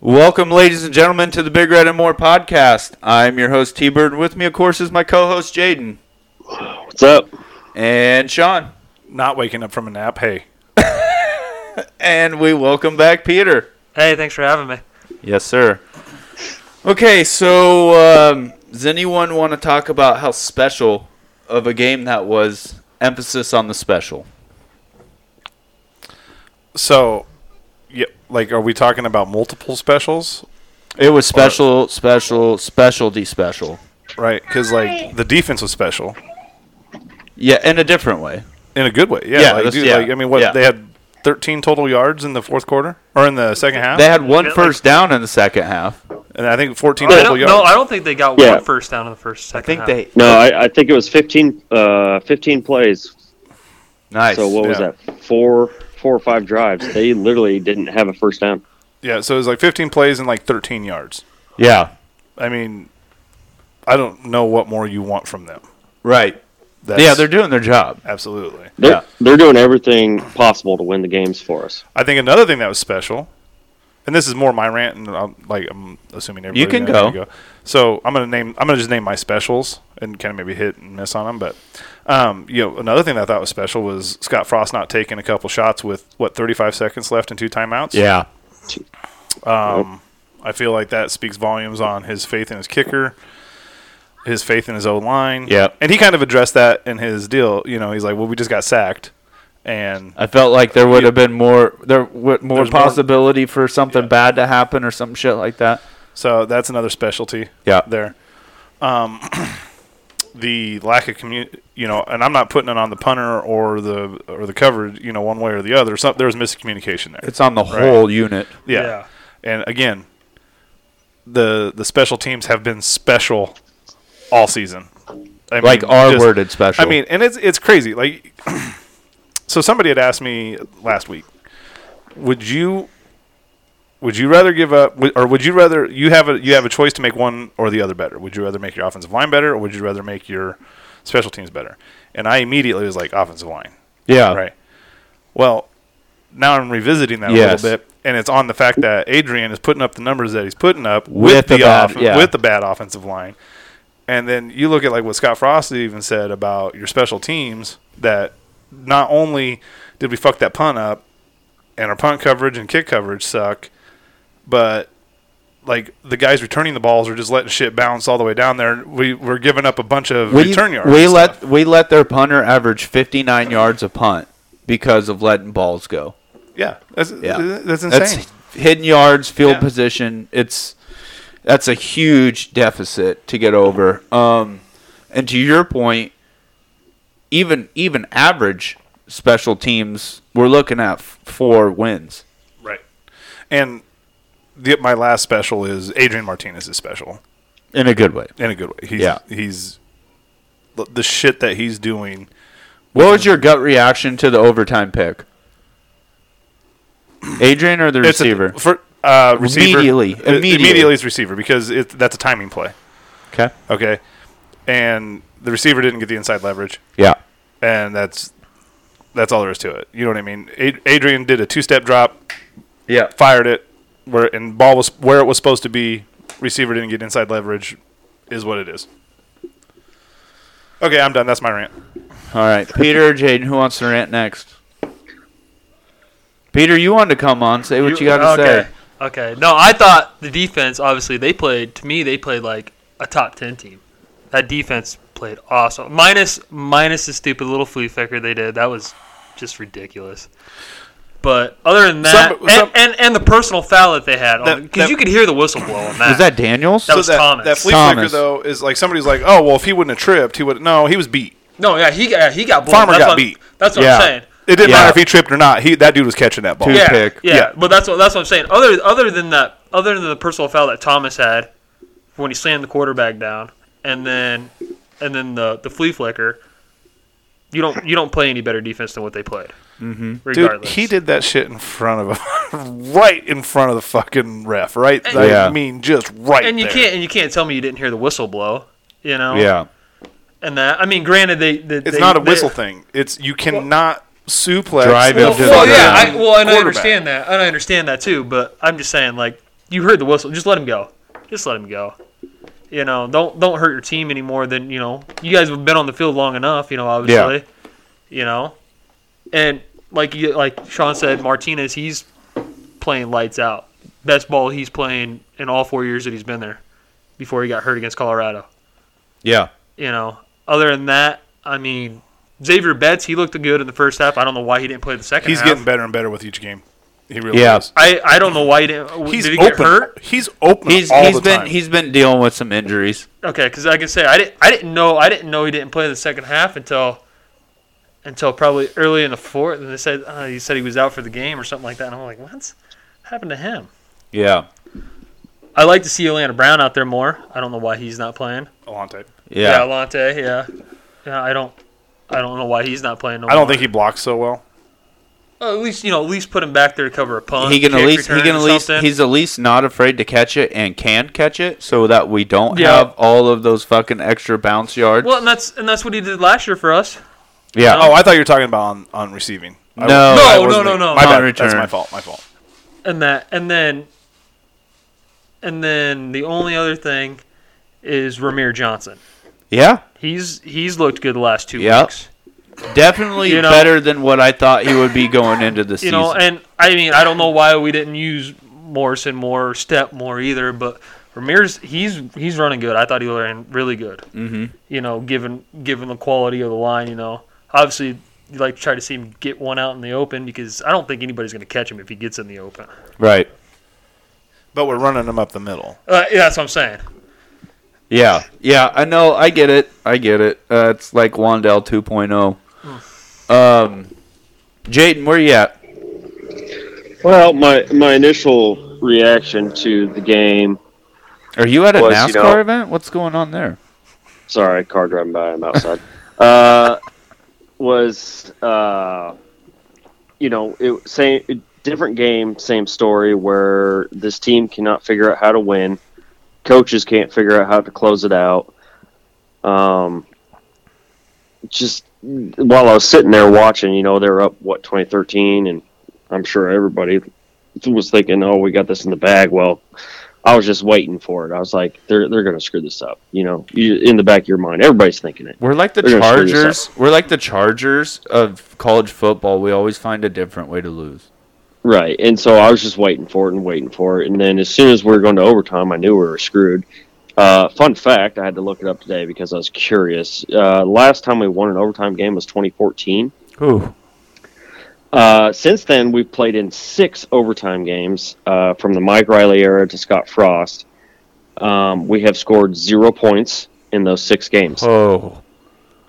Welcome, ladies and gentlemen, to the Big Red and More podcast. I'm your host, T Bird. and With me, of course, is my co host, Jaden What's up? and Sean. Not waking up from a nap. Hey, And we welcome back Peter. Hey, thanks for having me. Yes, sir. Okay, so um, does anyone want to talk about how special of a game that was? Emphasis on the special. so, yeah, like, are we talking about multiple specials? It was special, special, specialty special. Right? Because like the defense was special Yeah, in a different way. in a good way. Yeah. Yeah, like, that's- dude, yeah, like, I mean, what yeah. they had 13 total yards in the fourth quarter or in the second half, They had one Really? first down in the second half. and I think 14 I total don't, yards. Oh, no, I don't think they got Yeah. one first down in the first I second. think half. they No, I, I think it was 15, uh, 15 plays. nice. So what was yeah. that? Four, four or five drives. They literally didn't have a first down. yeah. So it was like 15 plays and like 13 yards. Yeah, I mean, I don't know what more you want from them. right. That's, yeah, they're doing their job. absolutely. They're, Yeah. they're doing everything possible to win the games for us. I think another thing that was special, and this is more my rant, and I'm, like I'm assuming everybody. You can knows where go. to So I'm gonna name. I'm gonna just name my specials and kind of maybe hit and miss on them. But um, you know, another thing that I thought was special was Scott Frost not taking a couple shots with what 35 seconds left and two timeouts. Yeah. I feel like that speaks volumes on his faith in his kicker, his faith in his O line. Yep. And he kind of addressed that in his deal. You know, he's like, "Well, we just got sacked." And I felt like there would have been more there would more There's more- possibility for something bad to happen or some shit like that. So that's another specialty. Yeah. There. Um, the lack of commu you know, and I'm not putting it on the punter or the or the coverage, you know, one way or the other. Some, there was miscommunication there. It's on the whole unit. yeah. Yeah. And again, the the special teams have been special all season. I mean, Like our just- worded special. I mean, and it's it's crazy. Like, so somebody had asked me last week, would you would you rather give up, would- or would you rather you have a you have a choice to make one or the other better? Would you rather make your offensive line better, or would you rather make your special teams better? And I immediately was like, offensive line, yeah. right? Well, now I'm revisiting that Yes. a little bit, and it's on the fact that Adrian is putting up the numbers that he's putting up With the bad- yeah. with the bad offensive line. And then you look at like what Scott Frost even said about your special teams that not only did we fuck that punt up and our punt coverage and kick coverage suck, but like the guys returning the balls are just letting shit bounce all the way down there. We we're giving up a bunch of We, return yards. we and let stuff. we let their punter average 59 yards a punt because of letting balls go. yeah that's Yeah. that's insane. hidden yards, field Yeah. position. It's that's a huge deficit to get over. Um, and to your point, even even average special teams, we're looking at f- four wins. Right. And the, my last special is Adrian Martinez is special In a good way. in a good way. He's, Yeah. He's the- the shit that he's doing. What was your gut reaction to the overtime pick? Adrian or the receiver? A, for, uh, receiver. Immediately. It- Immediately. Immediately. is receiver because it, that's a timing play. okay. Okay. And the receiver didn't get the inside leverage. Yeah. And that's that's all there is to it. You know what I mean? Ad- Adrian did a two step drop, Yeah. fired it, where and ball was where it was supposed to be. Receiver didn't get inside leverage, is what it is. Okay, I'm done. That's my rant. All right. Peter or Jaden, who wants to rant next? Peter, you wanted to come on. Say what you, got to okay. say. Okay. No, I thought the defense. Obviously, they played. To me, they played like a top ten team. That defense played awesome. Minus minus the stupid little flea flicker they did. That was just ridiculous. But other than that, Some- some- and, and and the personal foul that they had, That- because that- you could hear the whistle blow on that. Was that Daniels? That was that, Thomas. That flea Thomas. flicker though is like somebody's like, oh well, if he wouldn't have tripped, he would. No, he was beat. no, yeah, he got he got blown. Farmer that's got what, beat. That's what Yeah. I'm saying. It didn't Yeah. matter if he tripped or not. He that dude was catching that ball. Dude. Yeah. yeah, pick. Yeah, Yeah. but that's what that's what I'm saying. Other other than that, other than the personal foul that Thomas had when he slammed the quarterback down, and then and then the the flea flicker, you don't you don't play any better defense than what they played. Mm-hmm. Dude, Regardless, he did that shit in front of him, right in front of the fucking ref, right? Yeah. I mean, just right. and you there. can't and you can't tell me you didn't hear the whistle blow. You know, Yeah. and that I mean, granted they, they It's they- not a they- whistle thing. It's you cannot suplex. Drive him Well, to the well, ground. yeah, I, well, and I Quarterback. understand that, and I understand that too. But I'm just saying, like, you heard the whistle. Just let him go. Just let him go. You know, don't don't hurt your team anymore. Than you know, you guys have been on the field long enough. You know, obviously. You know, and like you, like Sean said, Martinez, he's playing lights out. Best ball he's playing in all four years that he's been there. Before he got hurt against Colorado. Yeah. You know, other than that, I mean, Xavier Betts, he looked good in the first half. I don't know why he didn't play the second He's half. getting better and better with each game. He really Yeah. is. I, I don't know why he didn't. He's did he open. get hurt? He's open He's all he's the been time. he's been dealing with some injuries. Okay, because I can say I didn't I didn't know I didn't know he didn't play the second half until until probably early in the fourth, and they said uh, he said he was out for the game or something like that. And I'm like, what's happened to him? Yeah. I like to see Atlanta Brown out there more. I don't know why he's not playing. Alante. Yeah. Alante. Yeah, yeah. I don't I don't know why he's not playing. No I don't more. think he blocks so well. Uh, at least you know at least put him back there to cover a punt. He can at kick least he return can or at least something. he's at least not afraid to catch it and can catch it so that we don't Yeah. have all of those fucking extra bounce yards. well, and that's and that's what he did last year for us. yeah. Oh, I thought you were talking about on, on receiving. No. I wasn't- No, I no, wasn't no, thinking- no, My no. bad. On That's return. my fault. My fault. and that and then and then the only other thing is Ramir Johnson. yeah. He's he's looked good the last two Yep. weeks. Definitely You know- better than what I thought he would be going into the You season. know, and I mean I don't know why we didn't use Morrison more or Step more either, but Ramirez he's he's running good. I thought he ran really good. Mm-hmm. You know, given given the quality of the line, you know, obviously you like to try to see him get one out in the open because I don't think anybody's going to catch him if he gets in the open. right. But we're running him up the middle. Uh, yeah, that's what I'm saying. Yeah. Yeah. I know. I get it. I get it. Uh, it's like Wandell 2.0. Hmm. Um, Jaden, where you at? Well, my my initial reaction to the game. Are you at a Was, NASCAR you know- event? What's going on there? Sorry, car driving by. I'm outside. uh, was uh, you know it same different game, same story where this team cannot figure out how to win. Coaches can't figure out how to close it out. Um, just while I was sitting there watching, you know, they were up what 2013, and I'm sure everybody was thinking, "Oh, we got this in the bag." Well, I was just waiting for it. I was like, "They're they're going to screw this up," you know, you, in the back of your mind, everybody's thinking it. We're like the They're gonna screw this Chargers. We're like the Chargers of college football. We always find a different way to lose. Right. And so I was just waiting for it and waiting for it. And then as soon as we were going to overtime, I knew we were screwed. Uh, fun fact I had to look it up today because I was curious. Uh, last time we won an overtime game was 2014. Ooh. Uh, since then, we've played in six overtime games uh, from the Mike Riley era to Scott Frost. Um, we have scored zero points in those six games. Oh.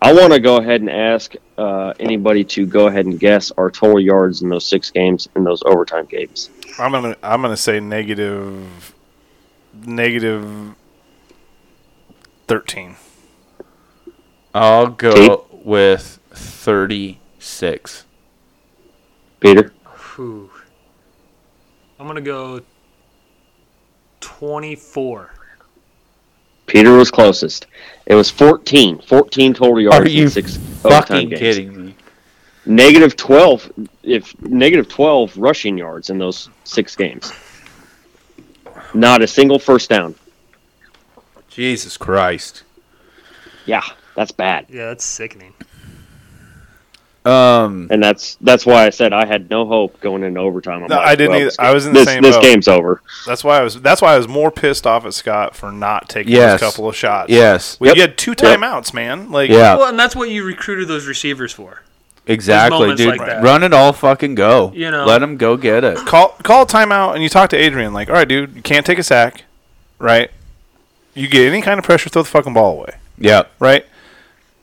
I want to go ahead and ask uh, anybody to go ahead and guess our total yards in those six games in those overtime games. I'm gonna I'm gonna say negative negative thirteen. I'll go with 36. Peter? Whew. I'm gonna go 24. Peter was closest. It was 14. 14 total yards Are you in six overtime Fucking games. kidding me. Negative 12 if negative 12 rushing yards in those six games. Not a single first down. Jesus Christ. Yeah, that's bad. Yeah, that's sickening. Um, And that's that's why I said I had no hope going into overtime. I'm No, like, I didn't well, either. this I was in the this, same this boat. game's over. That's why I was that's why I was more pissed off at Scott for not taking Yes. those couple of shots. yes. Well, you had two timeouts, man. Like Yeah. Uh, Well, and that's what you recruited those receivers for. Exactly, moments dude. like that. Run it all fucking go. You know. Let them go get it. call call a timeout and you talk to Adrian like, all right, dude, you can't take a sack, right? You get any kind of pressure, throw the fucking ball away, Yep. right?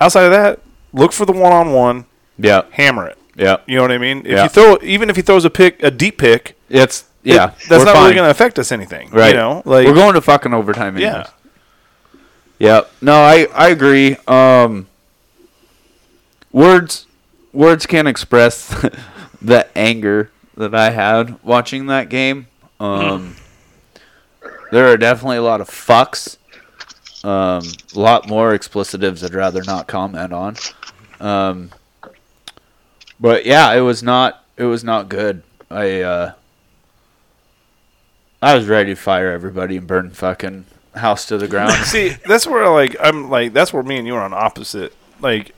Outside of that, look for the one on one, Yep. hammer it. Yep. You know what I mean? If Yeah. you throw, even if he throws a pick, a deep pick, It's it- yeah. that's we're not really fine. going to affect us anything, Right. You know, like we're going to fucking overtime. Anyways. yeah, Yep. No, I I agree. Um, words words can't express the anger that I had watching that game. Um, Mm-hmm. there are definitely a lot of fucks. Um, a lot more explicitives I'd rather not comment on. Um, but yeah, it was not it was not good. I uh, I was ready to fire everybody and burn fucking house to the ground. See, that's where like I'm like that's where me and you are on opposite. Like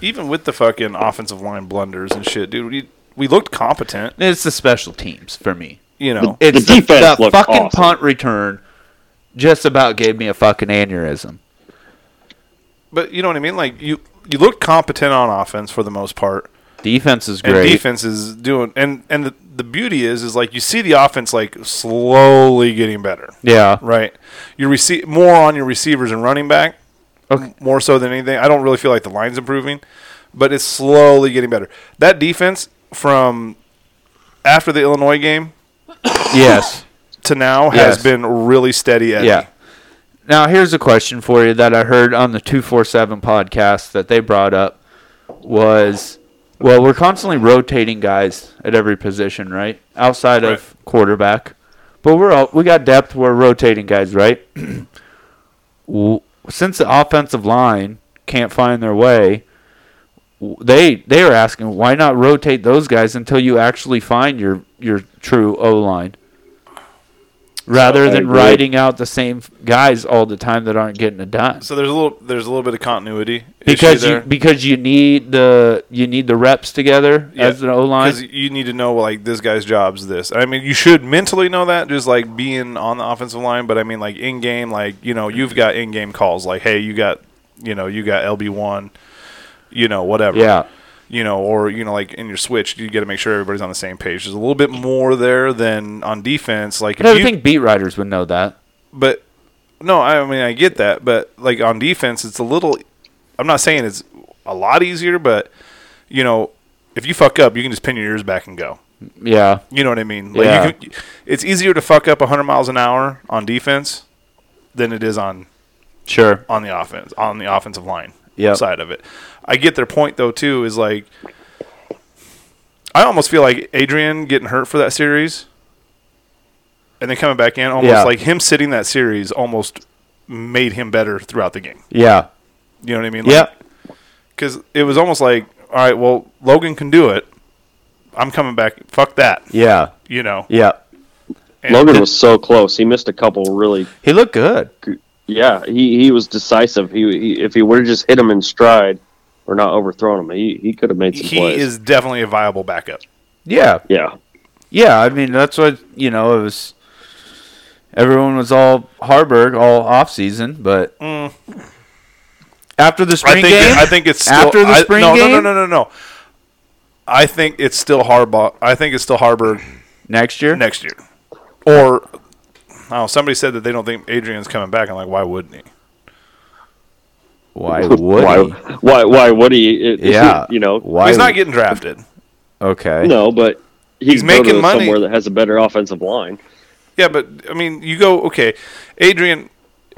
even with the fucking offensive line blunders and shit, dude, we we looked competent, it's the special teams for me. you know. It's The the, defense the looked fucking awesome. punt return just about gave me a fucking aneurysm. But you know what I mean? Like you you looked competent on offense for the most part. Defense is And great. defense is doing and and the, the beauty is is like you see the offense like slowly getting better. yeah. Right. You receive more on your receivers and running back, m- more so than anything. I don't really feel like the line's improving, but it's slowly getting better. That defense from after the Illinois game Yes. to now Yes. has been really steady. Eddie. Yeah. Now here's a question for you that I heard on the 247 podcast that they brought up was well, we're constantly rotating guys at every position, right? Outside of quarterback. But we're all, we got depth, we're rotating guys, right? W- Since the offensive line can't find their way, w- they they are asking why not rotate those guys until you actually find your your true O line, rather I than agree. riding out the same f- guys all the time that aren't getting it done. So there's a little there's a little bit of continuity Because issue you there. because you need the you need the reps together Yeah, as an O line. Because you need to know like this guy's job's this. I mean, you should mentally know that, just like being on the offensive line. But I mean, like in game, like you know, you've got in game calls, like hey, you got you know, you got LB one, you know, whatever. Yeah. You know, or you know, like in your switch, you got to make sure everybody's on the same page. There's a little bit more there than on defense. Like, But I if would you, think beat writers would know that. but no, I mean, I get that. But like on defense, it's a little. I'm not saying it's a lot easier, but you know, if you fuck up, you can just pin your ears back and go. Yeah. You know what I mean? Like Yeah. you can, it's easier to fuck up 100 miles an hour on defense than it is on Sure. on the offense on the offensive line Yep. side of it. I get their point though too is like I almost feel like Adrian getting hurt for that series and then coming back in almost Yeah. like him sitting that series almost made him better throughout the game. Yeah. You know what I mean? Like, Yeah. Cuz it was almost like all right, well, Logan can do it. I'm coming back. Fuck that, Yeah. you know. Yeah. And- Logan was so close. He missed a couple really. He looked good. Yeah, he, he was decisive. He, he if he would have just hit him in stride, or not overthrown him, he, he could have made some he plays. is definitely a viable backup. Yeah. yeah, Yeah, I mean that's what you know. It was everyone was all Harburg all off season, but after the spring Mm. I think game, I think it's still, after the I- spring no, game No, no, no, no, no. I think it's still Harbaugh. I think it's still Harburg next year. next year, or oh, somebody said that they don't think Adrian's coming back. I'm like, why wouldn't he? Why would why, he? why why would he? It- Yeah, you know Why He's not would- getting drafted. okay. no, but he He's can go to making money. somewhere that has a better offensive line. Yeah, but I mean, you go okay. Adrian,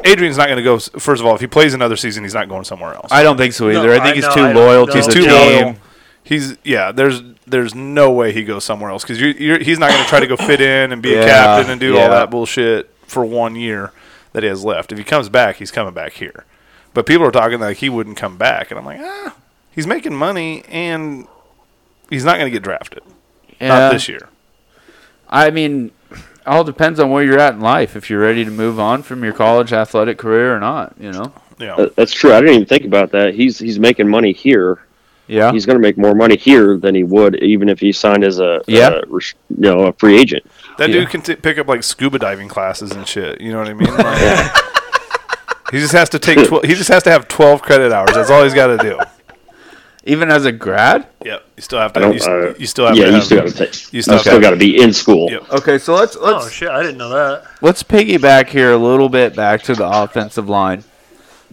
Adrian's not going to go. s- First of all, if he plays another season, he's not going somewhere else. I don't think so either. No, I think I he's know, too I don't loyal know. to he's the too team. loyal. He's yeah. There's there's no way he goes somewhere else because you're, you're, he's not going to try to go fit in and be Yeah, a captain and do yeah. all that bullshit for one year that he has left. If he comes back, he's coming back here. But people are talking like he wouldn't come back, and I'm like, ah, he's making money and he's not going to get drafted. Yeah. Not this year. I mean, all depends on where you're at in life. If you're ready to move on from your college athletic career or not, you know. Yeah. That- That's true. I didn't even think about that. He's he's making money here. Yeah. He's going to make more money here than he would even if he signed as a Yeah. a res- you know a free agent. That Yeah. dude can t- pick up like scuba diving classes and shit. You know what I mean? Like, he just has to take. Tw- he just has to have twelve credit hours. That's all he's got to do. Even as a grad. Yep. You still have to. I don't. you, uh, s- you still have. yeah, to you have- still got to take. you You still still, have- got to be in school. Yep. Okay, so let's let's Oh shit! I didn't know that. let's piggyback here a little bit back to the offensive line.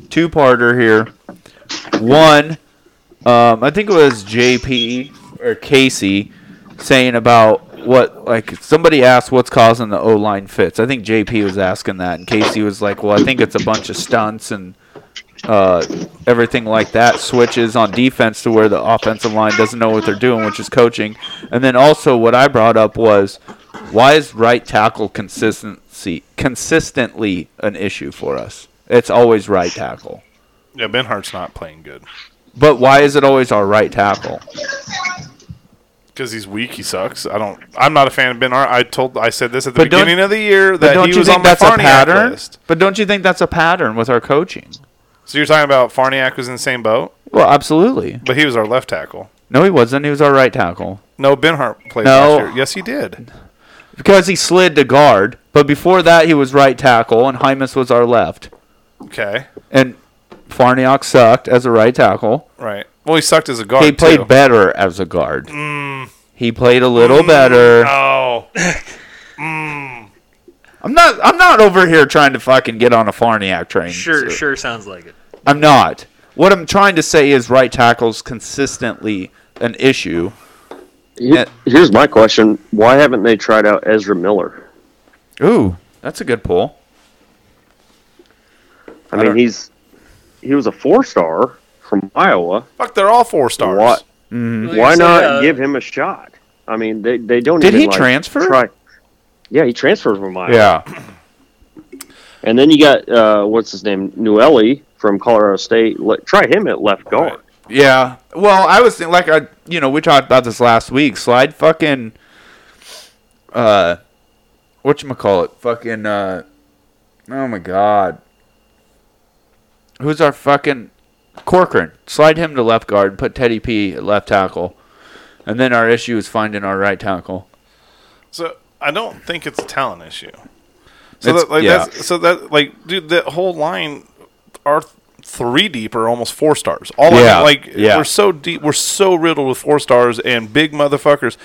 Two parter here. One, um, I think it was JP or Casey saying about what like somebody asked what's causing the O line fits. I think JP was asking that, and Casey was like, "Well, I think it's a bunch of stunts and." Uh, everything like that switches on defense to where the offensive line doesn't know what they're doing, which is coaching. And then also, what I brought up was why is right tackle consistency consistently an issue for us? It's always right tackle. Yeah, Ben Hart's not playing good But why is it always our right tackle? because he's weak. He sucks. I don't. I'm not a fan of Ben Ar. I told. I said this at the But don't- beginning of the year But that don't he you was think on my that's a Farniak pattern? list. But don't you think that's a pattern with our coaching? So you're talking about Farniak was in the same boat, Well, absolutely. but he was our left tackle. No, he wasn't. He was our right tackle No, Ben Hart played No. last year. Yes, he did. because he slid to guard. But before that, he was right tackle, and Hymus was our left. Okay, And Farniok sucked as a right tackle. right. Well, he sucked as a guard. he played too. better as a guard. Mm. He played a little better. Oh, I'm not. I'm not over here trying to fucking get on a Farniak train. Sure, So- sure sounds like it. I'm not. What I'm trying to say is right tackle's consistently an issue. He- Yeah. Here's my question: Why haven't they tried out Ezra Miller? Ooh, that's a good pull. I, don't- mean, he's he was a four star from Iowa. fuck! They're all four stars. What? Mm-hmm. Why So, not yeah, give him a shot? I mean, they they don't. Did even, he like, transfer? Try. Yeah, he transferred from Iowa. Yeah. and then you got uh, what's his name, Newelli from Colorado State. Let, try him at left guard. Yeah. Well, I was thinking, like I, you know, we talked about this last week. Slide fucking, uh, what you call it? Fucking, uh, oh my god, who's our fucking Corcoran? Slide him to left guard and put Teddy P at left tackle, and then our issue is finding our right tackle. So I don't think it's a talent issue. So It's- that, like yeah. that's so that like dude, that whole line are three deep or almost four stars. All I- Yeah, like yeah. we're so deep, we're so riddled with four stars and big motherfuckers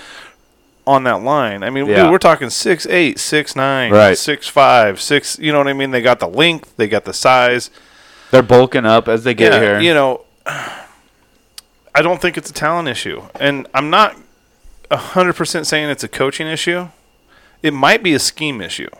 on that line. I mean, dude, Yeah. we're talking six eight, six nine, Right. six five, six. You know what I mean? They got the length, they got the size. They're bulking up as they get here. You know, I don't think it's a talent issue, and I'm not hundred percent saying it's a coaching issue. It might be a scheme issue,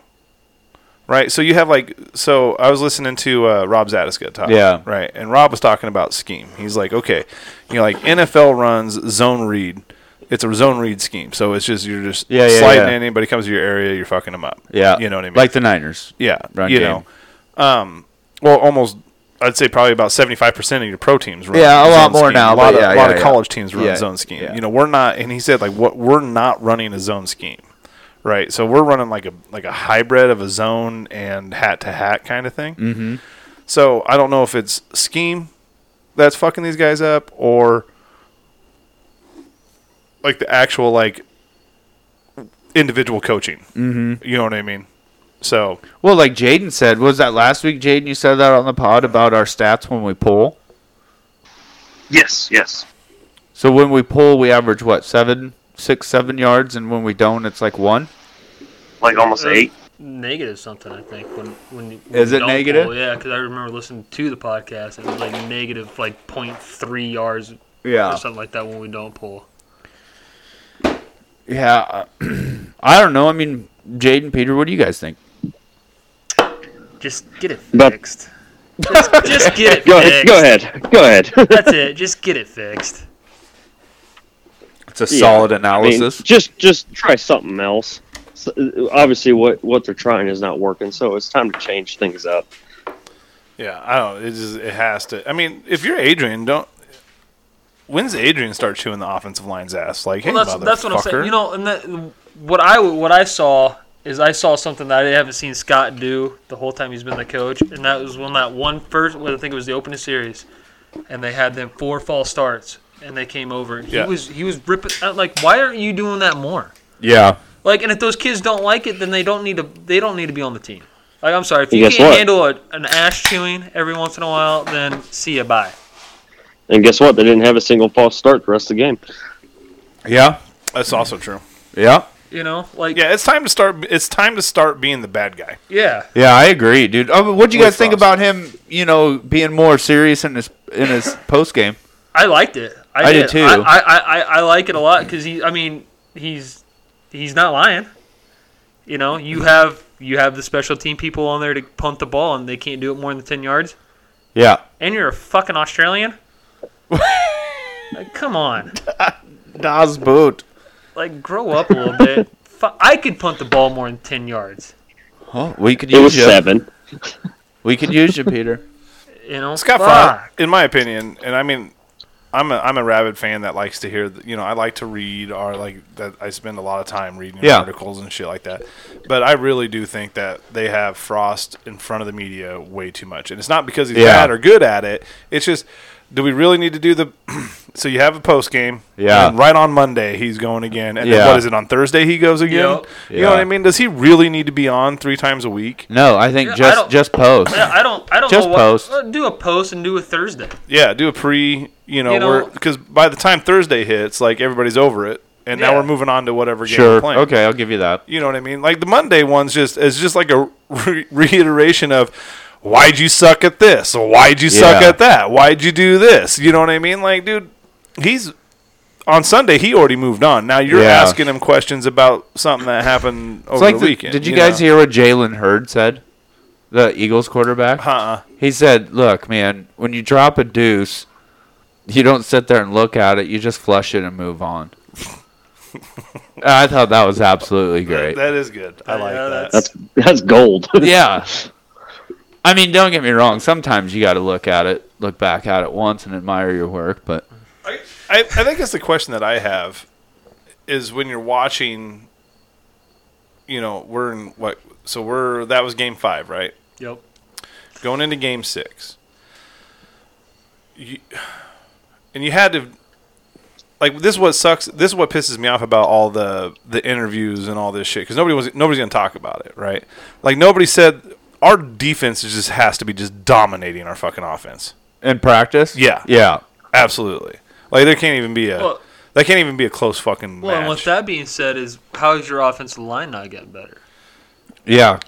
right? So you have like, so I was listening to uh, Rob Zadiska talk, Yeah. right, and Rob was talking about scheme. He's like, okay, you know, like NFL runs zone read. It's a zone read scheme, so it's just you're just Yeah, yeah, sliding yeah. in. Anybody comes to your area, you're fucking them up. yeah. you know what I mean. Like the Niners. Yeah, Run you game. know, um, well, almost. I'd say probably about seventy five percent of your pro teams run. Yeah, a zone lot more scheme. now, A lot, but of, yeah, a lot yeah, of yeah. college teams run Yeah, zone scheme. yeah. You know, we're not. And he said like, what we're not running a zone scheme, right? So we're running like a like a hybrid of a zone and hat to hat kind of thing. Mm-hmm. So I don't know if it's scheme that's fucking these guys up or like the actual like individual coaching. Mm-hmm. You know what I mean? So Well, like Jaden said, was that last week, Jaden? You said that on the pod about our stats when we pull. Yes, yes. So when we pull, we average what seven, six, seven yards, and when we don't, it's like one. Like almost Uh, eight. Negative something, I think. When when, you- when Is you it don't negative? pull, yeah, because I remember listening to the podcast. It was like negative like 0.3 yards or Yeah, something like that when we don't pull. yeah. uh, I don't know. I mean, Jaden, Peter, what do you guys think? Just get it But- fixed. just, just get it Go ahead. fixed. Go ahead. Go ahead. That's it. Just get it fixed. It's a Yeah, solid I mean, analysis. just just try something else. So, uh, obviously, what what they're trying is not working, so it's time to change things up. Yeah, I don't. It just it has to. I mean, if you're Adrian, don't. When's Adrian start chewing the offensive line's ass? Like, hey, Well, that's motherfucker. that's what I'm saying. You know, and that, what I what I saw is I saw something that I haven't seen Scott do the whole time he's been the coach, and that was when that one first. Well, I think it was the opening series, and they had them four false starts, and they came over. He Yeah. was he was ripping out like, why aren't you doing that more? yeah, Like, and if those kids don't like it, then they don't need to they don't need to be on the team. Like, I'm sorry, if And you guess can't what? handle a, an ass chewing every once in a while, then see you bye. And guess what? They didn't have a single false start the rest of the game. yeah, that's also true. yeah, You know, like Yeah, it's time to start. It's time to start being the bad guy. yeah. yeah. I agree, dude. Oh, what do you With guys think Frost. about him? You know, being more serious in his in his post game. I liked it. I, I did too. I, I, I, I, I like it a lot because he. I mean, he's he's not lying. You know, you have you have the special team people on there to punt the ball, and they can't do it more than ten yards. Yeah, And you're a fucking Australian. like, come on, Das Boot. like grow up a little bit. Fu- I could punt the ball more than ten yards. Oh, we could It was use you. seven. We could use you, Peter. You know, Scott Fuck. Frost, in my opinion, and I mean, I'm a I'm a rabid fan that likes to hear. th- You know, I like to read or like that. I spend a lot of time reading Yeah. articles and shit like that. But I really do think that they have Frost in front of the media way too much, and it's not because he's Yeah. bad or good at it. It's just, do we really need to do the? so you have a post game, Yeah. And right on Monday he's going again, and Yeah. then what is it on Thursday he goes again? Yep. You know what Yeah. I mean? Does he really need to be on three times a week? No, I think Yeah, I just don't- just post. Yeah, I don't. I don't Just know what. post. uh, Do a post and do a Thursday. Yeah, do a pre, you You know- know, because by the time Thursday hits, like everybody's over it, and now Yeah. we're moving on to whatever game we're Sure. playing. Okay, I'll give you that. you know what I mean. Like the Monday one's just is just like a re- reiteration of why'd you suck at this, or why'd you suck Yeah. at that, why'd you do this. You know what I mean? Like, dude, he's on Sunday. He already moved on. Now you're Yeah. asking him questions about something that happened over It's like the, the- weekend. Did you, guys hear what Jalen Hurd said? The Eagles quarterback. Uh. He said, "Look, man, when you drop a deuce, you don't sit there and look at it. You just flush it and move on." I thought that was absolutely great. That is good. I Yeah, like that. that's- That's that's gold. yeah. I mean, don't get me wrong. Sometimes you got to look at it, look back at it once, and admire your work. But I, I I think that's the question that I have is when you're watching, you know, we're in what? So we're that was game five, right? Yep. Going into game six, you, and you had to like this. Is what sucks? This is what pisses me off about all the the interviews and all this shit because nobody was nobody's gonna talk about it, right? Like nobody said our defense is just has to be just dominating our fucking offense. in practice, Yeah. yeah, Absolutely. Like there can't even be a Well- that can't even be a close fucking Well, and match. with that being said, is how is your offensive line not getting better? yeah,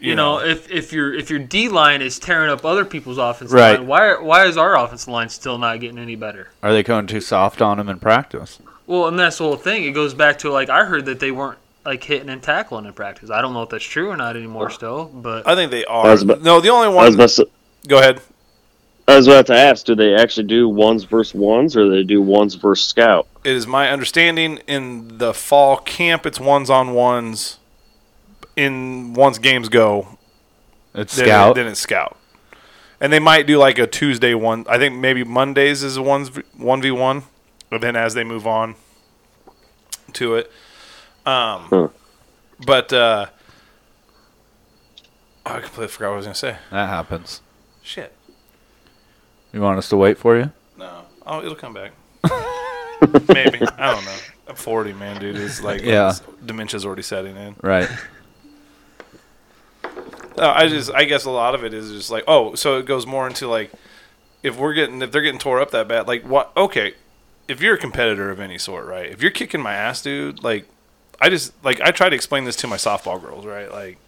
You, know, if if your if your D line is tearing up other people's offensive Right. line, why are- why is our offensive line still not getting any better? Are they going too soft on him in practice? Well, and that's the whole thing. It goes back to like I heard that they weren't like hitting and tackling in practice. I don't know if that's true or not anymore still, but I think they I are. was about- no, the only I was one. about to, go ahead. I was about to ask, do they actually do ones versus ones, or do they do ones versus scout? It is my understanding in the fall camp, it's ones on ones. In once games go, It's then, scout. then it's scout, and they might do like a Tuesday one. I think maybe Mondays is a ones one v one, but then as they move on to it, um, Huh. but uh, oh, I completely forgot what I was gonna say. that happens. Shit. You want us to wait for you? No. Oh, it'll come back. Maybe. I don't know. I'm 40, man, dude. It's like Yeah. it's- dementia's already setting in. Right. Uh, I just, I guess a lot of it is just like, oh, so it goes more into like, if we're getting, if they're getting tore up that bad, like what? Okay, if you're a competitor of any sort, right? If you're kicking my ass, dude, like, I just, like, I try to explain this to my softball girls, right? Like,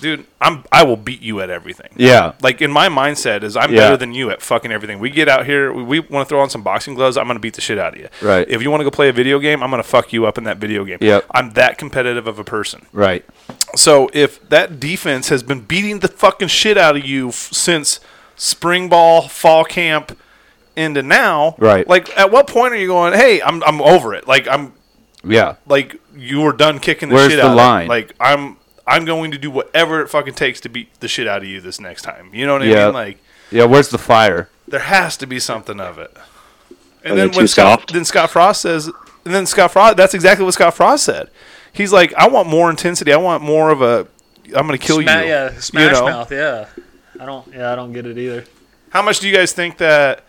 dude, I'm, I will beat you at everything. Yeah. like in my mindset is I'm Yeah. better than you at fucking everything. We get out here, we, we want to throw on some boxing gloves. I'm going to beat the shit out of you. Right. If you want to go play a video game, I'm going to fuck you up in that video game. Yep. I'm that competitive of a person. Right. So if that defense has been beating the fucking shit out of you f- since spring ball, fall camp, into now, Right. Like at what point are you going? Hey, I'm I'm over it. Like I'm Yeah. like you were done kicking the Where's shit the out of line? me. Like I'm I'm going to do whatever it fucking takes to beat the shit out of you this next time. You know what I Yeah. mean? Like Yeah. Where's the fire? there has to be something of it. And Are then they when too Scott soft? then Scott Frost says and then Scott Frost that's exactly what Scott Frost said. He's like, I want more intensity. I want more of a I'm gonna kill Sma- you. yeah, You smash know? mouth, yeah. I don't, yeah, I don't get it either. How much do you guys think that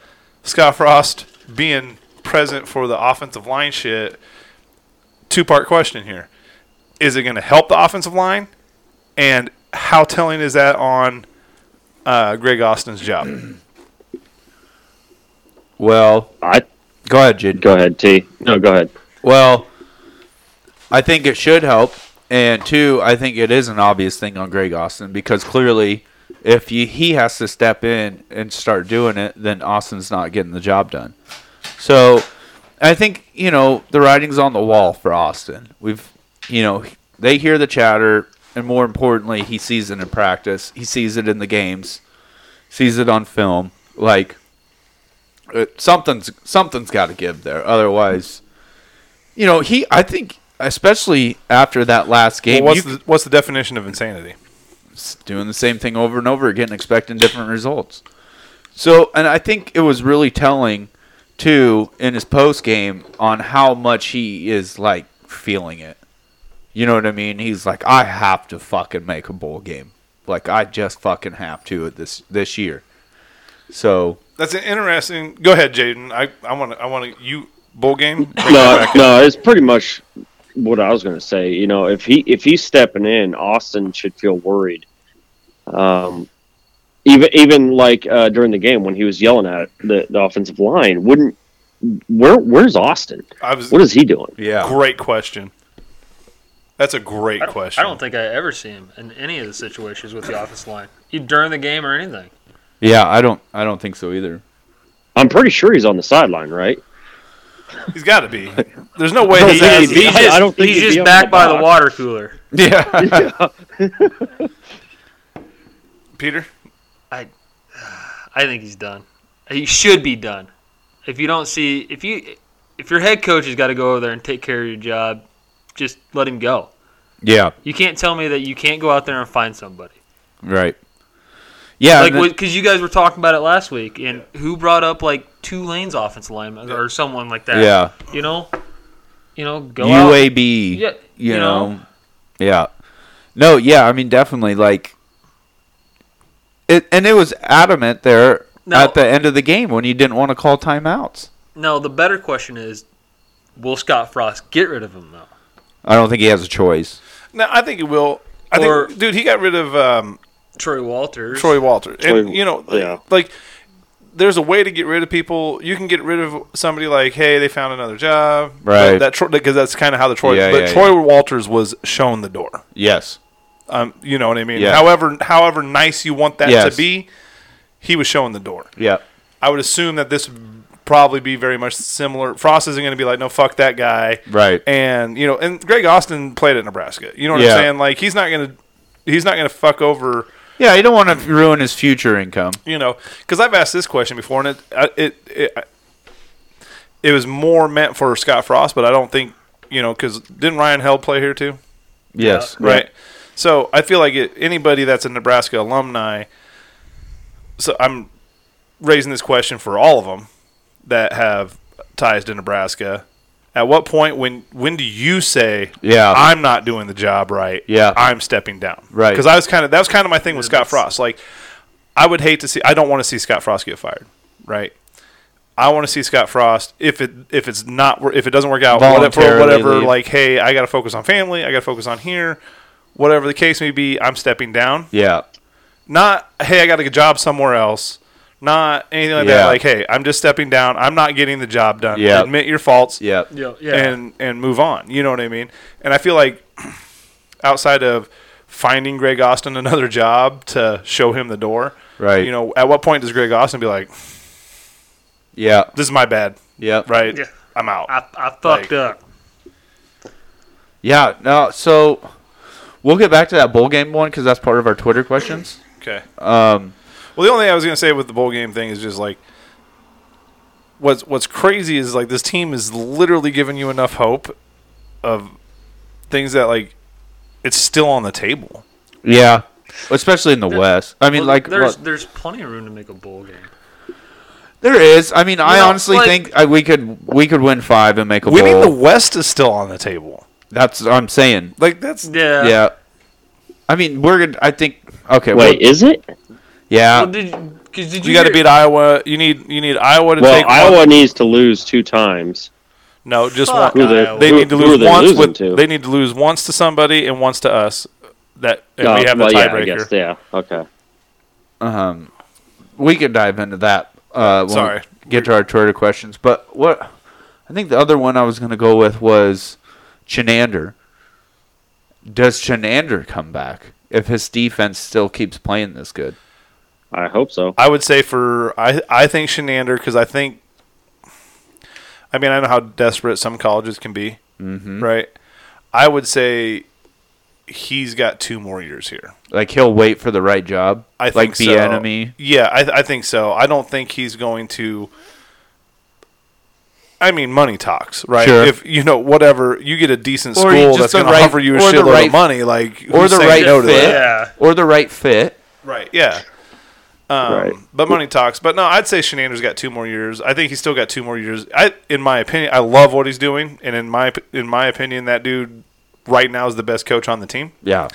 Scott Frost being present for the offensive line shit? Two part question here. Is it going to help the offensive line? And how telling is that on uh, Greg Austin's job? Well, I go ahead, Jid. go ahead, T. No, go ahead. Well, I think it should help, and two, I think it is an obvious thing on Greg Austin because clearly, if you, he has to step in and start doing it, then Austin's not getting the job done. So, I think you know the writing's on the wall for Austin. We've, you know, they hear the chatter, and more importantly, he sees it in practice. He sees it in the games, sees it on film. Like, it, something's something's got to give there. Otherwise, you know, he. I think, especially after that last game, Well, what's, you the, what's the definition of insanity? too in his post game on how much he is like feeling it. You know what I mean? He's like, I have to fucking make a bowl game. Like I just fucking have to at this this year. So That's an interesting. Go ahead, Jaden. I I want to I want to you bowl game. no, no, it's pretty much what I was going to say. You know, if he if he's stepping in, Austin should feel worried. Um, even even like uh, during the game when he was yelling at the, the offensive line, wouldn't where where's Austin? I was What is he doing? yeah, great question. That's a great I, question. I don't think I ever see him in any of the situations with the office line, even during the game or anything. yeah. I don't I don't think so either. I'm pretty sure he's on the sideline, right? he's got to be. There's no way don't he think has. he'd be- He's I- just, I don't think he's he'd just be on back the by the box. water cooler. Yeah, Peter. I think he's done. He should be done. If you don't see, if you, if your head coach has got to go over there and take care of your job, just let him go. yeah, You can't tell me that you can't go out there and find somebody. right. Yeah, Like, and then- because you guys were talking about it last week, and who brought up like two lanes offense lineman or someone like that? yeah. you know, you know, go out. UAB. Yeah, you you know? know? yeah no yeah i mean definitely like it and it was adamant there No. at the end of the game when you didn't want to call timeouts No, the better question is, will Scott Frost get rid of him though? i don't think he has a choice No, I think he will. I Or- think, dude, he got rid of um, Troy Walters. Troy Walter, and Troy- you know, yeah. like there's a way to get rid of people. You can get rid of somebody like, hey, they found another job, Right. That because that's kind of how the Troy. Yeah, but yeah, Troy Walters was shown the door. yes Um, you know what I mean? Yeah. However, however nice you want that Yes. to be, he was shown the door. yeah I would assume that this would probably be very much similar. Frost isn't going to be like, no, fuck that guy, Right. And you know, and Greg Austin played at Nebraska. You know what Yeah. I'm saying? Like he's not going to, he's not going to fuck over. yeah you don't want to ruin his future income You know, because I've asked this question before, and it I- it it, I- it was more meant for Scott Frost, but I don't think you know because didn't Ryan Held play here too? yes right? So I feel like it, anybody that's a Nebraska alumni. So I'm raising this question for all of them that have ties to Nebraska. At what point when when do you say, Yeah. I'm not doing the job right. Yeah. I'm stepping down." Right. Because I was kind of that was kind of my thing with Yeah, Scott that's- Frost. Like, I would hate to see. I don't want to see Scott Frost get fired. Right. I want to see Scott Frost if it if it's not wor- if it doesn't work out whatever, for Voluntarily whatever leave. like hey I got to focus on family I got to focus on here whatever the case may be I'm stepping down yeah not hey I got a job somewhere else not anything like Yeah. that like hey I'm just stepping down I'm not getting the job done Yeah. admit your faults yeah Yeah, yeah. and and move on. You know what I mean? And I feel like outside of finding Greg Austin another job to show him the door, Right. You know, at what point does Greg Austin be like, yeah "This is my bad," yeah right? Yeah. I'm out. I, I fucked Like- up. yeah no so we'll get back to that bowl game one because that's part of our twitter questions okay. Um, well, the only thing I was gonna say with the bowl game thing is just like. What's what's crazy is like this team is literally giving you enough hope of things that like it's still on the table. yeah especially in the west i mean Well, like there's what- there's plenty of room to make a bowl game. There is. I mean, I know, honestly like- think I, we could we could win five and make a Winning the bowl. West is still on the table. That's what I'm saying. Like that's Yeah. yeah. I mean, we're gonna. I think. Okay. Wait, well, is it? yeah. Well, did, 'cause did you, You got to hear- beat Iowa. You need you need Iowa to Well, take Iowa One. needs to lose two times. No, just Fuck one. Who they, Iowa. They who- need to who are lose they once losing with. to? They need to lose once to somebody and once to us. That and Oh, we have well, the yeah, I guess, tiebreaker. Yeah, okay. Um, we could dive into that. Uh, when we Sorry. get to our Twitter questions, but what I think the other one I was gonna go with was Chenander. Does Chenander come back if his defense still keeps playing this good? I hope so. I would say for I I think Shenander because I think. I mean, I know how desperate some colleges can be, Mm-hmm. right? I would say he's got two more years here. Like he'll wait for the right job. I like think the so. enemy. Yeah, I, I think so. I don't think he's going to. I mean, money talks, right? Sure. If you know whatever, you get a decent Or you- school just that's the going right- to offer you a or the shitload right- of money, like or who's the saying right no to fit, that? Yeah. or the right fit. right? Yeah, Um, Right. But money talks. But no, I'd say Shenander's got two more years. I think he's still got two more years. I, in my opinion, I love what he's doing, and in my in my opinion, that dude right now is the best coach on the team. Yeah.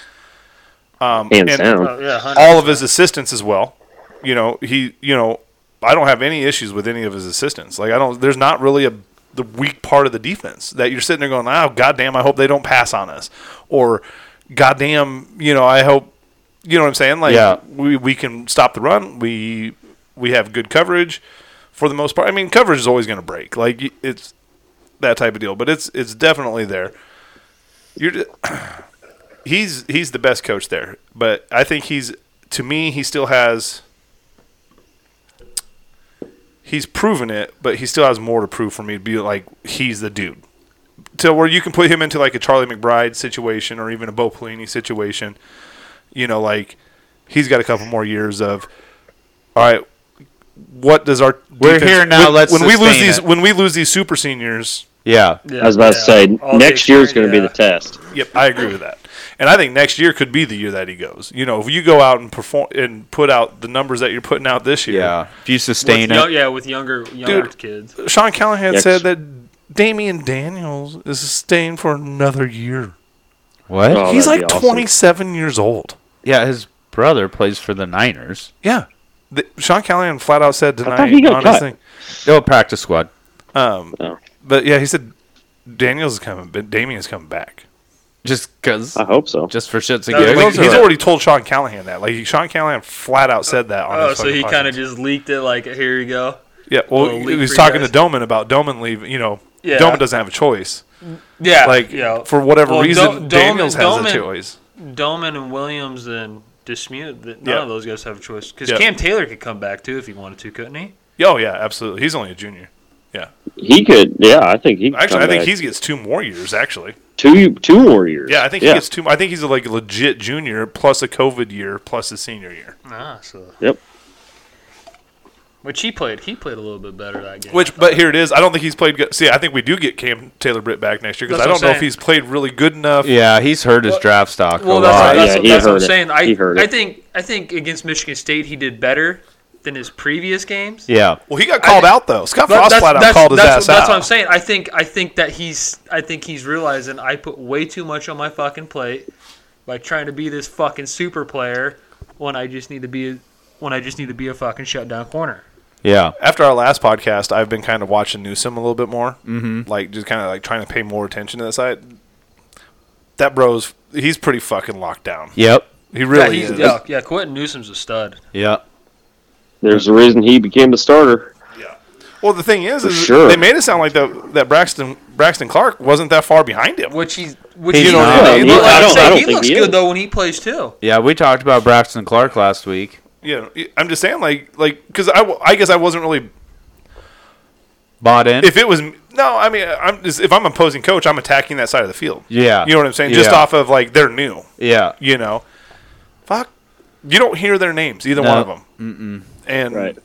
Um, hands and down. Oh, yeah, 100. all of his assistants as well. You know, he, you know, I don't have any issues with any of his assistants. Like I don't, there's not really a the weak part of the defense that you're sitting there going, oh goddamn, I hope they don't pass on us, or goddamn, you know, I hope, you know what I'm saying? Like Yeah. we we can stop the run. We we have good coverage for the most part. I mean, coverage is always going to break. Like y- it's that type of deal, but it's it's definitely there. You're ju- he's he's the best coach there, but I think he's to me he still has he's proven it, but he still has more to prove for me to be like he's the dude. To where you can put him into like a Charlie McBride situation or even a Bo Pelini situation, you know, like he's got a couple more years of all right. What does our We're defense- here now, When, let's when we lose sustain these it. when we lose these super seniors, Yeah. Yeah, I was about to yeah. say All next the year's going to be the experience, test. Yep, I agree with that. And I think next year could be the year that he goes. You know, if you go out and perform and put out the numbers that you're putting out this year. Yeah. If you With sustain yo- it. yeah, with younger younger Dude. kids. Sean Callahan Yes. said that Damian Daniels is staying for another year. What? Oh, He's like that'd be awesome. 27 years old. Yeah, his brother plays for the Niners. Yeah. The, Sean Callahan flat out said tonight thought he got on his cut. thing. They'll practice squad. Um, No, but yeah, he said Daniels is coming, but Damian's coming back. Just because. I hope so. Just for shits and No, giggles. Like, those he's or- already told Sean Callahan that. Like Sean Callahan flat out said that. On Oh, his so he kind kind of just leaked it like, here you go. Yeah, well, Little he leak was for you talking guys. to Doman about Doman leaving. You know, Yeah. Doman doesn't have a choice. Yeah, Like yeah. for whatever Well, reason, Do- Doman- Daniels has Doman- a choice. Doman and Williams and Dismute. That none Yeah. of those guys have a choice because Yeah. Cam Taylor could come back too if he wanted to, couldn't he? Oh yeah, absolutely. He's only a junior. He could. Yeah, I think he. Could Actually, come I think back. he gets two more years. Actually, two two more years. yeah, I think he gets two. I think he's a, like legit junior plus a COVID year plus a senior year. Ah, so Yep. which he played. He played a little bit better that game. Which, but here it is. I don't think he's played good. See, I think we do get Cam Taylor Britt back next year because That's I what don't I'm know if saying. he's played really good enough. yeah, he's hurt his Well- draft stock well, a that's, lot. Oh, Yeah, that's, he that's what I'm heard it. saying. I He heard I it. think I think against Michigan State he did better than his previous games. yeah. Well, he got called out though. Scott But Frost that's, flat out that's- called his that's- ass that's out. what I'm saying. I think I think that he's I think he's realizing I put way too much on my fucking plate by trying to be this fucking super player when I just need to be when I just need to be a fucking shutdown corner. Yeah. after our last podcast, I've been kind of watching Newsom a little bit more, mm-hmm. like just kind of like trying to pay more attention to that side. That bro's he's pretty fucking locked down. Yep. He really yeah, he's, is. yeah, yeah, Quentin Newsom's a stud. Yep. There's a reason he became the starter. Well, the thing is, is sure. they made it sound like that that Braxton Braxton Clark wasn't that far behind him. Which he's which He's he's not. not. Yeah, He he- looks- I I'm don't- saying I don't he think looks he good is. though when he plays too. Yeah, we talked about Braxton Clark last week. Yeah, I'm just saying, like, like because I, w- I guess I wasn't really. Bought in. If it was no, I mean, I'm just if I'm opposing coach, I'm attacking that side of the field. Yeah. you know what I'm saying. Just Yeah. off of like they're new. yeah. you know, fuck, you don't hear their names either No. one of them. Mm-mm. And Right.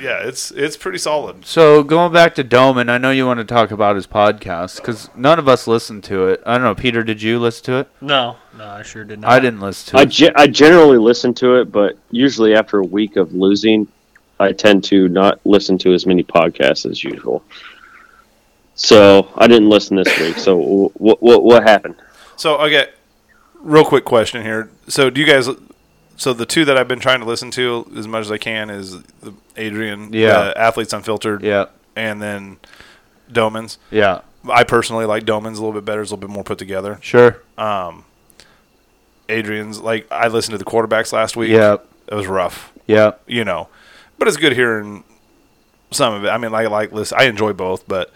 yeah, it's it's pretty solid. So going back to Doman, I know you want to talk about his podcast because none of us listened to it. I don't know, Peter, did you listen to it? No, no, I sure did not. I didn't listen to I, it. ge- I generally listen to it, but usually after a week of losing, I tend to not listen to as many podcasts as usual. So I didn't listen this week. So what what what happened? So okay, real quick question here. So do you guys? So the two that I've been trying to listen to as much as I can is the Adrian, Yeah. uh, athletes unfiltered, yeah. and then Doman's. Yeah. I personally like Doman's a little bit better. It's a little bit more put together. Sure. Adrian's like I listened to the quarterbacks last week. Yeah. it was rough. Yeah. you know. But it's good hearing some of it. I mean, I like listen. I enjoy both, but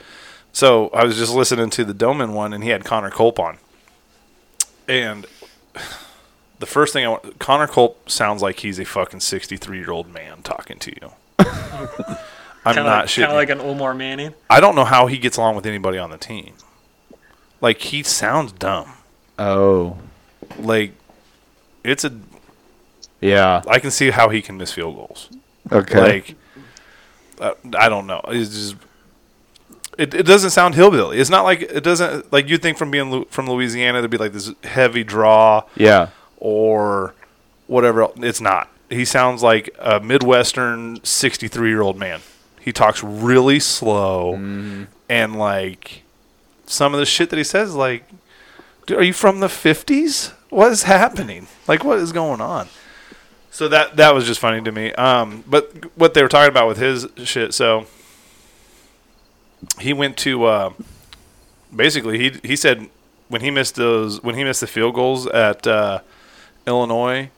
so I was just listening to the Doman one, and he had Connor Culp on, and the first thing I want, Connor Culp sounds like he's a fucking sixty-three year old man talking to you. I'm Kinda like, not shitting. Kind you. of like an Omar Manning. I don't know how he gets along with anybody on the team. Like he sounds dumb. Oh. Like it's a. Yeah. I can see how he can miss field goals. Okay. Like, uh, I don't know. It's just it, it doesn't sound hillbilly. It's not like it doesn't like you'd think from being Lu- from Louisiana there'd be like this heavy draw yeah. or whatever. el- It's not. he sounds like a midwestern 63 year old man. He talks really slow and like some of the shit that he says, like, "Dude, are you from the 50s? What is happening? Like, what is going on? So that that was just funny to me. Um, but what they were talking about with his shit, so he went to uh, basically he he said when he missed those when he missed the field goals at uh, Illinois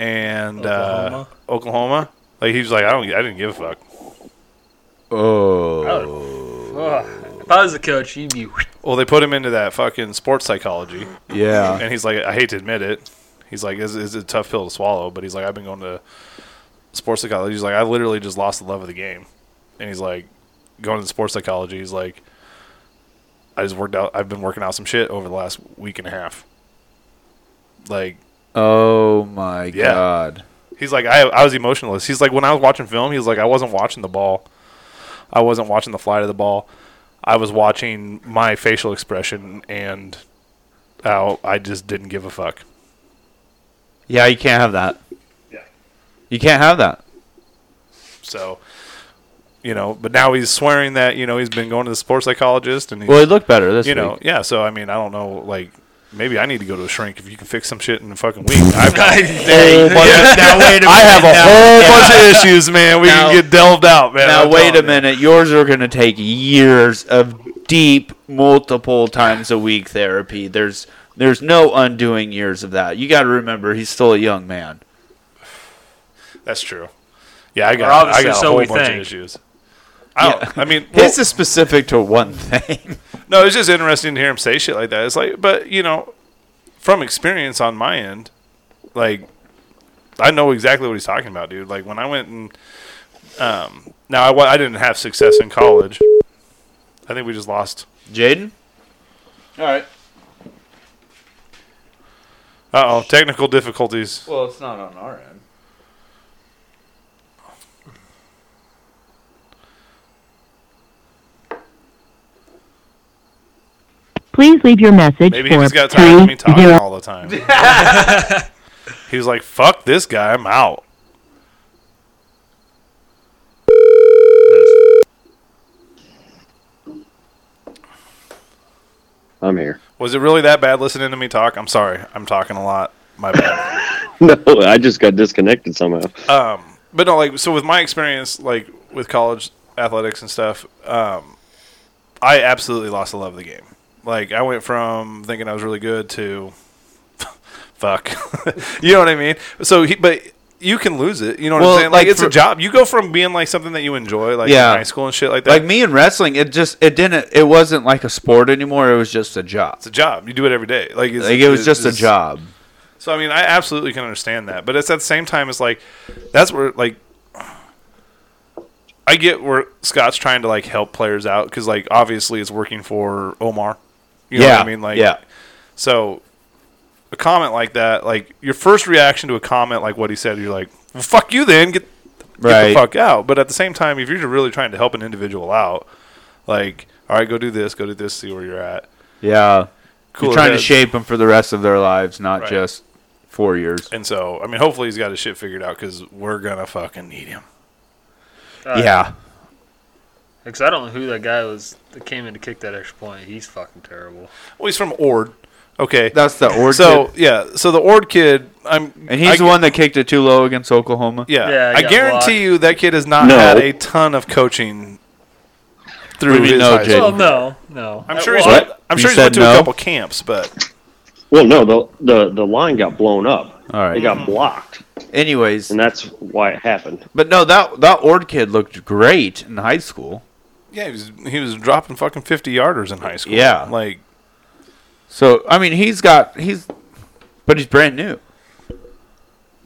and Oklahoma. Oklahoma. Uh, Oklahoma, like he was like I don't I didn't give a fuck. Oh. Ugh. If I was the coach, you'd be. Well, they put him into that fucking sports psychology, Yeah. and he's like I hate to admit it. He's like it's, it's a tough pill to swallow, but he's like I've been going to sports psychology. He's like I literally just lost the love of the game, and he's like going to sports psychology. He's like I just worked out. I've been working out some shit over the last week and a half. Like Oh my Yeah. god. He's like, I, I was emotionless. He's like, when I was watching film, he was like, I wasn't watching the ball. I wasn't watching the flight of the ball. I was watching my facial expression and how I just didn't give a fuck. Yeah, you can't have that. Yeah. You can't have that. So, you know, but now he's swearing that, you know, he's been going to the sports psychologist and, he's, Well, he looked better this you week. know, yeah. So, I mean, I don't know, like, maybe I need to go to a shrink if you can fix some shit in a fucking week. I've got a Dang. Well, now wait a I have a whole bunch of bunch of issues, man. We Now- can get delved out, man. Now I'm wait a telling you. minute. Yours are going to take years of deep, multiple times a week therapy. There's there's no undoing years of that. You got to remember, he's still a young man. That's true. Yeah, I Or got I obviously got so a whole we bunch of think. issues. I, don't, I mean, well, This is specific to one thing. no, it's just interesting to hear him say shit like that. It's like, but you know, from experience on my end, like I know exactly what he's talking about, dude. Like when I went and um, now I, wa- I didn't have success in college. I think we just lost. Jaden. All right. Uh oh, technical difficulties. Well, it's not on our end. Please leave your message Maybe he for just got tired of me 3 talking all the time. he was like, "Fuck this guy, I'm out." I'm here. Was it really that bad listening to me talk? I'm sorry. I'm talking a lot. My bad. No, I just got disconnected somehow. um, but no, like, so with my experience, like, with college athletics and stuff, um, I absolutely lost the love of the game. Like, I went from thinking I was really good to fuck. you know what I mean? So, he, but you can lose it. You know what Well, I'm saying? Like, like, it's a for- job. You go from being, like, something that you enjoy, like, Yeah. in high school and shit like that. Like me in wrestling, it just it didn't it wasn't like a sport anymore. It was just a job. it's a job. You do it every day. Like, it's, Like it was just a it's- job. So I mean, I absolutely can understand that, but it's at the same time, it's like that's where like I get where Scott's trying to like help players out because like obviously it's working for Omar. You know yeah. what I mean? Like yeah. So a comment like that, like your first reaction to a comment like what he said, you're like, well, "Fuck you, then get, get Right. the fuck out." But at the same time, if you're really trying to help an individual out, like, all right, go do this, go do this, see where you're at. Yeah. Cool You're trying to heads. shape them for the rest of their lives, not Right. just four years. And so, I mean, hopefully he's got his shit figured out because we're gonna fucking need him. yeah. Because I don't know who that guy was that came in to kick that extra point. He's fucking terrible. Well, he's from Ord. Okay. That's the origin. so yeah, so the Ord kid, I'm And he's I- the one that kicked it too low against Oklahoma. Yeah, Yeah, got I blocked. guarantee you that kid has not No. had a ton of coaching What do through you his mean no, high Jaden? school. Well, no, no. I'm Uh, sure he's well, went, I'm You sure he's said went to no? a couple camps, but Well, no, the the the line got blown up. All right. It got blocked, Anyways, and that's why it happened. but no, that that Ord kid looked great in high school. yeah, he was he was dropping fucking 50 yarders in high school. Yeah. like So I mean, he's got he's, but he's brand new.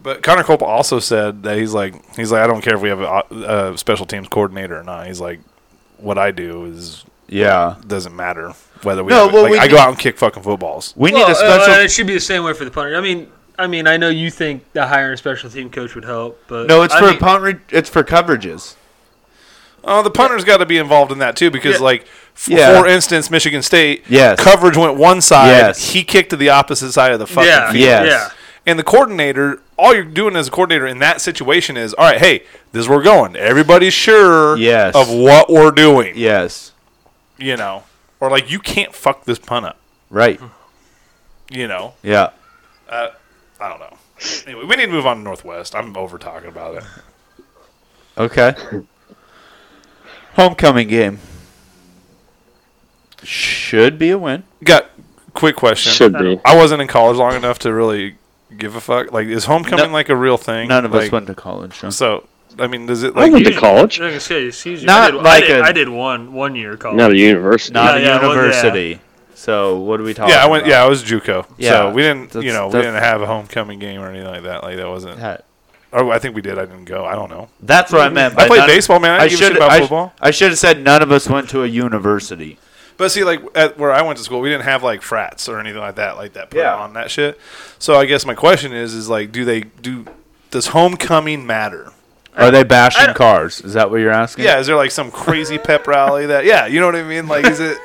But Connor Cope also said that he's like he's like I don't care if we have a, a special teams coordinator or not. He's like what I do is Yeah. doesn't matter whether we No, have it. well, like we I need- go out and kick fucking footballs. We well, need a uh, special. it should be the same way for the punter. I mean, I mean, I know you think that hiring a special team coach would help, but no, it's I for mean- punt. Re- it's for coverages. Oh, the punter's got to be involved in that too because, Yeah. like, f- Yeah. for instance, Michigan State Yes. coverage went one side. Yes. He kicked to the opposite side of the fucking Yeah, field, Yes. yeah. and the coordinator all you're doing as a coordinator in that situation is, all right, hey, this is where we're going. Everybody's sure Yes. of what we're doing. Yes. You know, or like you can't fuck this pun up. Right. You know, Yeah. I don't know. Anyway, we need to move on to Northwest. I'm over talking about it. Okay. Homecoming game should be a win. Got quick question. Should be. I wasn't in college long enough to really give a fuck. Like, is homecoming No- like a real thing? None of us Like, went to college. huh? So, I mean, does it I like? went to college, I was gonna say, excuse you. Not I did, like I did, a- I did one one year college. not a university. Not a Yeah, yeah, well, yeah. university. So what are we talking? Yeah, I went. about? Yeah, I was JUCO. Yeah, so we didn't. You that's- know, we that's- didn't have a homecoming game or anything like that. Like that wasn't. That- Or I think we did. I didn't go. I don't know. That's what I meant. I by played none- baseball, man. I didn't give a shit should. about I, football. I should have said none of us went to a university. But see, like at where I went to school, we didn't have like frats or anything like that, like that put Yeah. on that shit. So I guess my question is, is like, do they do? Does homecoming matter? Are they bashing don't- cars? Is that what you're asking? Yeah, is there like some crazy pep rally that? Yeah, you know what I mean. Like, is it?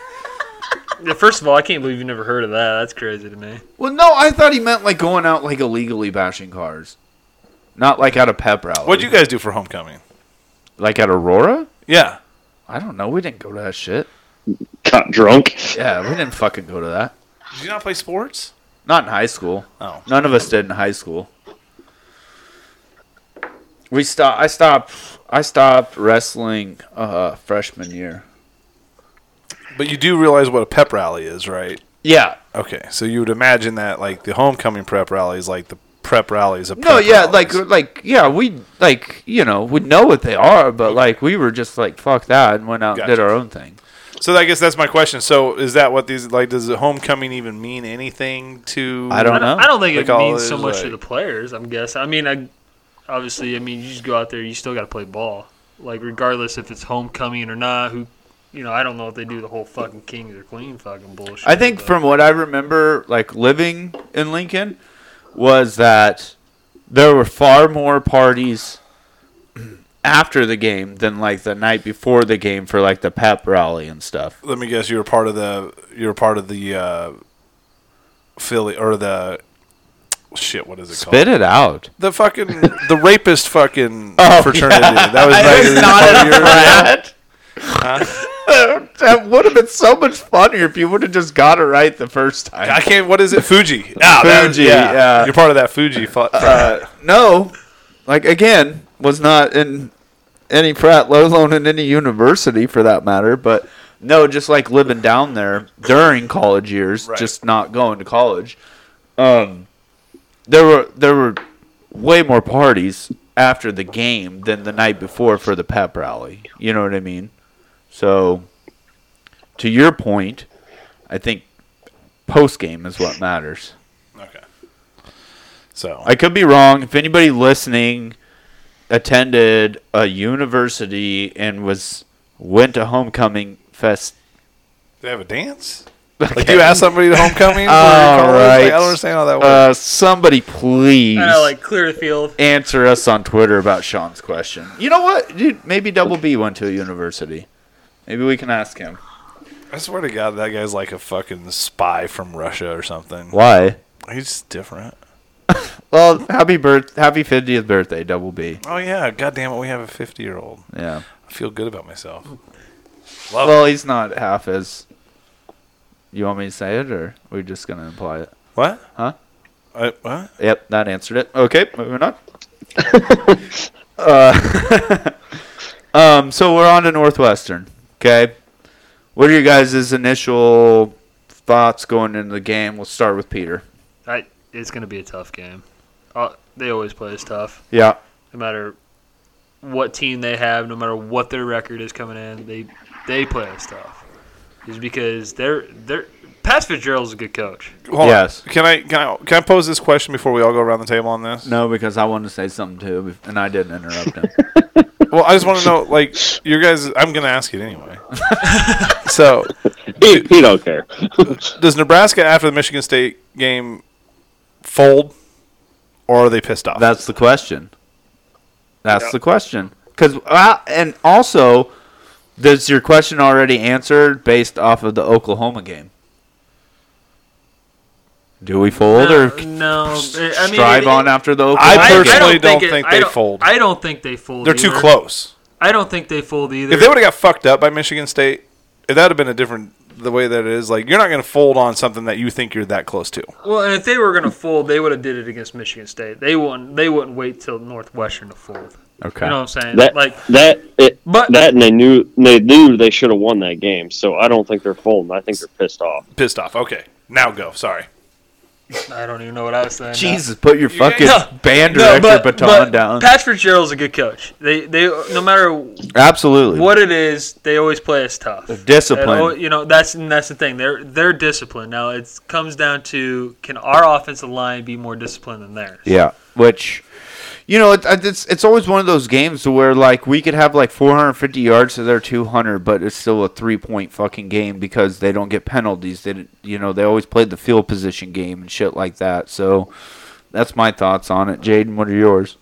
Yeah, first of all, I can't believe you never heard of that. That's crazy to me. Well, no, I thought he meant like going out like illegally bashing cars, not like at a pep rally. What'd you guys do for homecoming? like at Aurora? Yeah, I don't know. We didn't go to that shit. Got drunk. Yeah, we didn't fucking go to that. did you not play sports? Not in high school. Oh, None of us did in high school. We stop. I stopped. I stopped wrestling uh, freshman year. but you do realize what a pep rally is, right? Yeah. Okay, so you would imagine that like the homecoming prep rally is like the prep rallies of No. prep Yeah. rallies. Like. Like. Yeah. We. Like. You know. We know what they are, but like we were just like fuck that and went out and Gotcha. did our own thing. so. I guess that's my question. So is that what these like? Does the homecoming even mean anything to? I don't know. I don't think Like it all means so those, much to like- the players. I'm guessing. I mean, I obviously, I mean, you just go out there, you still got to play ball. Like regardless if it's homecoming or not, who, you know, I don't know if they do the whole fucking kings or queen fucking bullshit. I think but- from what I remember, like living in Lincoln, was that there were far more parties after the game than like the night before the game for like the pep rally and stuff. Let me guess. You were part of the. You were part of the uh, Philly or the shit. What is it Spit called? it out. The fucking the rapist fucking Oh, fraternity. That was not, even part of your- uh, That would have been so much funnier if you would have just got it right the first time. I can't. What is it? Fuji. Ah, that- Fuji, yeah. You're part of that Fuji. Fu- uh, no, like again, was not in any frat, let alone in any university for that matter. But no, just like living down there during college years, Right. just not going to college. Um, there were there were way more parties after the game than the night before for the pep rally. You know what I mean? So, to your point, I think post game is what matters. okay. So I could be wrong. If anybody listening attended a university and was went to homecoming fest, They have a dance? Like you ask somebody to homecoming? All All right. right. Like, I don't understand how that works. uh, somebody please I know, like clear the field. answer us on Twitter about Sean's question. You know what, dude? Maybe Double B went to a university. Maybe we can ask him I swear to God, that guy's like a fucking spy from Russia or something. why. He's different. Well, happy birth, happy fiftieth birthday, Double B. Oh yeah, God damn it, we have a fifty-year-old. Yeah. I feel good about myself. Well, he's not half as. You want me to say it, or we're just gonna imply it? What? Huh? I, what? Yep, that answered it. Okay, moving on. uh, um, so we're on to Northwestern. Okay, what are your guys' initial thoughts going into the game? We'll start with Peter. I, it's gonna be a tough game. Uh, they always play us tough. Yeah, no matter what team they have, no matter what their record is coming in, they they play us tough. Is because they're they're Pat Fitzgerald's a good coach. Hold on. Yes. Can I can I can I pose this question before we all go around the table on this? no, because I wanted to say something too, and I didn't interrupt him. Well, I just want to know, like, your guys. I'm gonna ask it anyway. so, He, he don't care. does Nebraska after the Michigan State game fold, or are they pissed off? That's the question. That's the question. Because and also, does your question already answered based off of the Oklahoma game? Do we fold or no, Uh, no, I mean, strive it- on after the? I Oakland don't game? personally don't it- think I they fold. I don't think they fold. They're too either. close. I don't think they fold either. If they would have got fucked up by Michigan State, if that had been a different the way that it is, like you're not going to fold on something that you think you're that close to. well, and if they were gonna fold, they would have did it against Michigan State. They wouldn't. They wouldn't wait till Northwestern to fold. Okay. You know what I'm saying? That like, that it, But- that and they knew they knew they should have won that game. So I don't think they're folding. I think they're pissed off. Pissed off. Okay, now go. Sorry. I don't even know what I was saying. now. Jesus, put your fucking No, band No, director but, baton but down. Pat Fitzgerald's a good coach. They they no matter Absolutely. what it is, they always play us tough. discipline. And, oh, you know that's and that's the thing. They're they're disciplined. Now it comes down to can our offensive line be more disciplined than theirs? Yeah, which you know, it, it's it's always one of those games where like we could have like 450 yards to their 200, but it's still a three point fucking game because they don't get penalties. They didn't- you know they always played the field position game and shit like that. So that's my thoughts on it. Jaden, what are yours?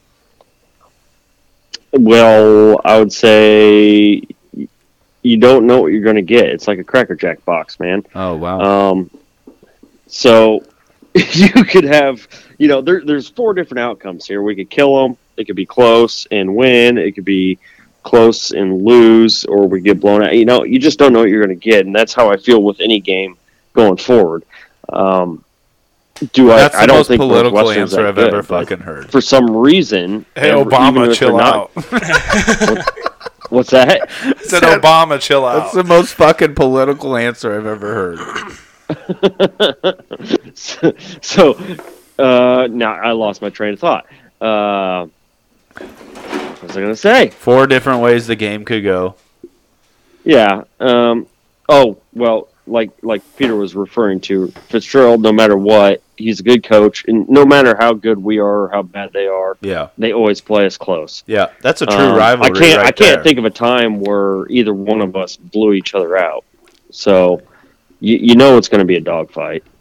Well, I would say you don't know what you're going to get. It's like a cracker jack box, man. Oh wow, Um, so you could have, you know, there, there's four different outcomes here. We could kill them. It could be close and win. It could be close and lose, or we get blown out. You know, you just don't know what you're going to get, and that's how I feel with any game going forward. Um, do that's I? the I don't most think political Northwestern's answer that I've good, ever but fucking heard. For some reason, Hey, ever- even Obama, if they're chill not- out. What's that? Said Obama, chill That's out. the most fucking political answer I've ever heard. so, so, uh, now I lost my train of thought. Uh, what was I gonna say? Four different ways the game could go. Yeah. Um, oh well, like like Peter was referring to Fitzgerald. No matter what, he's a good coach, and no matter how good we are or how bad they are, Yeah, they always play us close. yeah, that's a true Um, rivalry. I can't right I can't there. think of a time where either one of us blew each other out. So, you, you know it's going to be a dogfight. Mm-hmm.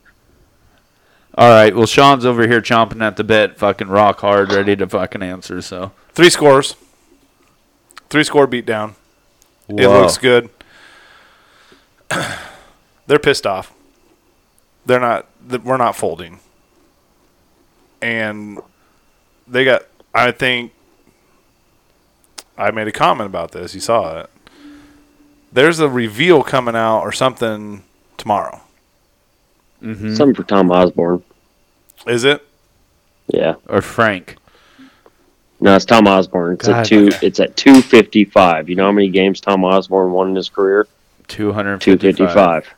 All right. Well, Sean's over here chomping at the bit, fucking rock hard, ready to fucking answer. So Three scores. Three score beatdown. It Whoa. looks good. They're pissed off. They're not. th- We're not folding. And they got. I think. I made a comment about this. You saw it. There's a reveal coming out or something tomorrow. Mm-hmm. Something for Tom Osborne. Is it? Yeah. or Frank. No, it's Tom Osborne. It's God, at two. It's at two fifty five. You know how many games Tom Osborne won in his career? Two fifty 255. five.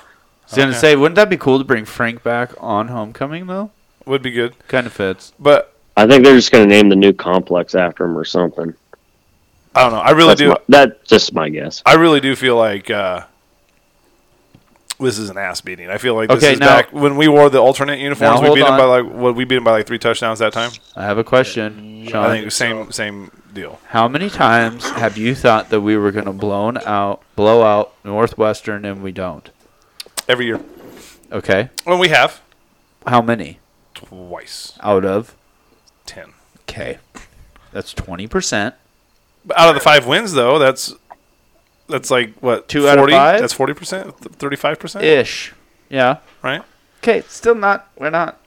I was going to say, wouldn't that be cool to bring Frank back on Homecoming, though? would be good. Kind of fits. But I think they're just going to name the new complex after him or something. I don't know. I really That's do. my, that's just my guess. I really do feel like uh, this is an ass beating. I feel like this Okay, is now- back when we wore the alternate uniforms. Now, we hold beat them by on. like what we beat them by like three touchdowns that time. I have a question, I Sean. think same same deal. How many times have you thought that we were going to blown out, blow out Northwestern and we don't? Every year. Okay. Well, we have How many twice out of? ten Okay. That's 20%. but out of the five wins though. That's that's like what Two out of five? That's forty percent, thirty five percent, Ish. Yeah. right? Okay. Still not. We're not.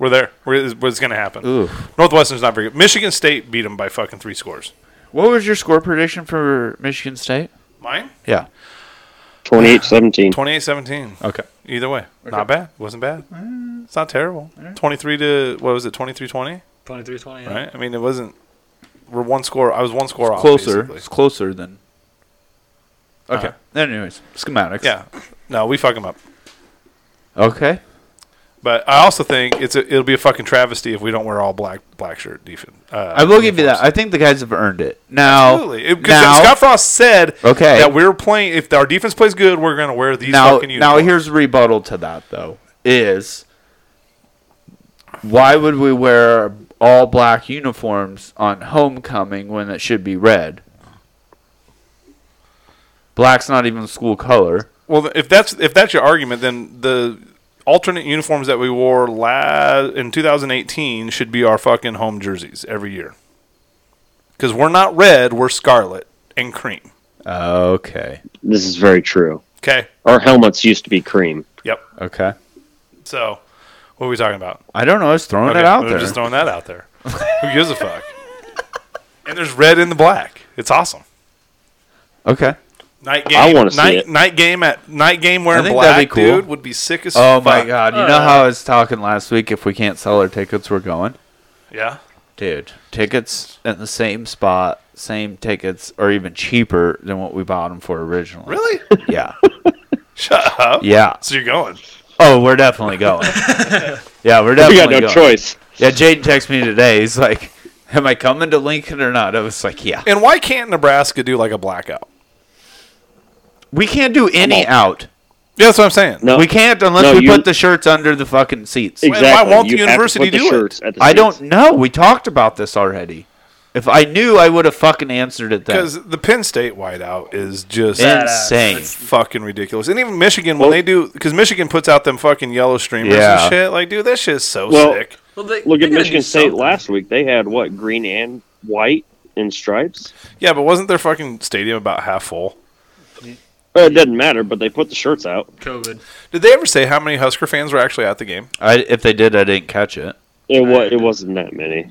We're there. We're, it's- it's going to happen. Ooh. Northwestern's not very good. Michigan State beat them by fucking three scores. What was your score prediction for Michigan State? Mine Yeah. 28-17. 28-17. Okay. Either way, not bad. Wasn't bad. It's not terrible. Twenty three to what was it? Twenty three twenty, 23-20. right? I mean, it wasn't. We're one score. I was one score off. closer. basically. It's closer than. Okay. Uh, Anyways, schematics. Yeah. No, we fuck them up. Okay. But I also think it's a, it'll be a fucking travesty if we don't wear all black black shirt defense. Uh, I will give you that. uniforms. I think the guys have earned it. Now, Absolutely, It- 'cause now, Scott Frost said Okay. that we're playing. If our defense plays good, we're going to wear these now, fucking now uniforms. here's a rebuttal to that though is why would we wear all black uniforms on homecoming when it should be red? Black's not even school color. Well, th- if that's if that's your argument, then the alternate uniforms that we wore la- in 2018 should be our fucking home jerseys every year. Because we're not red, we're scarlet and cream. Okay. This is very true. Okay. Our helmets used to be cream. Yep. Okay. So What are we talking about? I don't know. I was throwing Okay, it out I'm there. Just throwing that out there. Who gives a fuck? And there's red in the black. It's awesome. okay. Night game. I wanna see night, it. Night game at night game wearing I think black, that'd be cool. dude, would be sick as Oh fuck. my god! You know how I was talking last week? If we can't sell our tickets, we're going. Yeah. Dude, tickets at the same spot, same tickets, or even cheaper than what we bought them for originally. Really? Yeah. Shut up. Yeah. So you're going. Oh, we're definitely going. yeah, we're definitely We got no going. choice. Oh Yeah, Jaden texted me today. He's like, "Am I coming to Lincoln or not?" I was like, "Yeah." And why can't Nebraska do like a blackout? We can't do any out. Yeah, that's what I'm saying. No, We can't unless No, we you- put the shirts under the fucking seats. why exactly. won't the You have to university put the do it? shirts at the I don't seats. know. We talked about this already. If I knew, I would have fucking answered it then. Because the Penn State whiteout is just Badass. Insane. That's- fucking ridiculous. And even Michigan, when they do, because Michigan puts out them fucking yellow streamers Yeah. and shit. Like, dude, that shit's so Well, sick. Well, they, Look they at gotta Michigan do State something. last week. They had what green and white in stripes. Yeah, but wasn't their fucking stadium about half full? Well, it doesn't matter, but they put the shirts out. COVID. Did they ever say how many Husker fans were actually at the game? I, if they did, I didn't catch it. It wa- it wasn't that many.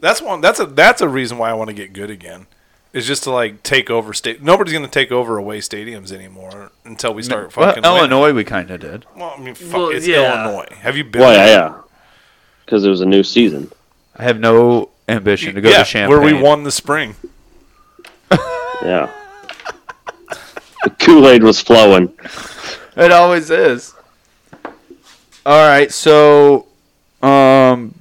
That's one. That's a that's a reason why I want to get good again. Is just to like take over state. Nobody's going to take over away stadiums anymore until we start Well, fucking winning. Illinois, we kind of did. Well, I mean, fuck, Well, it's yeah. Illinois. Have you been? Well, there? yeah, yeah. Because it was a new season. I have no ambition to go Yeah, to Champagne. where we won the spring. Yeah. the Kool Aid was flowing. It always is. All right, so, um,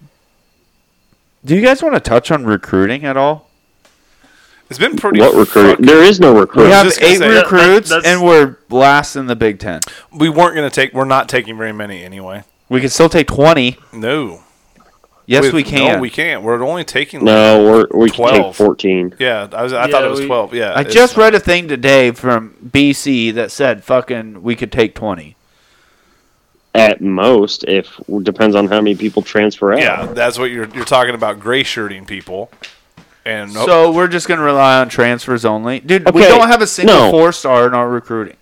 do you guys want to touch on recruiting at all? It's been pretty. What recruiting? fucking- There is no We recruiting. have just gonna eight say that- recruits, that- that's- and we're last in the Big Ten. we weren't going to take. We're not taking very many anyway. We can still take twenty. No. Yes, With- we can. No, we can't. We're only taking. No, we're, we can 12. take 14. Yeah, I, was, I Yeah, thought it was we- twelve. Yeah, I it's- just read a thing today from BC that said fucking we could take 20. At most, if depends on how many people transfer out. Yeah, that's what you're you're talking about. Gray shirting people, and oh, So we're just going to rely on transfers only. Dude, we Okay, don't have a single no. four star in our recruiting.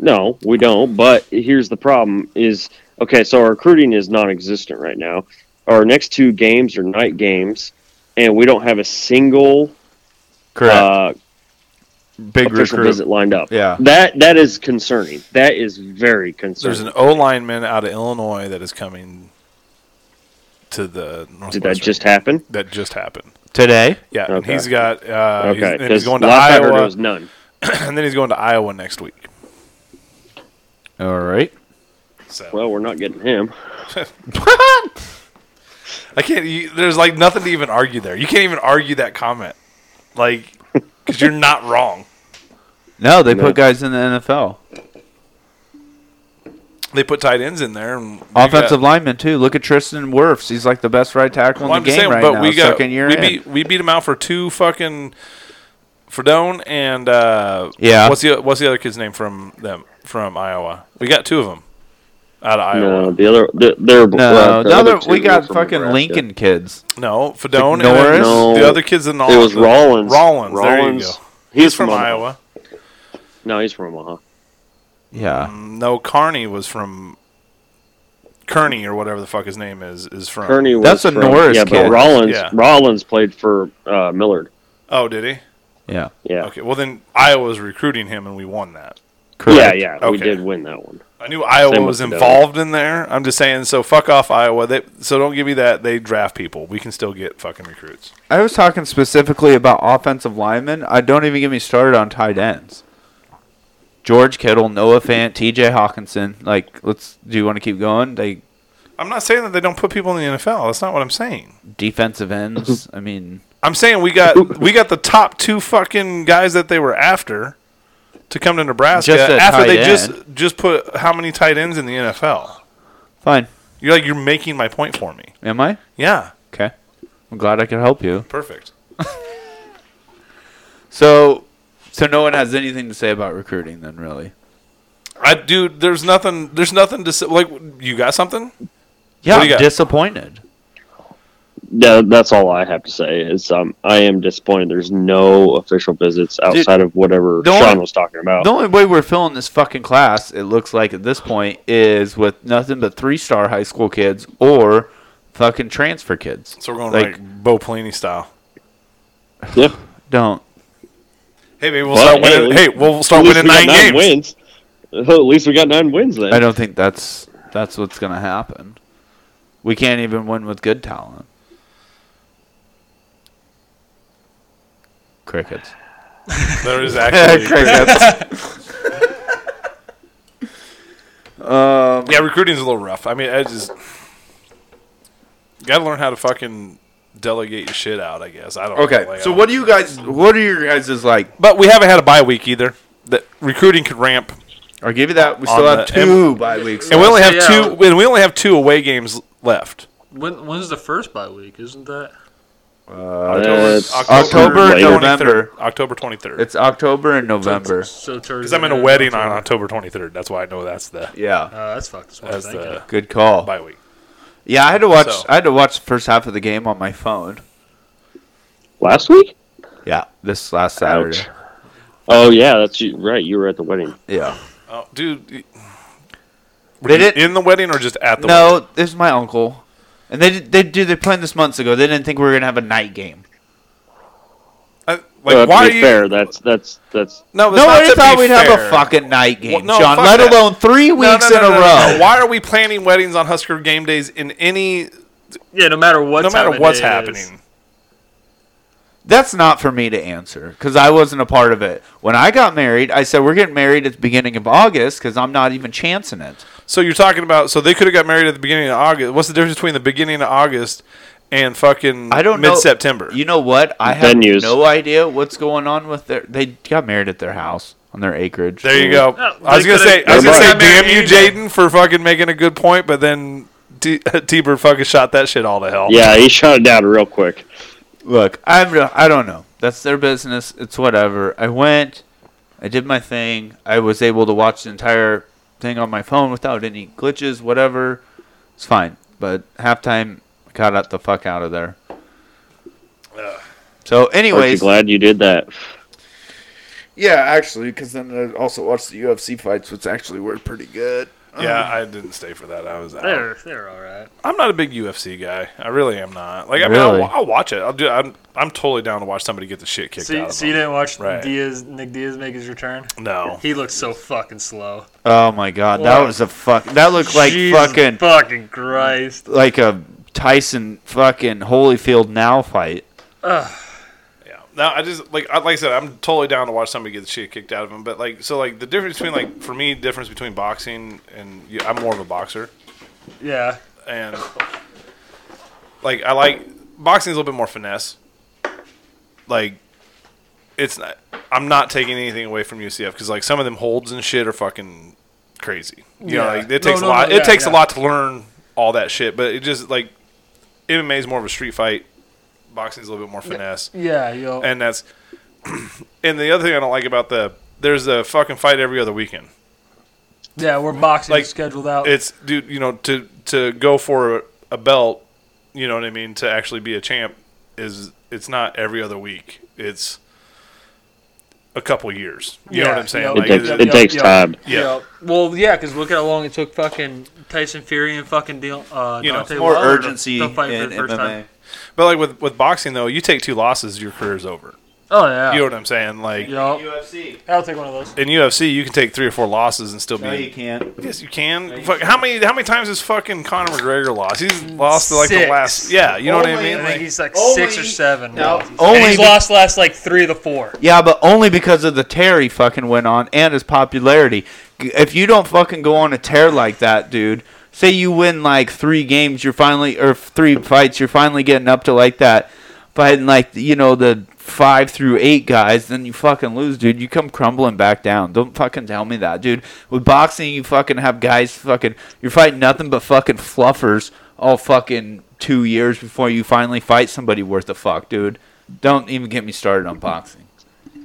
No, we don't. But here's the problem: is okay. So our recruiting is non-existent right now. Our next two games are night games, and we don't have a single uh, Big official recruit. visit lined up. Yeah. that that is concerning. That is very there's concerning. an O lineman out of Illinois that is coming to the Northwestern. Did that just happen? that just happened? Today? Yeah, and Okay. he's got uh, he's- Okay, and he's because going to last I heard it Iowa, was none. and then he's going to Iowa next week. All right. So Well, we're not getting him. I can't. You, there's like nothing to even argue there. You can't even argue that comment, like because you're not wrong. No, they No. put guys in the NFL. They put tight ends in there. And we Offensive got- lineman, too. Look at Tristan Wirfs. He's like the best right tackle Well, in the game right now. second year we in. beat we beat him out for two fucking Fredone and uh, Yeah. What's the what's the other kid's name from them from Iowa? We got two of them out of No, Iowa. the other the, they're no, well, the the other, two we got were from fucking Nebraska. Lincoln kids. No, Fredone Like and then Norris? the other kids in It was Iowa. Rollins. Rollins, there you Rollins. go. He's, He's from Omaha. Iowa. No, he's from Omaha. Yeah. No, Carney was from Kearney or whatever the fuck his name is is from. Kearney was That's a from, Norris yeah, kid. but Rollins Yeah. Rollins played for uh, Millard. Oh, did he? Yeah. Yeah. Okay. Well, then Iowa was recruiting him, and we won that. Correct. Yeah, yeah, we Okay. did win that one. I knew Iowa Same with was Fredone. involved in there. I'm just saying. So fuck off, Iowa. They, so don't give me that. They draft people. We can still get fucking recruits. I was talking specifically about offensive linemen. I don't even get me started on tight ends. George Kittle, Noah Fant, T.J. Hawkinson. Like, let's. Do you want to keep going? They I'm not saying that they don't put people in the NFL. That's not what I'm saying. defensive ends. I mean, I'm saying we got we got the top two fucking guys that they were after to come to Nebraska Just a after tight they end. just just put how many tight ends in the NFL. fine. You're like you're making my point for me. Am I? Yeah, Okay. I'm glad I could help you. perfect. So, so no one has anything to say about recruiting then, really. I dude, there's nothing there's nothing to say. Like you got something? Yeah, What do you I'm got? disappointed. yeah, that's all I have to say is um, I am disappointed. There's no official visits outside of whatever the Sean only- was talking about. The only way we're filling this fucking class, it looks like at this point, is with nothing but three star high school kids or fucking transfer kids. So we're going Like- like, Bo Pelini style. Yeah. Don't. Hey, maybe we'll Well, start hey, winning. at Hey, we'll start At least winning we got nine, games. Wins. Well, at least we got nine wins then. I don't think that's that's what's gonna happen. We can't even win with good talent. Crickets. There is actually. yeah, recruiting's a little rough. I mean, I just got to learn how to fucking delegate your shit out. I guess I don't. okay. like, So I- what do you guys? What are your guys' like? But we haven't had a bye week either. That recruiting could ramp, I'll give you that. We still On have the- two bye weeks. and we left. only have Yeah. two. And we only have two away games left. When, when's the first bye week? Isn't that? Uh, That's October, later. November. October twenty third. It's October and November. So Because I'm in a wedding on October twenty third. That's why I know that's the Yeah. Uh, that's fucked. That's what I'm that's thinking. the Good call. bye week. Yeah, I had to watch. So- I had to watch the first half of the game on my phone. Last week? Yeah, this last Saturday. Ouch. Oh yeah, that's you, right. You were at the wedding. Yeah. Oh, dude. y- They you didn't- in the wedding or just at the wedding? No, this is my uncle, and they did- they did they planned this months ago. They didn't think we were gonna have a night game. I, like Uh, Well, why to are be you fair, that's that's that's no it's not Nobody to be thought we'd have fair. a fucking night game, Well, no, John. fuck Let that. alone three No, no, weeks no, in a row. no, no. Why are we planning weddings on Husker game days in any Yeah, no matter what. no matter time of what's day it happening? is. That's not for me to answer because I wasn't a part of it. When I got married, I said we're getting married at the beginning of August because I'm not even chancing it. So you're talking about so they could have got married at the beginning of August. What's the difference between the beginning of August and fucking I don't know- mid September? You know what? I have Venues. no idea what's going on with their. They got married at their house on their acreage. There you go. No, I was they gonna say I was could've- gonna say they could've damn got you, married Jaden, for fucking making a good point, but then T Bird fucking shot that shit all to hell. yeah. He shut it down real quick. Look, I'm. re- I don't know. That's their business. It's whatever. I went. I did my thing. I was able to watch the entire thing on my phone without any glitches. Whatever. It's fine. But halftime, I got out the fuck out of there. So, Aren't you anyways, glad you did that? yeah, actually, because then I also watched the UFC fights, which actually were pretty good. Yeah, I didn't stay for that. I was out. They're they're all right. I'm not a big UFC guy. I really am not. Like I Really? mean, I'll, I'll watch it. I'll do. I'm I'm totally down to watch somebody get the shit kicked So, you- out. of so you them. didn't watch Right. Diaz Nick Diaz make his return? No. He looks so fucking slow. Oh my god, that Wow. was a fuck. That looked like Jesus fucking fucking Christ. like a Tyson fucking Holyfield now fight. Yeah. No, I just like I, like I said, I'm totally down to watch somebody get the shit kicked out of them. But like, so like the difference between like for me, difference between boxing and yeah, I'm more of a boxer, Yeah. and like I like boxing's a little bit more finesse. Like, it's not. I'm not taking anything away from UCF because like some of them holds and shit are fucking crazy. You Yeah. know, like it No, takes no, a lot. no, it yeah, takes yeah. a lot to learn all that shit. But it just like MMA is more of a street fight. Boxing's a little bit more finesse Yeah, yo. and that's and the other thing I don't like about the there's a fucking fight every other weekend. yeah, we're boxing like, scheduled out. It's dude, you know, to to go for a, a belt, you know what I mean, to actually be a champ is it's not every other week. It's a couple years. You know Yeah, what I'm saying? yep, It Like, yep, takes yep, it yep, takes yep. time. Yeah. Yep. Well, yeah, because look how long it took fucking Tyson Fury and fucking deal. Uh, You know, Deontay More Wilder to- urgency to in fight for the first MMA. time. But like with with boxing though, you take two losses, your career's over. Oh yeah. You know what I'm saying? Like Yup. UFC. I'll take one of those. in UFC, you can take three or four losses and still be. No, you can't. Yes, you can. Fuck, how many how many times has fucking Conor McGregor lost? He's lost like the Six. last. Yeah, you know what I Only- mean. I Like- think he's like Only- six or seven. No, losses. only and he's be- lost last like three of the four. Yeah, but only because of the tear he fucking went on and his popularity. G- If you don't fucking go on a tear like that, dude, say you win like three games, you're finally, or three fights, you're finally getting up to like that, fighting like, you know, the five through eight guys, then you fucking lose, dude. You come crumbling back down. Don't fucking tell me that, dude. With boxing, you fucking have guys fucking, you're fighting nothing but fucking fluffers all fucking two years before you finally fight somebody worth the fuck, dude. Don't even get me started on boxing.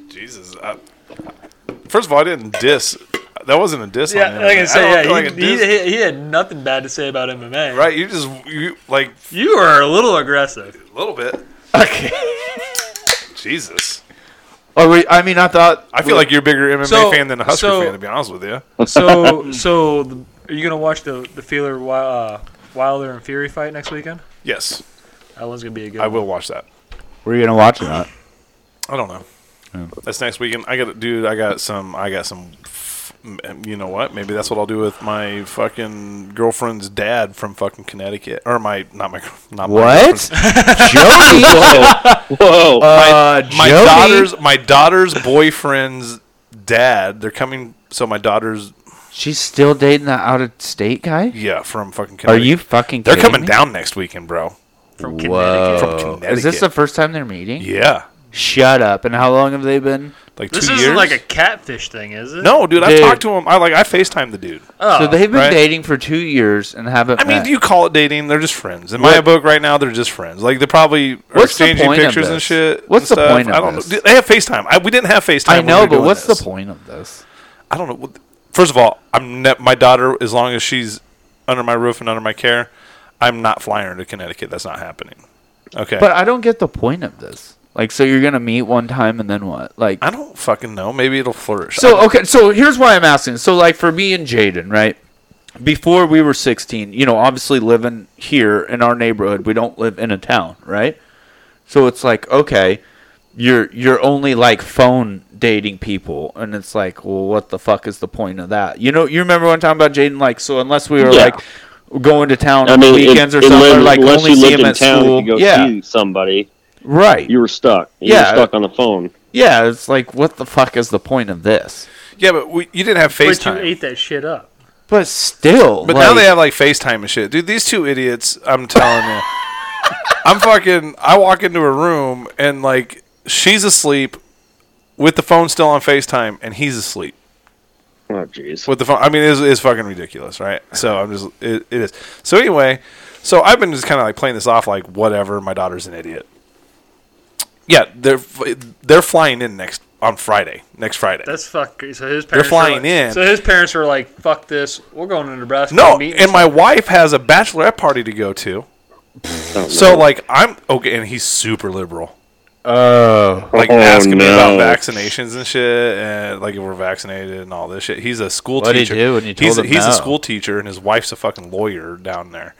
Jesus. I, first of all, I didn't diss that wasn't a diss on Yeah, him. like I don't say, feel yeah, like a he, he, diss- he, he had nothing bad to say about MMA. right? You just you like You were a little aggressive. a little bit. Okay. Jesus, Are we, I mean, I thought I feel like you're a bigger MMA So- fan than a Husker so- fan, to be honest with you. So, so the, are you gonna watch the the Feeler Wi- uh, Wilder and Fury fight next weekend? Yes, That one's gonna be a good. I one. will watch that. we're gonna watch it. Not. I don't know. That's next weekend. I got, dude. I got some. I got some. f- m- You know what? Maybe that's what I'll do with my fucking girlfriend's dad from fucking Connecticut, or my not my girl- not my What? girlfriend's- Jody. Whoa. uh, my Jody. daughter's my daughter's boyfriend's dad. They're coming. So my daughter's She's still dating that out of state guy. yeah from fucking. Are Connecticut. you fucking? They're kidding coming me? down next weekend, bro. Whoa. From Connecticut. From Connecticut. Is this the first time they're meeting? yeah? Shut up. And how long have they been? Like This two isn't years. like a catfish thing, is it? no, dude. I Dude. talked to him. I like I Facetime the dude. Oh, so they've been right. dating for two years and haven't. I mean, met. do you call it dating? They're just friends. In my What- book right now, they're just friends. Like they're probably are What's the exchanging point of pictures and this? shit. What's and the stuff. point of I don't this? know. Dude, They have FaceTime. I, we didn't have FaceTime. I when we know, were but doing what's this. the point of this? I don't know. what- First of all, I'm ne- my daughter. As long as she's under my roof and under my care, I'm not flying her to Connecticut. That's not happening. Okay. But I don't get the point of this. Like, so you're gonna meet one time and then what? Like, I don't fucking know. Maybe it'll flourish. I So don't- okay, so here's why I'm asking. So like for me and Jaden, right? Before we were 16, you know, obviously living here in our neighborhood, we don't live in a town, right? So it's like, okay, you're you're only like phone dating people and it's like, well, what the fuck is the point of that? You know, you remember one time about Jaden like so unless we were Yeah. like going to town I on mean, weekends in- or something unless, or like unless only you see lived him in at town, school. you go yeah. see somebody. right. You were stuck. You Yeah. were stuck on the phone. yeah, it's like what the fuck is the point of this? yeah, but we, you didn't have but you FaceTime. ate that shit up. But still, But now they have like FaceTime and shit. Dude, these two idiots, I'm telling you. I'm fucking I walk into a room and like she's asleep with the phone still on FaceTime and he's asleep Oh, jeez. with the phone. I mean, it's, it's fucking ridiculous, right? So I'm just it, it is. So anyway, so I've been just kind of like playing this off like whatever. My daughter's an idiot. Yeah, they're f- they're flying in next on Friday. Next Friday. That's fuck. So his parents were flying like- in. So his parents were like, "Fuck this. We're going to Nebraska." no, and meeting and my wife has a bachelorette party to go to. Oh, So no. like I'm okay, and he's super liberal. oh. Like Oh, asking me no. about vaccinations and shit, and like if we're vaccinated and all this shit. He's a school What'd he teacher. do when you told he's a, him he's no? a school teacher, and his wife's a fucking lawyer down there,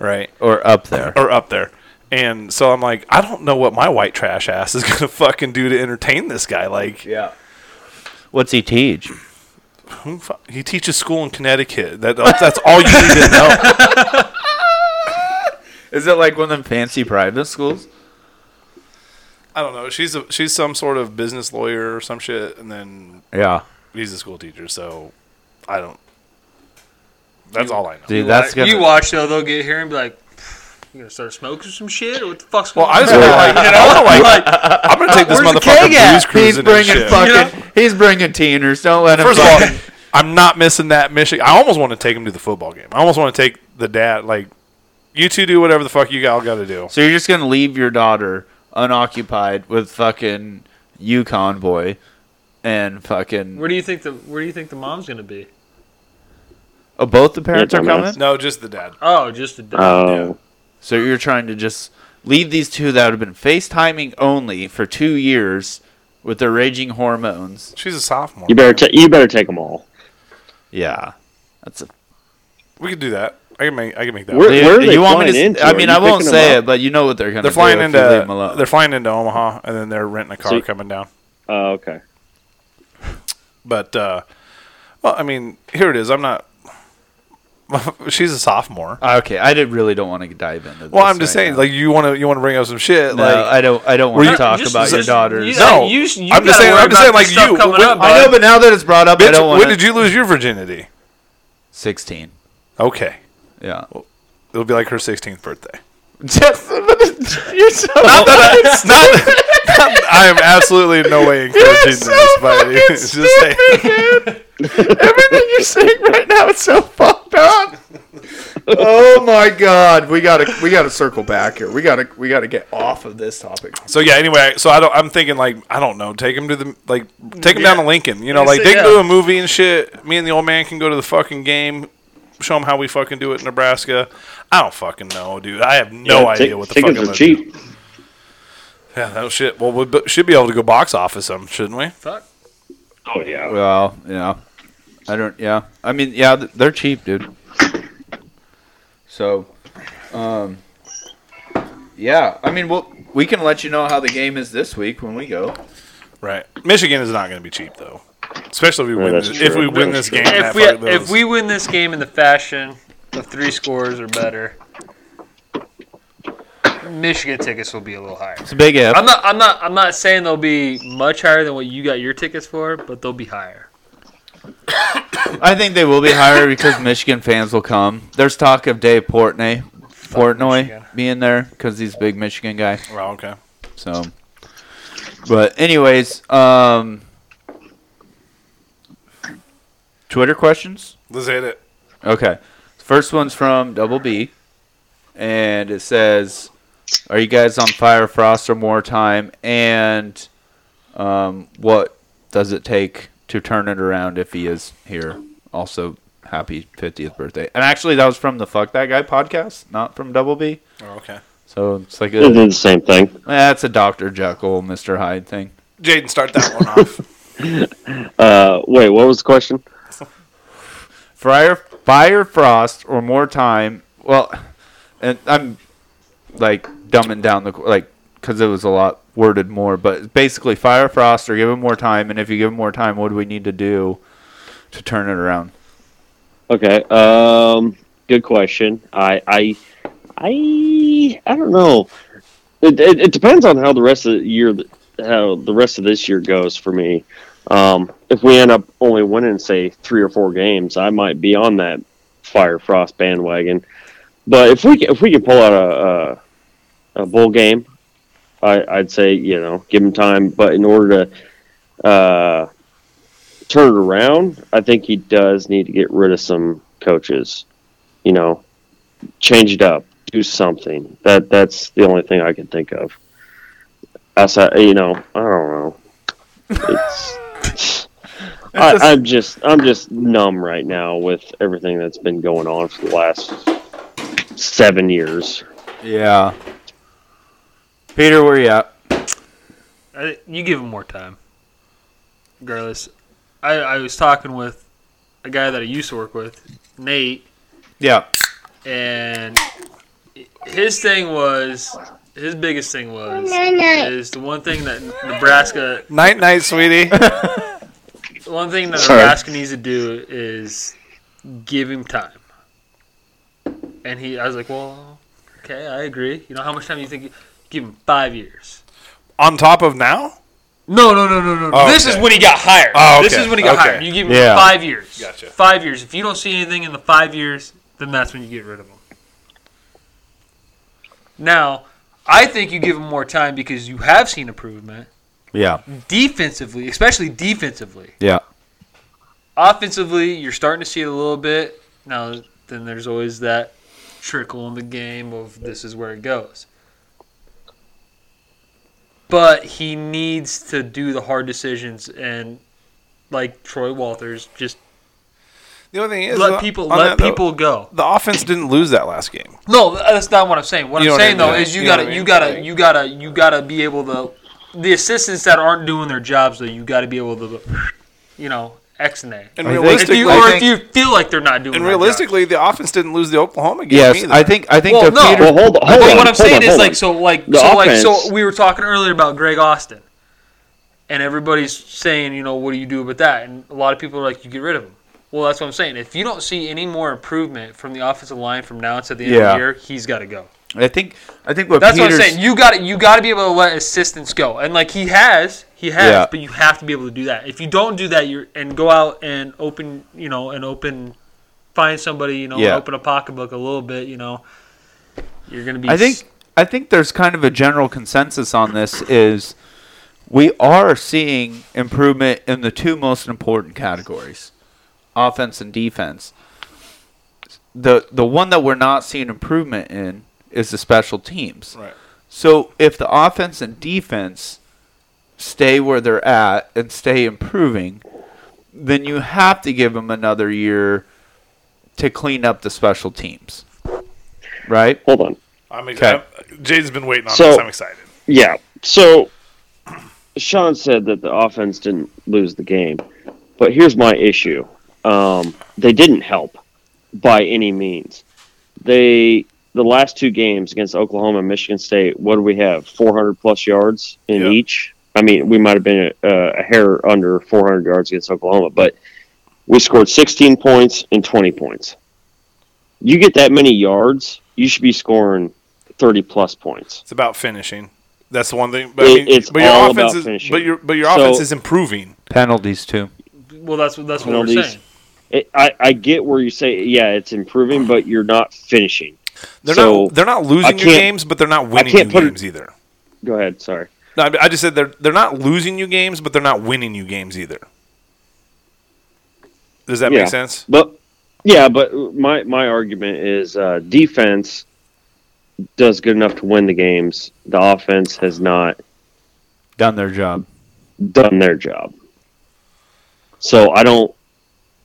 right? or up there. Or up there. And so I'm like, I don't know what my white trash ass is gonna fucking do to entertain this guy. Like, Yeah. What's he teach? who fu- he teaches school in Connecticut. That that's all you need to know. Is it like one of them fancy private schools? I don't know. She's a, she's some sort of business lawyer or some shit, and then Yeah. he's a school teacher. So I don't. That's all I know. Dude, You that's wa- gonna You watch though, they'll get here and be like, "You gonna start smoking some shit? Or what the fuck's Well, going I on?" just want like, you know, I wanna, like, I'm gonna take this Where's the motherfucker keg booze at? He's cruising and bringing shit. fucking. He's bringing teeners. Don't let him. First of all, I'm not missing that Michigan. I almost want to take him to the football game. I almost want to take the dad. Like, you two do whatever the fuck you all got to do. so you're just gonna leave your daughter unoccupied with fucking Yukon boy, and fucking. where do you think the Where do you think the mom's gonna be? Oh, both the parents are dumbass. coming. No, just the dad. Oh, just a. Oh. So you're trying to just leave these two that have been FaceTiming only for two years with their raging hormones. She's a sophomore. You better ta- you better take them all. Yeah, that's a we could do that. I can make. I can make that. We're- work. Dude, Where are they you want me to? flying into? I Are mean, you I won't picking say them it, up? but you know what they're gonna. They're do flying if into. You leave 'em alone. They're flying into Omaha, and then they're renting a car So- coming down. Oh, okay. But uh, well, I mean, here it is. I'm not. She's a sophomore. Ah, okay, I did, really don't want to dive into. This Well, I'm just right saying, now. like, you want to you want to bring up some shit, No, like. I don't. I don't want you- to talk Uh, Just- about your just- daughters. you- No, you- you I'm gotta just saying. worry I'm just about saying, this like stuff you. coming when- up, I know, but now that it's brought up, I Bitch, don't want. when did you lose your virginity? Sixteen. Okay. Yeah. It'll be like her 16th birthday. Just, but you're so. It's not, not- I am absolutely in no way encouraging so this, but fucking it's just saying. Everything you're saying right now is so fucked up. oh my God, we gotta we gotta circle back here. We gotta we gotta get off of this topic. So yeah. Anyway, so I don't. I'm thinking like I don't know. Take him to the like. Take him down to Lincoln. You know, Yeah, like so- they can yeah. do a movie and shit. Me and the old man can go to the fucking game. Show them how we fucking do it in Nebraska. I don't fucking know, dude. I have no Yeah, idea tic- what the fuck I'm tickets gonna are cheap. do. Yeah, that shit. Well, we b- should be able to go box office them, shouldn't we? Fuck. Oh yeah. Well, yeah. I don't. Yeah. I mean, yeah. th- They're cheap, dude. So, um, yeah. I mean, we'll, we can let you know how the game is this week when we go. Right. Michigan is not going to be cheap though, especially if we Yeah, win. that's This, true. if we win That's this true. game, If that we fuck if those- we win this game in the fashion of three scores or better, Michigan tickets will be a little higher. It's a big F. I'm not I'm not I'm not saying they'll be much higher than what you got your tickets for, but they'll be higher. I think they will be higher because Michigan fans will come. There's talk of Dave Portnoy, Michigan. Portnoy being there because he's a big Michigan guy. Oh, okay. So, but anyways, um, Twitter questions. Let's hit it. Okay. First one's from Double B, and it says, "Are you guys on fire, frost, or more time? And um, what does it take to turn it around if he is here? Also, happy 50th birthday." And actually, that was from the Fuck That Guy podcast, not from Double B. Oh, okay. So it's like They'll a do the same thing. that's a Doctor Jekyll, Mister Hyde thing. Jaden, start that one off. Uh, wait, what was the question? Fire, fire, frost, or more time. Well, and I'm like dumbing down the qu- like because it was a lot worded more, but basically fire, frost, or give him more time. And if you give him more time, what do we need to do to turn it around? Okay. Um, good question. I, I, I, I don't know. It, it, it depends on how the rest of the year, how the rest of this year goes for me. Um, if we end up only winning, say three or four games, I might be on that fire frost bandwagon. But if we ca- if we can pull out a a, a bowl game, I, I'd say you know give him time. But in order to uh, turn it around, I think he does need to get rid of some coaches. You know, change it up, do something. That that's the only thing I can think of. Outside, you know, I don't know. It's. I, I'm just I'm just numb right now with everything that's been going on for the last seven years. Yeah. Peter, where you at? I, you give him more time. Regardless, I, I was talking with a guy that I used to work with, Nate, Yeah. and his thing was his biggest thing was is the one thing that Nebraska night, night, sweetie. the one thing that Sorry. Nebraska needs to do is give him time. And he, I was like, well, okay, I agree. You know, how much time do you think? You, give him five years. on top of now. No, no, no, no, no. no. Oh, This okay. is when he got hired. Oh, This okay, is when he got okay. hired. You give him Yeah. five years. Gotcha. Five years. If you don't see anything in the five years, then that's when you get rid of him. Now, I think you give him more time because you have seen improvement Yeah. defensively, especially defensively. Yeah. Offensively, you're starting to see it a little bit. Now, then there's always that trickle in the game of this is where it goes. But he needs to do the hard decisions and, like Troy Walters, just The only thing is, let uh, people on let that, though, people go. The offense didn't lose that last game. No, that's not what I'm saying. What You know I'm what I saying though mean. is you You know gotta what I you mean. gotta you gotta you gotta be able to the assistants that aren't doing their jobs though you gotta be able to you know X and A. And I think- Oh If realistically, you, or if you feel like they're not doing and their job. realistically, the offense didn't lose the Oklahoma game Yes. either. I think. I think. Well, the no. Peter, Well, hold hold But on. what I'm hold saying on, is hold like on. so like The so like so offense- we were talking earlier about Greg Austin, and everybody's saying you know what do you do about that? And a lot of people are like you get rid of him. Well, that's what I'm saying. If you don't see any more improvement from the offensive line from now until the end of Yeah. the year, he's got to go. I think. I think what That's Peter's, what I'm saying. You got you got to be able to let assistants go, and like he has, he has, Yeah. but you have to be able to do that. If you don't do that, you're and go out and open, you know, and open, find somebody, you know, Yeah. open a pocketbook a little bit, you know, you're gonna be. I think I think there's kind of a general consensus on this is we are seeing improvement in the two most important categories, offense and defense. the the one that we're not seeing improvement in is the special teams. Right. So if the offense and defense stay where they're at and stay improving, then you have to give them another year to clean up the special teams. Right? Hold on. I'm, ex- 'Kay. I'm- Jade's been waiting on So- this. I'm excited. Yeah. So Sean said that the offense didn't lose the game, but here's my issue: um, they didn't help by any means. They the last two games against Oklahoma and Michigan State. What do we have? 400 plus yards in Yeah. each. I mean, we might have been a, a hair under 400 yards against Oklahoma, but we scored 16 points and 20 points. You get that many yards, you should be scoring 30 plus points. It's about finishing. That's the one thing. But, I It- mean, it's but your all offense about is, finishing. But your but your So- offense is improving. Penalties too. Well, that's what that's what we're Penalties. saying. It, I, I get where you say, yeah, it's improving, but you're not finishing. They're So, not they're not I losing you can't- games, but they're not winning you can't put it- games either. Go ahead. Sorry. No, I I just said they're they're not losing you games, but they're not winning you games either. Does that Yeah. make sense? But yeah, but my my argument is uh, defense does good enough to win the games. The offense has not Done their job. done their job. So I don't.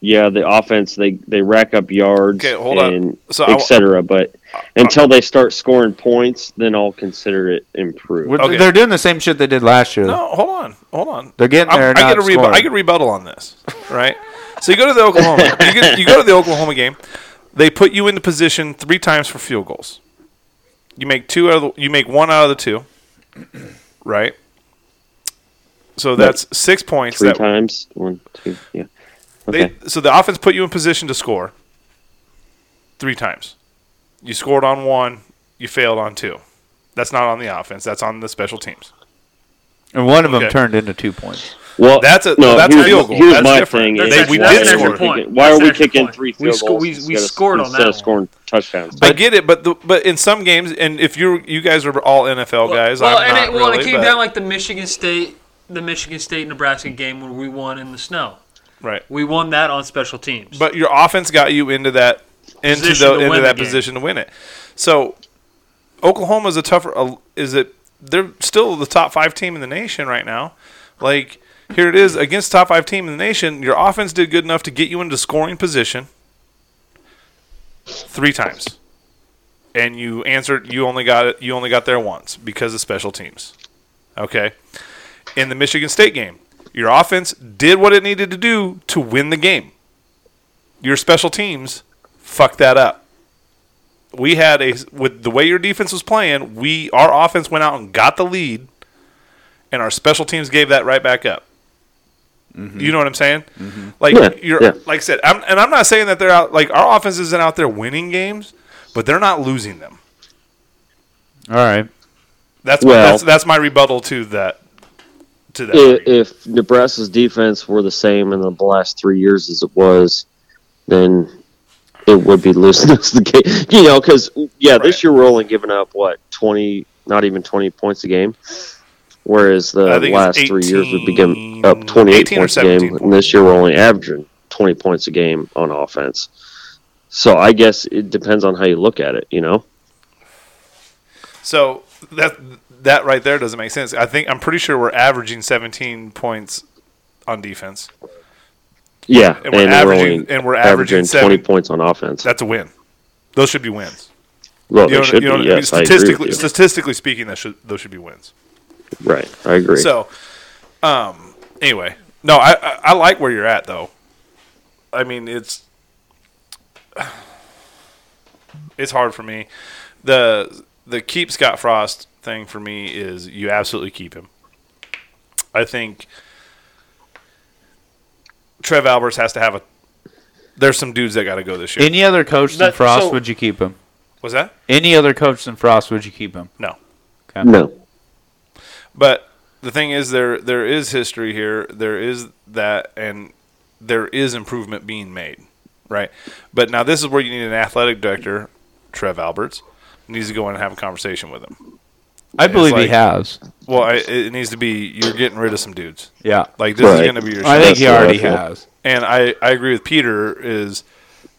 Yeah, the offense they they rack up yards Okay, hold on. and So I et w- cetera, but until they start scoring points, then I'll consider it improved. We're- Okay. They're doing the same shit they did last year. No, hold on, hold on. They're getting I'm- there. I not get a reb- scoring. I get a rebuttal on this, right? so you go to the Oklahoma. You, get, you go to the Oklahoma game. They put you into position three times for field goals. You make two out of the, you make one out of the two, right? So that's six points. Three That times, one, two, yeah. they, Okay. so the offense put you in position to score three times. You scored on one. You failed on two. That's not on the offense. That's on the special teams. and one of them Okay. turned into two points. Well, That's a- no, that's a here's, field goal. Here's That's my different. thing: That's is actually- we why did are score. we kicking- point. Why That's are we actually kicking point. three We field sco- goals we- we instead of- scored on that instead of one. scoring touchdowns? I get it, but the, but in some games, and if you you guys are all NFL guys, well, I'm and not it, well, really, it came but- down like the Michigan State, the Michigan State Nebraska game where we won in the snow. right. We won that on special teams. But your offense got you into that into Position to the, into win that the game. position to win it. So Oklahoma is a tougher. Uh, is it? They're still the top five team in the nation right now. Like here it is against top five team in the nation. Your offense did good enough to get you into scoring position three times, and you answered. You only got it. You only got there once because of special teams. Okay. In the Michigan State game, your offense did what it needed to do to win the game your special teams fucked that up. We had a with the way your defense was playing, we our offense went out and got the lead, and our special teams gave that right back up. You know what I'm saying? Like Yeah, you're yeah. like I said, I'm, and I'm not saying that they're out like our offense isn't out there winning games, but they're not losing them. All right. That's Well- that's that's my rebuttal to that to that. I- If Nebraska's defense were the same in the last three years as it was, then it would be losing us the game. You know, because yeah, Right. this year we're only giving up what twenty, not even twenty points a game. Whereas I the think it's last three years we've been giving 18 up twenty-eight 18 or points a game, 17 and this year we're only averaging twenty points a game on offense. So I guess it depends on how you look at it. You know, So that that right there doesn't make sense. I think I'm pretty sure we're averaging 17 points on defense. yeah, And we're averaging- and we're averaging twenty seven- points on offense. That's a win. Those should be wins. well, You they know- should you know what be. I mean? Yes, I agree with statistically, you. statistically speaking, that should those should be wins. Right, I agree. So, um, anyway, no, I, I I like where you're at though. I mean, it's it's hard for me. the The keep Scott Frost thing for me is you absolutely keep him. I think Trev Alberts has to have a. There's some dudes that got to go this year. Any other coach than That- Frost so- would you keep him? Was that Any other coach than Frost would you keep him? no? no, But the thing is, there there is history here. There is that, and there is improvement being made, right? But now this is where you need an athletic director, Trev Alberts, needs to go in and have a conversation with him. I believe he like- has. Well, I, it needs to be you're getting rid of some dudes. Yeah. Like this is Right. going to be your. I think he That's what I already feel. has. and I I agree with Peter is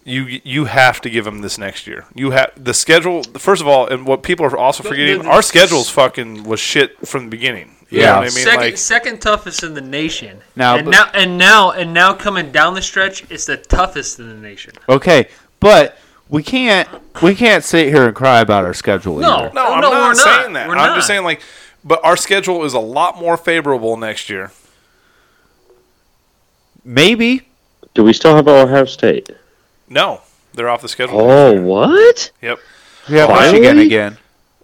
you you have to give them this next year. You have the schedule. First of all, and what people are also But forgetting, the- our schedule's fucking was shit from the beginning. You Yeah. know what I mean, second, like second toughest in the nation. Now- and now and now and now coming down the stretch, it's the toughest in the nation. Okay, but we can't we can't sit here and cry about our schedule. No. either. no, I'm no, not we're not. saying that. We're I'm not. just saying like, but our schedule is a lot more favorable next year. maybe Do we still have Ohio State? No, they're off the schedule. Oh, what? Yep, we have Finally? Michigan again.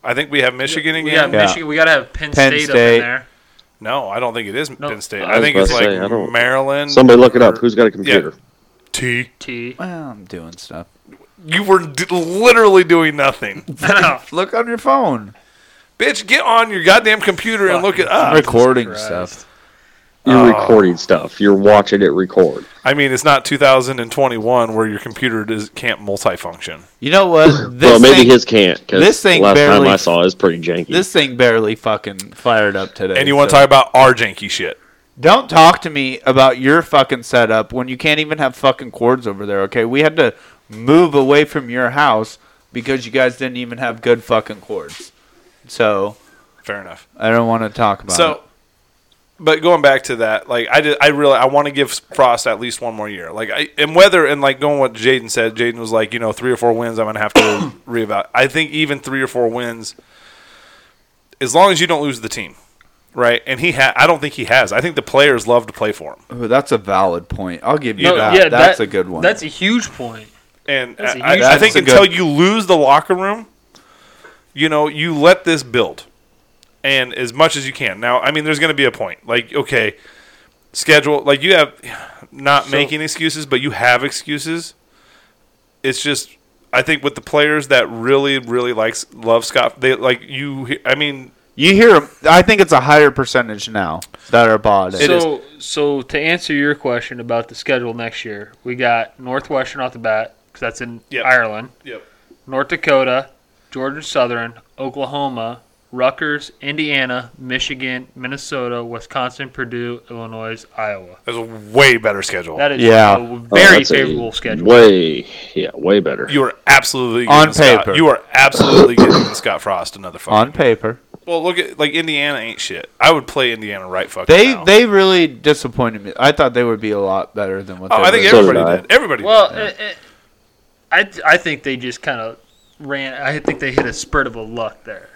I think we have Michigan We again. got Yeah. Michigan. We got to have Penn, Penn State, up State. in there. No, I don't think it is No. Penn State. I I, was think about it's to like say, I don't- Maryland. Somebody look it up. Who's got a computer? T. T. Well, I'm doing stuff. You were d- literally doing nothing, Look on your phone. bitch. Get on your goddamn computer and look it I'm up. recording Christ. stuff. You're recording stuff. You're watching it record. I mean, it's not 2021 where your computer does, can't multifunction. You know what? This well, maybe thing, his can't. 'cause this thing last barely- time I saw it was pretty janky. this thing barely fucking fired up today. And you want to so- talk about our janky shit? Don't talk to me about your fucking setup when you can't even have fucking cords over there, okay? We had to move away from your house because you guys didn't even have good fucking cords. So, Fair enough. I don't want to talk about So, it. but going back to that, like I did, I really I want to give Frost at least one more year. Like I and whether and like going what Jaden said, Jaden was like, you know, three or four wins, I'm gonna have to reevaluate. I think even three or four wins, as long as you don't lose the team, right? And he ha- I don't think he has. I think the players love to play for him, Ooh, that's a valid point. I'll give you No, that. yeah, that's that- a good one. That's a huge point. and That's a I, huge- I That's think a until good- you lose the locker room, you know, you let this build, and as much as you can. Now, I mean, there's gonna be a point, like okay. schedule like you have not making excuses but you have excuses it's just i think with the players that really really likes love scott they like you i mean you hear 'em- I think it's a higher percentage now that are bought. in. so, so to answer your question about the schedule next year, we got Northwestern off the bat because that's in Yep. Ireland. Yep. North Dakota, Georgia Southern, Oklahoma, Rutgers, Indiana, Michigan, Minnesota, Wisconsin, Purdue, Illinois, Iowa. there's a way better schedule That is Yeah. a Oh, very that's a favorable schedule. Way, yeah, way better. you are absolutely On giving Scott- paper. you are absolutely getting scott frost another fucking on paper, well look at like indiana ain't shit i would play indiana right fucking they now. they really disappointed me. I thought they would be a lot better than what oh they i think were. So did everybody I. did everybody Well, eh, eh, I I think they just kind of ran. I think they hit a spurt of a luck there,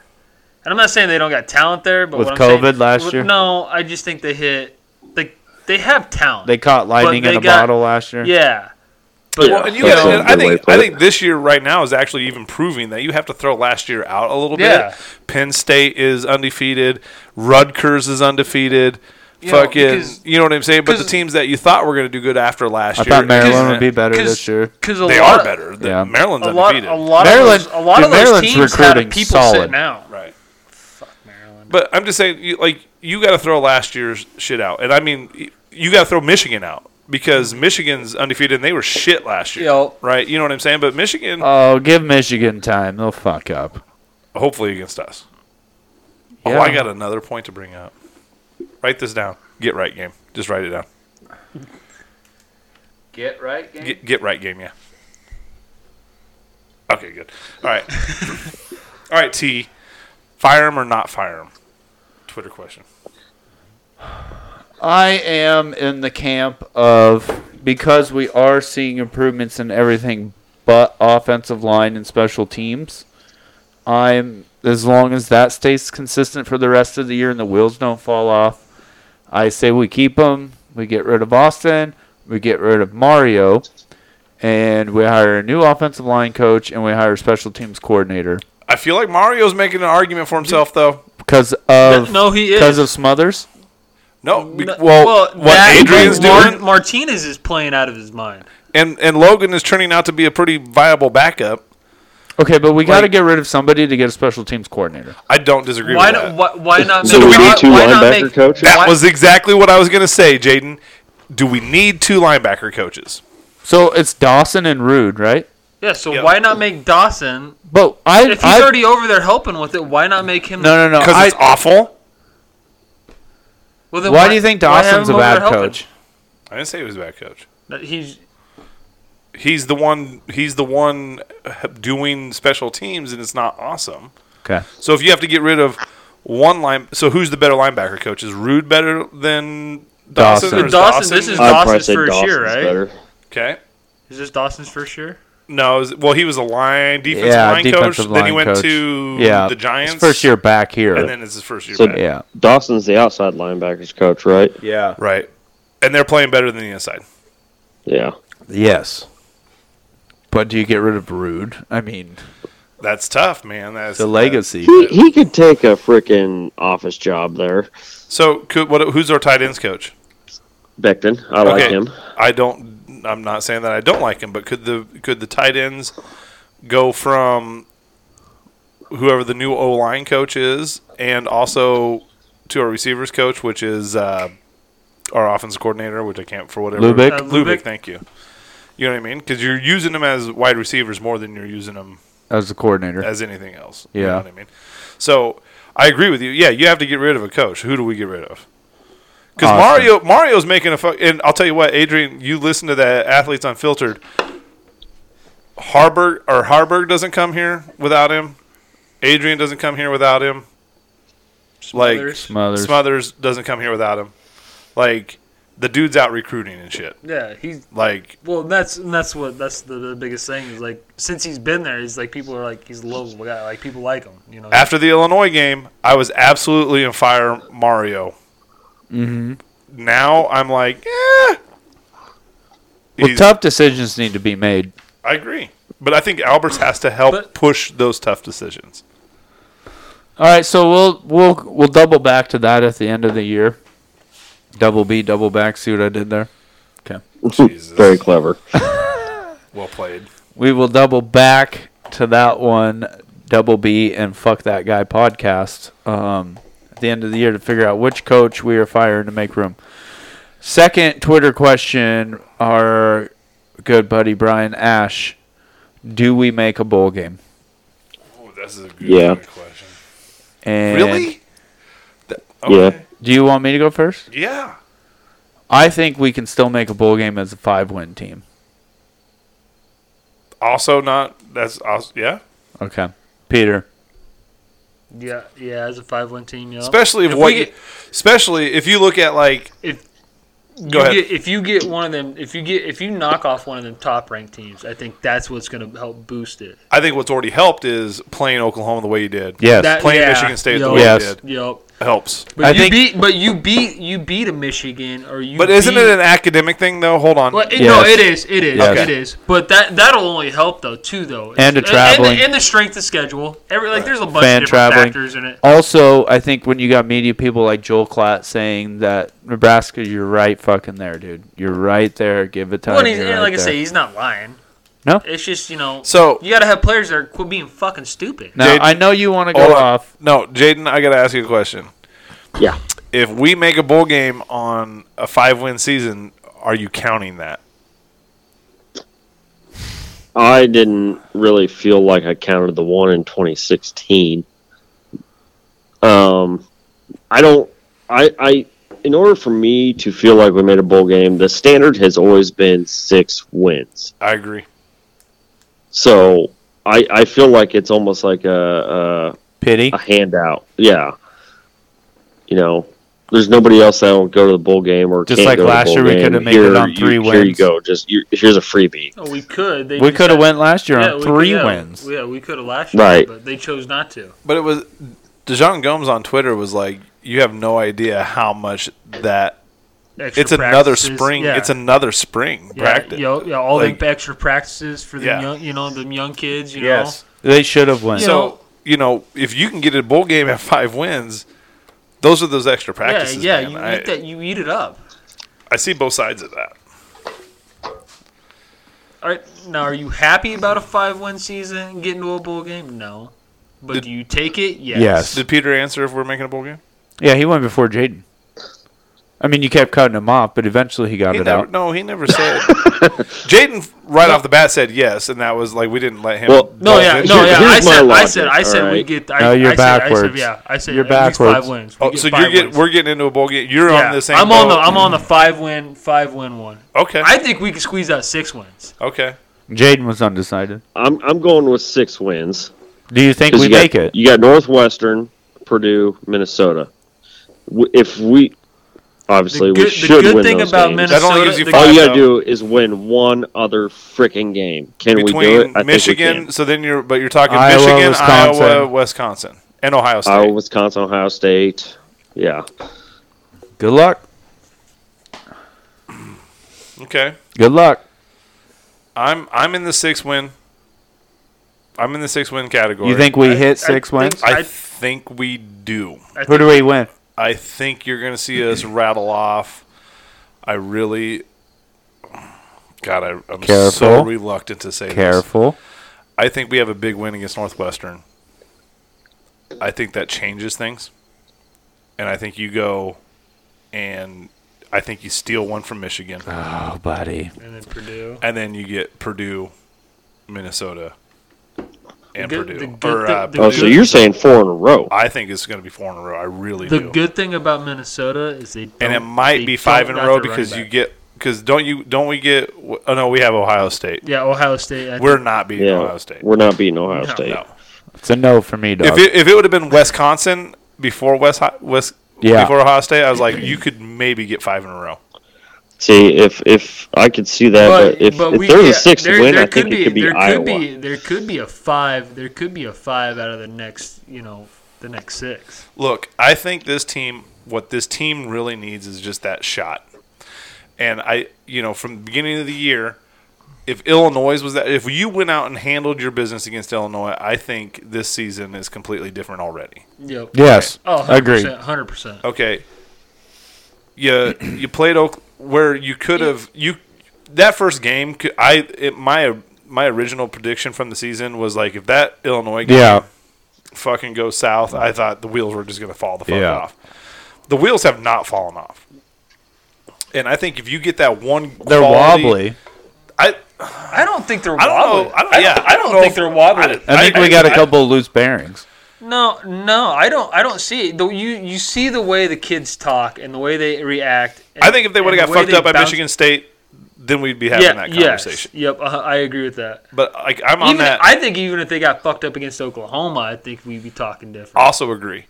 and I'm not saying they don't got talent there, but With what I'm COVID saying, last with- year? no, I just think they hit. They they have talent. they caught lightning they in a got- bottle last year. yeah, did. well, and you Yeah. gotta- and That's I a good way to think put I it. think this year right now is actually even proving that you have to throw last year out a little Yeah. bit. Penn State is undefeated. Rutgers is undefeated. know, Fucking, because- you know what I'm saying? But the 'cause- teams that you thought were going to do good after last I year, thought Maryland would be better Because- this year. Because a they lot are of- better. The- Yeah. Maryland's A lot, undefeated. a lot Maryland- of those, a lot dude, of those Maryland's teams recruiting had people solid. sitting out. right. Fuck Maryland. But I'm just saying, you, like, you got to throw last year's shit out, and I mean, y- you got to throw Michigan out because Michigan's undefeated and they were shit last year, Yo. right? You know what I'm saying? But Michigan, Oh, give Michigan time. They'll fuck up. hopefully against us. Oh, Yeah. I got another point to bring up. Write this down. Get right game. Just write it down. Get right. Get, get right game. Yeah. Okay. Good. All right. All right. T. Fire him or not fire him. Twitter question. I am in the camp of because we are seeing improvements in everything but offensive line and special teams. I'm as long as that stays consistent for the rest of the year and the wheels don't fall off. I say we keep them. We get rid of Austin. We get rid of Mario, and we hire a new offensive line coach and we hire a special teams coordinator I feel like Mario's making an argument for himself, though. because of No, he is. because of Smothers. No. be- No, well, what that- Adrian's Mar- doing, Martinez is playing out of his mind. and and Logan is turning out to be a pretty viable backup. Okay, but we got to Like- get rid of somebody to get a special teams coordinator. I don't disagree Why with not? that. Why, why not? so do we why, need two why not linebacker make- coaches? that why- was exactly what I was going to say, Jaden. Do we need two linebacker coaches? So it's Dawson and Rude, right? Yeah. So Yeah. why not make Dawson? But I, If he's I already over there helping with it, why not make him? no no no. Because I, it's awful. Well, then why do you think why have Dawson's a him over bad there helping? coach? I didn't say he was a bad coach. That He's he's the one he's the one doing special teams, and it's not awesome. Okay. So if you have to get rid of one line, so who's the better linebacker coach? Is Rude better than Dawson? Uh, Dawson. or is Dawson, this is- I'd probably Dawson's say first Dawson's year, right? better. okay. Is this Dawson's first year? No, is- well, he was a line defensive Yeah, line defensive coach. then he line went coach. to Yeah. the his Giants first year back here. and then it's his first year. So- back. yeah. Dawson's the outside linebackers coach, right? Yeah. Right, and they're playing better than the inside. Yeah. Yes. But do you get rid of Rude? I mean, That's tough, man. That's the legacy. He, he could take a freaking office job there. So, could, what, who's our tight ends coach? Beckton, I like him. I don't. I'm not saying that I don't like him, but could the could the tight ends go from whoever the new O line coach is, and also to our receivers coach, which is uh, our offense coordinator, which I can't for whatever Lubick? Uh, Lubick. Lubick, thank you. You know what I mean? Because you're using them as wide receivers more than you're using them As the coordinator. as anything else. You Yeah. know what I mean? So I agree with you. Yeah, you have to get rid of a coach. Who do we get rid of? Because Austin. Mario Mario's making a fuck. And I'll tell you what, Adrian, you listen to that athletes unfiltered. Harburg or Harburg doesn't come here without him. Adrian doesn't come here without him. Like Smothers. Smothers. Smothers doesn't come here without him. Like the dude's out recruiting and shit. Yeah, he's Like Well, that's and that's what that's the, the biggest thing is like since he's been there, he's like people are like he's a lovable guy, like people like him, you know. after the Illinois game, I was absolutely in fire Mario. Mm-hmm. Now I'm like, eh. Well, He's- tough decisions need to be made. I agree, but I think Alberts has to help But- push those tough decisions. All right, so we'll we'll we'll double back to that at the end of the year. Double B, double back. See what I did there. Jesus, Very clever. well played. We will double back to that one, double B, and fuck that guy podcast um, at the end of the year to figure out which coach we are firing to make room. Second Twitter question: Our good buddy Brian Ash, do we make a bowl game? Oh, this is a good Yeah. good question. And Really? Th- Yeah. okay. Do you want me to go first? Yeah. I think we can still make a bowl game as a five-win team. Also, not that's also, yeah. Okay, Peter. yeah, yeah, as a five one team, yeah. Especially if, If what, we you- get- especially if you look at like if you Go ahead. get if you get one of them if you get if you knock off one of them top ranked teams, I think that's what's gonna help boost it. I think what's already helped is playing Oklahoma the way you did. Yes. That- playing Michigan State the yup, way Yes. you did yup. helps. But I you think- beat but you beat you beat a Michigan or you But isn't beat- it an academic thing though? Hold on. Well, it, Yes. No, it is. It is. Yes. It is. But that that'll only help though too though. It's- And the traveling. and, and the strength of schedule. Every like there's a bunch Fan of different traveling. Oh, factors in it. Also, I think when you got media people like Joel Klatt saying that Nebraska, you're right fucking there, dude. You're right there. Give it time. Well, and he's, you're and right like I there. say, he's not lying. No. It's just you know. So- you got to have players that are quit being fucking stupid. now Jaden- I know you want to go Hold on. off. No, Jaden, I gotta ask you a question. Yeah. If we make a bowl game on a five win season, are you counting that? I didn't really feel like I counted the one in 2016. Um, I don't. I, I in order for me to feel like we made a bowl game, the standard has always been six wins. I agree. So I I feel like it's almost like a Pity. a, a handout. Yeah. You know, there's nobody else that will go to the bowl game or Just can't like go to the last bowl year, we game. could've made Here it on you- three Here you wins. go. Just you, here's a freebie. Oh, we could. They We just could have had- went last year yeah, on we three could- yeah, wins. Yeah, we could have last year, Right. but they chose not to. But it was Dejon Gomes on Twitter was like, You have no idea how much that Extra it's another practices, spring yeah. it's another spring Yeah, practice. yo- yeah, all Like- the extra practices for the Yeah. young, you know, the young kids. You Yes. They should have won. You so know- you know, if you can get a bowl game at five wins, those are those extra know. practices. yeah, yeah. man. You I, eat that. You eat it up. I see both sides of that. All right, now are you happy about a five-win season and getting to a bowl game? No, but Did- do you take it? Yes. Yes. Did Peter answer if we're making a bowl game? yeah, he went before Jaden. I mean, you kept cutting him off, but eventually he got He it never, out. no, he never said. Jaden right off the bat said yes, and that was like we didn't let him. Well, No, delve yeah, into no, it. Here- yeah. I here's my said, I logic, said, I said, we alright? get. I, No, you're I said, I said, backwards. yeah, I said, You're at least backwards. five wins. We Oh, so five you're getting wins. we're getting into a bowl game. You're Yeah, on the same. I'm on the boat. I'm on the five win five win one. Okay. I think we can squeeze out six wins. okay. Jaden was undecided. I'm I'm going with six wins. Do you think 'Cause we you got- make it? You got Northwestern, Purdue, Minnesota. W- If we obviously The good, we the should good win thing those about games. Minnesota, gives you the- All you Five, gotta do is win one other freaking game. Can we do it? between I Michigan. think So then you're, but you're talking Iowa, Michigan, Wisconsin. Iowa, Wisconsin, and Ohio we State. can. Iowa, Wisconsin, Ohio State. Yeah, Good luck. Okay, Good luck. I'm I'm in the six win. I'm in the six win category. You think we hit I six think- wins? I think we do. Who do we win? I think you're going to see us rattle off. I really, God, I, I'm so Careful. reluctant to say this. Careful. I think we have a big win against Northwestern. I think that changes things, and I think you go, and I think you steal one from Michigan, Oh, buddy. And then Purdue. and then you get Purdue, Minnesota, and The good- Purdue. the good or, thi- uh, the Oh, Purdue. so you're saying four in a row? I think it's going to be four in a row. I really The do. good thing about Minnesota is they don't, and it they might be five don't in a got row their running because you back. get because don't you don't we get oh no we have Ohio State yeah Ohio State. I we're not beating Yeah, Ohio State we're not beating Ohio No, State. no It's a no for me, if dog. it, if it would have been Wisconsin before West Hi- West Yeah. before Ohio State I was like you could maybe get five in a row See, if if I could see that, but, if, if there's yeah, a sixth there- win, there I think it could be there Iowa. Could be, there could be a five. There could be a five out of the next, you know, the next six. look I think this team what this team really needs is just that shot and I you know from the beginning of the year if Illinois was that if you went out and handled your business against Illinois I think this season is completely different already Yep. yes. Oh, Agreed. Hundred percent. okay you you played Oak where you could have you that first game could- I it, my my original prediction from the season was like if that Illinois game Yeah. fucking goes south I thought the wheels were just gonna fall the fuck Yeah. off the wheels have not fallen off and I think if you get that one They're quality- wobbly. I I don't think they're I don't know I don't, yeah I don't, know think if- they're wobbly. I think we got a I- couple of loose bearings. No, no, I don't. I don't see it. The, you you see the way the kids talk and the way they react. and- I think if they and would have the got way fucked they up by bounce- Michigan State then we'd be having yeah, that yes, conversation yep, uh, I agree with that. but like I'm on Even that I think even if they got fucked up against Oklahoma, I think we'd be talking different. also agree.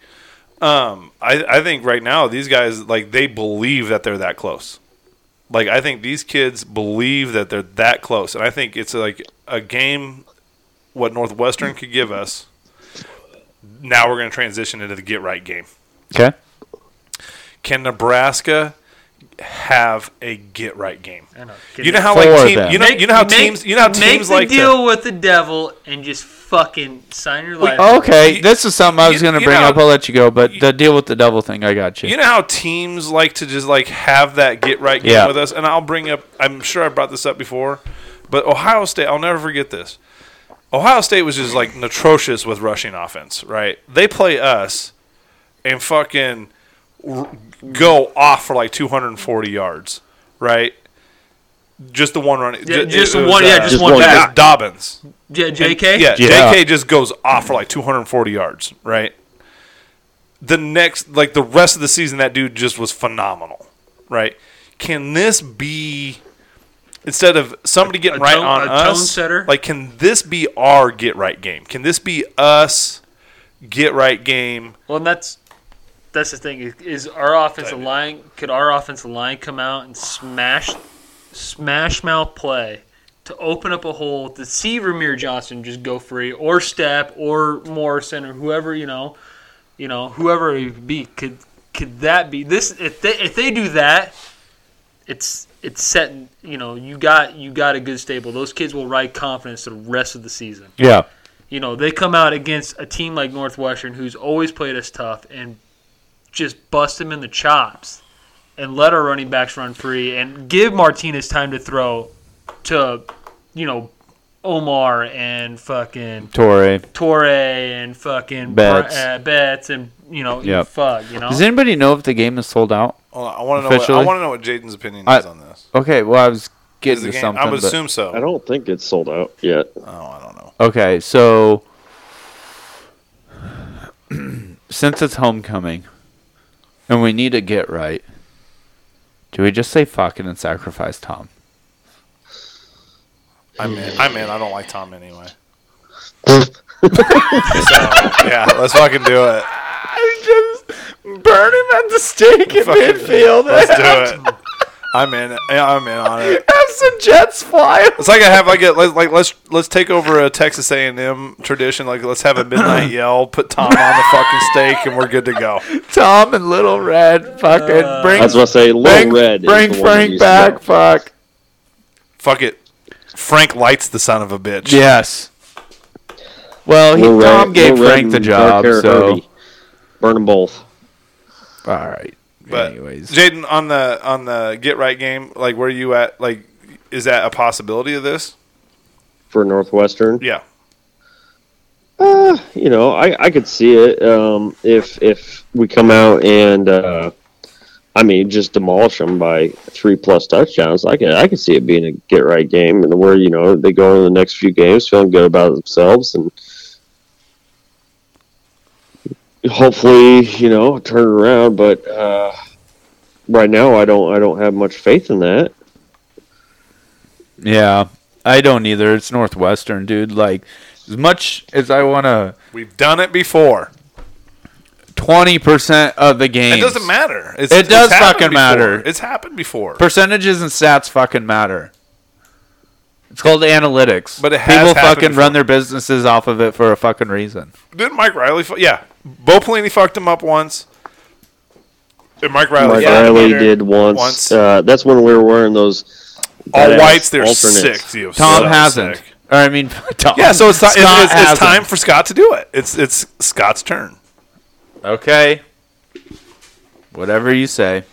Um, I, I think right now these guys like they believe that they're that close. Like I think these kids believe that they're that close, and I think it's like a game what Northwestern could give us. Now we're going to transition into the get right game. Okay. Can Nebraska have a get right game? I know, You know how For like team, them. you know Make- you know how make- teams you know how make teams the like to- deal with the devil and just fucking sign your life. Okay. You- This is something I was you- going to you bring know- up. I'll let you go, but the deal with the devil thing, I got you. You know how teams like to just like have that get right game Yeah. with us, and I'll bring up. I'm sure I brought this up before, but Ohio State. I'll never forget this. Ohio State was just like atrocious with rushing offense. Right? They play us and fucking r- go off for like 240 yards. Right? Just the one running. Yeah, ju- just it was, one- yeah, uh, just one back. just Dobbins. J- JK? Yeah, Yeah. JK just goes off for like 240 yards, right? The next, like the rest of the season, that dude just was phenomenal, right? Can this be instead of somebody getting A right tone- on a us, tone setter? like can this be our get right game? Can this be us get right game? Well, and that's that's the thing is, is our offensive line could our offensive line come out and smash smash mouth play to open up a hole to see Ramir Johnson just go free or step or Morrison or whoever you know, you know whoever it would be could could that be this if they if they do that it's it's setting you know you got you got a good stable those kids will ride confidence the rest of the season yeah. you know they come out against a team like Northwestern, who's always played us tough, and just bust them in the chops, and let our running backs run free, and give Martinez time to throw to, you know, Omar and fucking Torre. Torre and fucking Betts. Br- uh, Betts and you know, you Yep. fuck, you know. Does anybody know if the game is sold out? Hold on, Oh, I want to know. What, I Officially? want to know what Jaden's opinion I- is on this. Okay. Well, I was Is getting the to game? something. I would but- assume so. I don't think it's sold out yet. oh, I don't know. Okay, so since it's homecoming and we need to get right, do we just say fuck it and sacrifice Tom? I'm in. I'm in. I don't like Tom anyway. so yeah, let's fucking do it. I just burn him at the stake in Fucking- midfield. Let's do it. I'm in. Yeah, I'm in on it. Have some Jets fly. It's like I have like a let's like let's let's take over a Texas A and M tradition. Like let's have a midnight yell, put Tom on the fucking stake, and we're good to go. Tom and Little Red. Fucking bring, I was gonna say little bring, red. is bring the one we Frank used to back. know. Fuck. Fuck it. Frank lights the son of a bitch. Yes. Well, he, Little Red- Tom gave Little Red Frank the and job, Dark Hair so Herbie. burn them both. All right. But Anyways. Jaden on the on the get right game, like where you at? Like, is that a possibility of this? for Northwestern. Yeah. Uh, you know, I, I could see it um, if if we come out and uh, I mean just demolish them by three plus touchdowns. I could I could see it being a get right game and where you know they go in the next few games feeling good about themselves and hopefully you know turn it around. But uh, right now I don't I don't have much faith in that. yeah, I don't either. It's Northwestern, dude. Like as much as I want to, We've done it before. twenty percent of the game. It doesn't matter. It's, It does happened fucking before. matter. It's happened before. Percentages and stats fucking matter. It's called analytics. But it has people happened fucking run their businesses off of it for a fucking reason. Didn't Mike Riley? Fu- yeah. Bo Pelini fucked him up once. And Mike Riley. Mike fucked him Riley later. did once. Once. Uh, that's when we were wearing those All badass whites. They're alternates. sick. Dude. Tom So hasn't. sick. Or I mean, Tom. Yeah, so it's, ti- it's, Scott it's, it's hasn't. time for Scott to do it. It's it's Scott's turn. Okay. Whatever you say.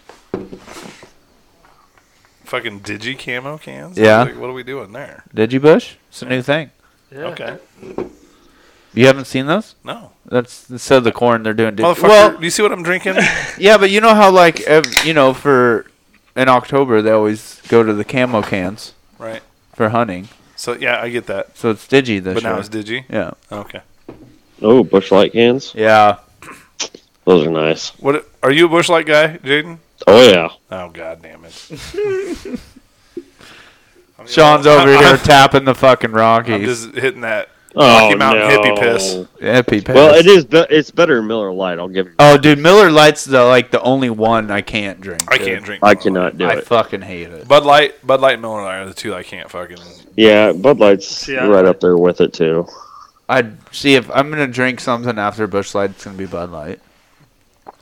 Fucking digi camo cans. Yeah. Like, what are we doing there? Did you Bush? It's a new thing. Yeah. Okay. You haven't seen those? No. That's so the corn they're doing. Motherfucker, well, do you see what I'm drinking? yeah, but you know how like ev- you know for in October they always go to the camo cans right. for hunting. So yeah, I get that. So it's digi this But year. now it's digi. yeah. Okay. Oh, bush light cans. Yeah. Those are nice. What are you a bushlight guy, Jaden? Oh yeah. Oh god damn it. I'm the Sean's only- over I'm- here I'm- tapping the fucking I'm Rockies. just hitting that. Oh Rocky Mountain no. hippie piss. Epi Well, it is. Be- it's better than Miller Light. I'll give you. Oh, dude, Miller Light's the like the only one I can't drink. I dude. can't drink. I Bud Light. cannot do I it. fucking hate it. Bud Light, Bud Light, and Miller Lite are the two I can't fucking. Yeah, Bud Light's Yeah. right up there with it too. I'd see if I'm gonna drink something after Bush Light. It's gonna be Bud Light.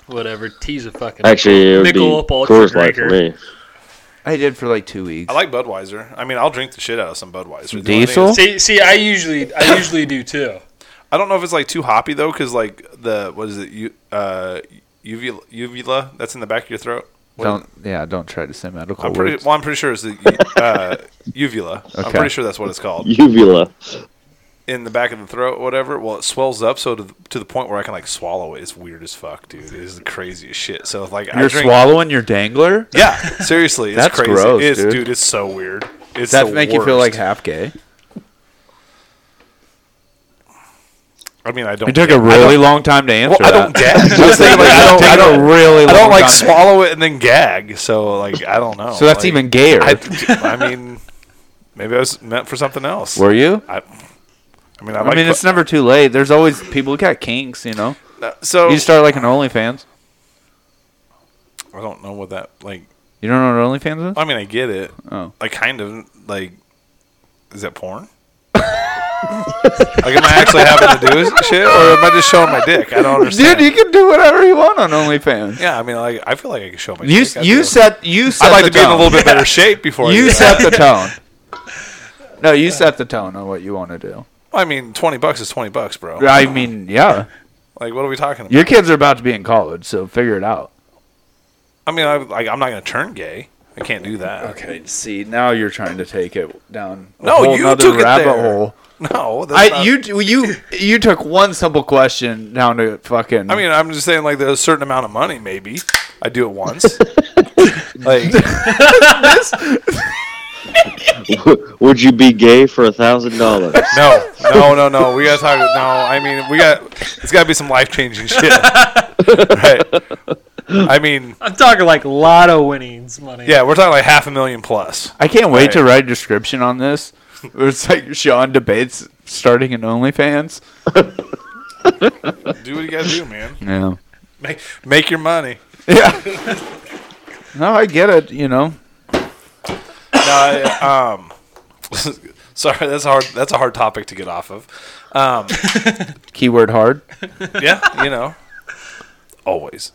Whatever. Tease a fucking. Actually, it would be Nickel up all Coors Light drinker. for me. I did for like two weeks. I like Budweiser. I mean, I'll drink the shit out of some Budweiser. The only thing Diesel? is- See, see, I usually, I usually do too. I don't know if it's like too hoppy though, because like the what is it? You uh, uvula, uvula that's in the back of your throat. What- don't yeah, don't try to say medical I'm words. pretty, well, I'm pretty sure it's the u- uh, uvula. I'm Okay. pretty sure that's what it's called. Uvula. in the back of the throat, whatever. Well, it swells up so to, th- to the point where I can like swallow it. It's weird as fuck, dude. It is the craziest shit. So like I You're drink, swallowing your dangler. yeah, seriously, it's That's crazy. gross, it's, dude. dude. It's so weird. Does It's that the make you feel like worst. half gay? I mean, I don't. It took get- a really I don't, long time to well, answer. I don't that. gag. I was thinking, like, I don't. I It took a don't. really I long don't like time to- swallow it and then gag. So like I don't know. So that's Like, even gayer. I, I mean, maybe I was meant for something else. Were you? I, I mean, I, I, like mean, it's never too late. There's always people who got kinks, you know. not, uh, so. You start like an OnlyFans. I don't know what that like. You don't know what OnlyFans is? I mean, I get it. Oh. Like, kind of. Like, is that porn? like, am I actually having to do this shit, or am I just showing my dick? I don't understand. Dude, you can do whatever you want on OnlyFans. yeah, I mean, like, I feel like I can show my You dick. I you do. set you set I'd like the to be in a tone. little bit better shape before I You do set that. the tone. No, you set the tone on what you want to do. I mean, twenty bucks is twenty bucks, bro. I mean, yeah. Like, what are we talking about? Your kids are about to be in college, so figure it out. I mean, I, like, I'm not gonna turn gay. I can't do that. Okay, see, now you're trying to take it down a No, whole you nother took it rabbit there. hole. No, that's I not- you you you took one simple question down to fucking. I mean, I'm just saying, like, there's a certain amount of money, maybe. I do it once. like, Would you be gay for a thousand dollars? No, no, no, no. We gotta talk. No, I mean, we got. It's gotta be some life changing shit, right? I mean, I'm talking like lotto winnings money. yeah, we're talking like half a million plus. I can't wait Right. to write a description on this. It's like Sean debates starting an OnlyFans. Do what you gotta do, man. Yeah. Make make your money. Yeah. no, I get it. You know. No, I, um, sorry, that's a hard. That's a hard topic to get off of. Um, Keyword hard. yeah, you know, always.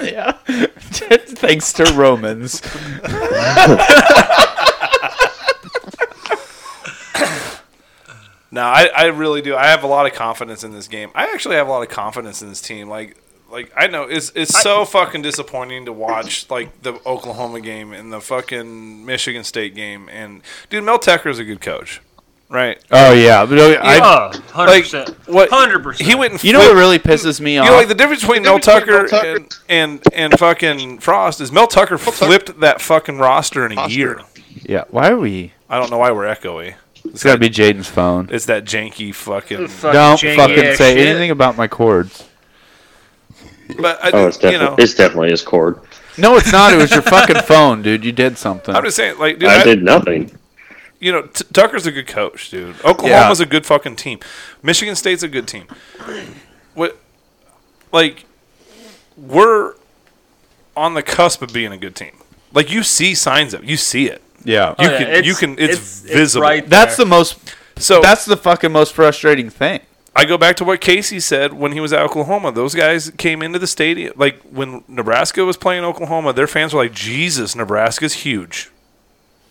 Yeah. Thanks to Romans. No, I, I really do. I have a lot of confidence in this game. I actually have a lot of confidence in this team. Like like I know it's it's so fucking disappointing to watch like the Oklahoma game and the fucking Michigan State game and dude Mel Tucker's a good coach. Right? Oh yeah. But I, Oh, 100%. Like what 100%. He went and you know flipped- what really pisses me you off? know, like the difference between Mel difference between Tucker, Mel Tucker- and, and and fucking Frost is Mel Tucker flipped that fucking roster in a Roster. year. yeah. Why are we? I don't know why we're echoey. It's gotta be Jaden's phone. It's that janky fucking. Don't janky fucking ass say shit. anything about my cords. But I, Oh, it's you definitely know, it's definitely his cord. No, it's not. It was your fucking phone, dude. You did something. I'm just saying, like, dude, I I- did nothing. you know, T- Tucker's a good coach, dude. Oklahoma's a good fucking team. Michigan State's a good team. What, like, we're on the cusp of being a good team. Like, you see signs of, it. you see it. yeah. You Oh, yeah, can, it's- you can. It's, it's- it's visible. right that's there. the most. So That's the fucking most frustrating thing. I go back to what Casey said when he was at Oklahoma. Those guys came into the stadium like when Nebraska was playing Oklahoma. Their fans were like, "Jesus, Nebraska's huge."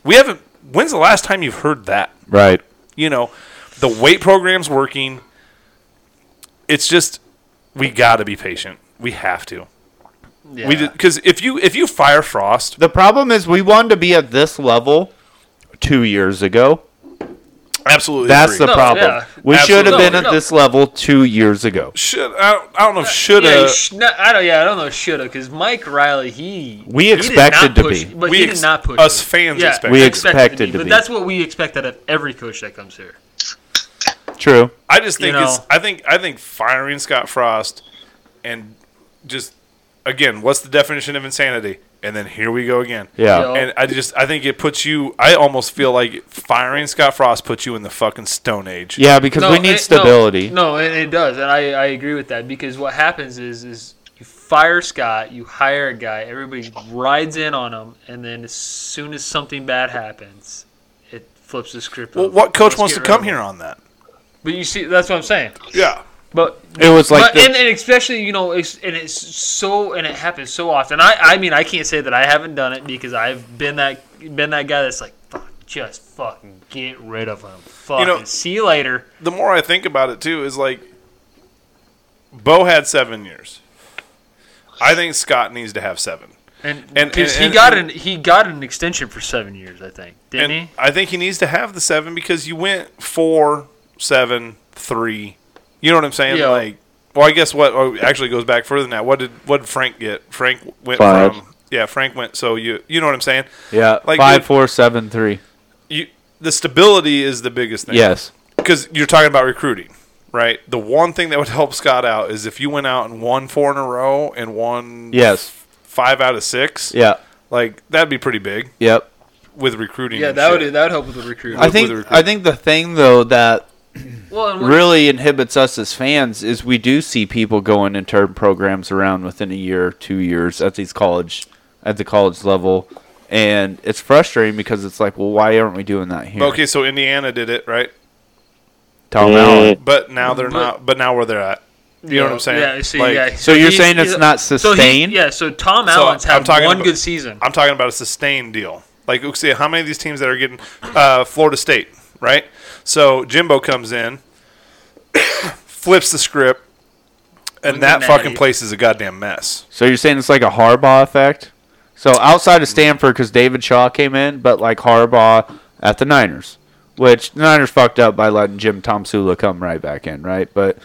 We haven't. When's the last time you've heard that? Right. you know, the weight program's working. It's just we got to be patient. We have to. Yeah. We because if you if you fire Frost, The problem is we wanted to be at this level two years ago. absolutely. That's the No, problem. yeah. We should have Absolutely. been at No, no. this level two years ago. should. I don't, I don't know if should Uh, Yeah, have. you sh- no, I don't. Yeah, I don't know. Shoulda, because Mike Riley, he We he did expected not to push, be. but We he ex- did not push us him. fans Yeah, expected We he to be. expected to but be. that's what we expect out of every coach that comes here. True. I just think you it's. know. I think I think firing Scott Frost, and just again, what's the definition of insanity? And then here we go again. Yeah. Yeah. And I just I think it puts you. I almost feel like firing Scott Frost puts you in the fucking Stone Age. Yeah, because we No, need it- stability. No, no, it, it does, and I, I agree with that because what happens is is you fire Scott, you hire a guy, everybody rides in on him, and then as soon as something bad happens, it flips the script. Well, over. what coach Let's wants to get rid come of him. here on that? But you see, that's what I'm saying. Yeah. But It was like but, the- and, and especially you know it's, and it's so and it happens so often i i mean i can't say that i haven't done it because i've been that been that guy that's like fuck just fucking get rid of him fucking know- see you later the more I think about it too is like Bo had seven years. I think Scott needs to have seven. and And- because and- he and- got and- an he got an extension for seven years i think didn't And he I think he needs to have the seven because you went four, seven, three. You know what I'm saying? Yeah. Like well, I guess what oh, actually goes back further than that. What did what did Frank get? Frank went Five. from yeah, Frank went so you you know what I'm saying? yeah, Like, five, dude- four, seven, three. You the stability is the biggest thing. Yes. because you're talking about recruiting, right? The one thing that would help Scott out is if you went out and won four in a row and won Yes. five out of six. Yeah. like that'd be pretty big Yep. with recruiting. yeah and that shit. would that would help with the recruiting I With- think with the I think the thing though that well and what- really inhibits us as fans is we do see people going and turn programs around within a year, two years at these college at the college level. And it's frustrating because it's like, well, why aren't we doing that here? Okay, so Indiana did it right, Tom Yeah. Allen. but now they're But- not. But now where they're at, you know what I'm saying? yeah see Like, yeah So you're he's- saying it's he's- not so he- sustained? yeah so tom So, allen's I'm had talking one about- good season I'm talking about a sustained deal. Like, look, see how many of these teams that are getting uh, Florida State, right? So Jimbo comes in, flips the script, and Wins that the fucking natty. place is a goddamn mess. So you're saying it's like a Harbaugh effect? So outside of Stanford, because David Shaw came in, but like Harbaugh at the Niners, which the Niners fucked up by letting Jim Tom Sula come right back in, right? But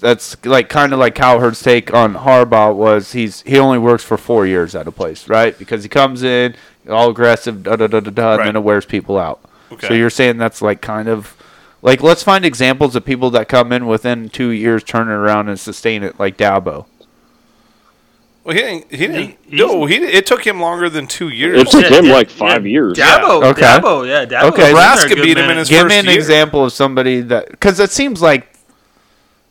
that's like kind of like Cowherd's take on Harbaugh was he's he only works for four years at a place, right? Because he comes in all aggressive, da da da da da, and Right. then it wears people out. So Okay. you're saying that's like kind of like let's find examples of people that come in within two years, turn it around and sustain it, like Dabo. Well, he didn't. He didn't. He- no, he. It took him longer than two years. It took Yeah, him yeah, like yeah. five years. Dabo, Okay. Dabo, yeah, Dabo. Okay. Nebraska beat him in his- Give me first an year. example of somebody that because it seems like.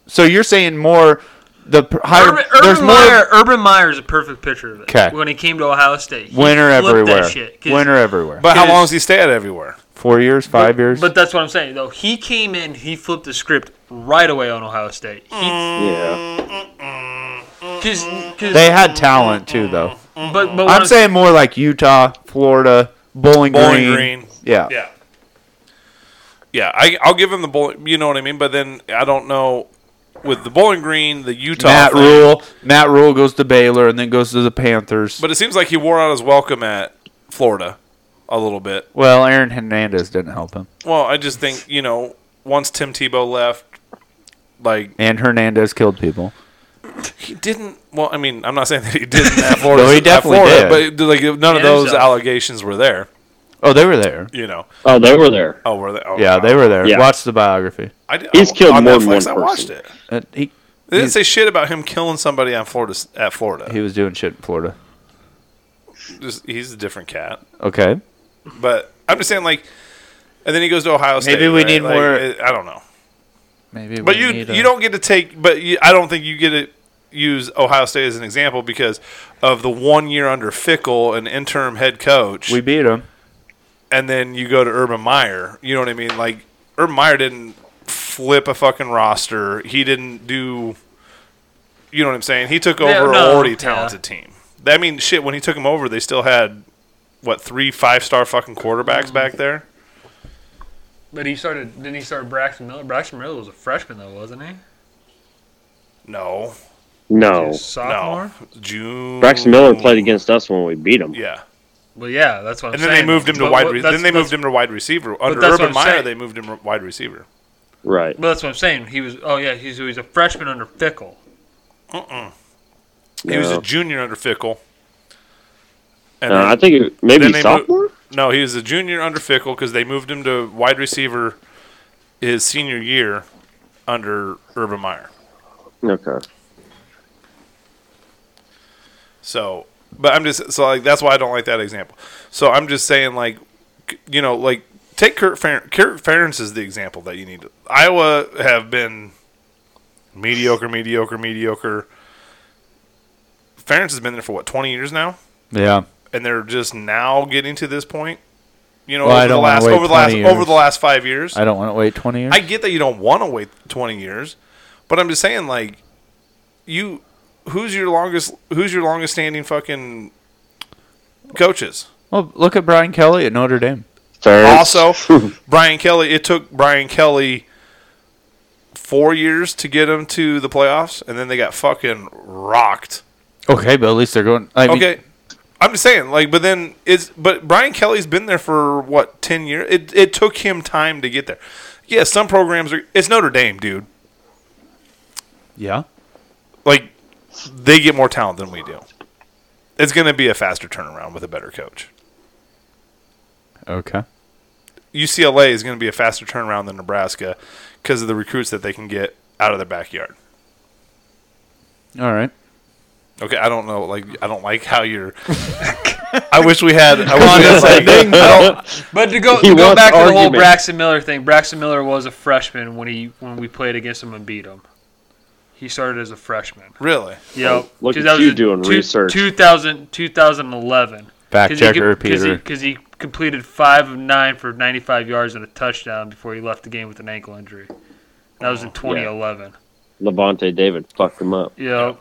So you're saying more the pr- higher Urban, Urban there's more Meyer. Urban Meyer is a perfect picture of it. 'Kay. When he came to Ohio State, he winner flipped that everywhere. shit, 'cause- Winner everywhere. But how His- long does he stay at everywhere? Four years, five years. But that's what I'm saying though. He came in, he flipped the script right away on Ohio State. He, Yeah. cause, 'cause- they had talent too, though. but, but I'm saying more like Utah, Florida, Bowling, Bowling Green. Green. Yeah. Yeah. Yeah, I, I'll give him the bowling. You know what I mean. But then I don't know with the Bowling Green, the Utah. Matt thing, Rule. Matt Rule goes to Baylor and then goes to the Panthers. But it seems like he wore out his welcome at Florida a little bit. well, Aaron Hernandez didn't help him, Well, I just think you know once Tim Tebow left, like and Hernandez killed people. he didn't. Well, I mean, I'm not saying that he didn't at Florida. No, he at definitely Florida, did. But like none of Yeah, those himself. allegations were there. Oh, they were there. You know. Oh, they were there. Oh, were they? Oh, Yeah, wow. they were there. Yeah. Watch the biography. I did, He's I- killed on more Netflix, than one I watched person. it. Uh, he They didn't say shit about him killing somebody on Florida at Florida. he was doing shit in Florida. Just- he's a different cat. Okay. But I'm just saying, like, and then he goes to Ohio State. we right? need Like, more- it- I don't know. Maybe. But we you need a- you don't get to take. But you, I don't think you get to use Ohio State as an example because of the one year under Fickle, an interim head coach, We beat him. and then you go to Urban Meyer. You know what I mean? Like Urban Meyer didn't flip a fucking roster. He didn't do. You know what I'm saying? He took over Yeah, an no, already yeah. talented team. I mean, shit. When he took him over, they still had what three five star fucking quarterbacks back there. But he started. Didn't he start Braxton Miller? Braxton Miller was a freshman though, wasn't he? No, No. sophomore. no. June. Braxton Miller played against us when we beat him. Oh. Yeah, Well, yeah, that's what I'm and saying. then they moved him to But- wide. but Re- that's- then they that's- moved him to wide receiver under that's what Urban I'm Meyer. saying. They moved him to wide receiver. Right. But that's what I'm saying. He was. Oh yeah, he's he was a freshman under Fickle. He was Yeah. a junior under Fickle. And Uh, then- I think it, maybe then they sophomore. moved- no, he was a junior under Fickle because they moved him to wide receiver his senior year under Urban Meyer. okay. So, but I'm just so like that's why I don't like that example. So I'm just saying like, c- you know, like take Kurt Fer- Kurt Ferentz is the example that you need. to- Iowa have been mediocre, mediocre, mediocre. Ferentz has been there for what 20 years now, Yeah. and they're just now getting to this point. You know, Well, I over the don't wanna last wait over the last 20 over years. the last five years, I don't want to wait 20 years. I get that you don't want to wait 20 years, but I'm just saying like you who's your longest who's your longest standing fucking coaches? well, look at Brian Kelly at Notre Dame. Ferentz. Also, Brian Kelly, it took Brian Kelly 4 years to get him to the playoffs and then they got fucking rocked. Okay, but at least they're going. I mean, Okay. I'm just saying, like, but then it's but Brian Kelly's been there for what ten years. It it took him time to get there. Yeah, some programs are. It's Notre Dame, dude. Yeah. like they get more talent than we do. It's going to be a faster turnaround with a better coach. Okay. UCLA is going to be a faster turnaround than Nebraska because of the recruits that they can get out of their backyard. All right. Okay, I don't know. Like, I don't like how you're. I wish we had. I wish we had like, Condescending. I don't- But to go He to go wants back to the whole argument. Braxton Miller thing, Braxton Miller was a freshman when he when we played against him and beat him. He started as a freshman. really, Yep. look at 2000 you doing two- research. 2000, 2011. Fact checker, Because he, Peter. cause he completed five of nine for 95 yards and a touchdown before he left the game with an ankle injury. That Oh, was in 2011. Levante David fucked him up. Yeah.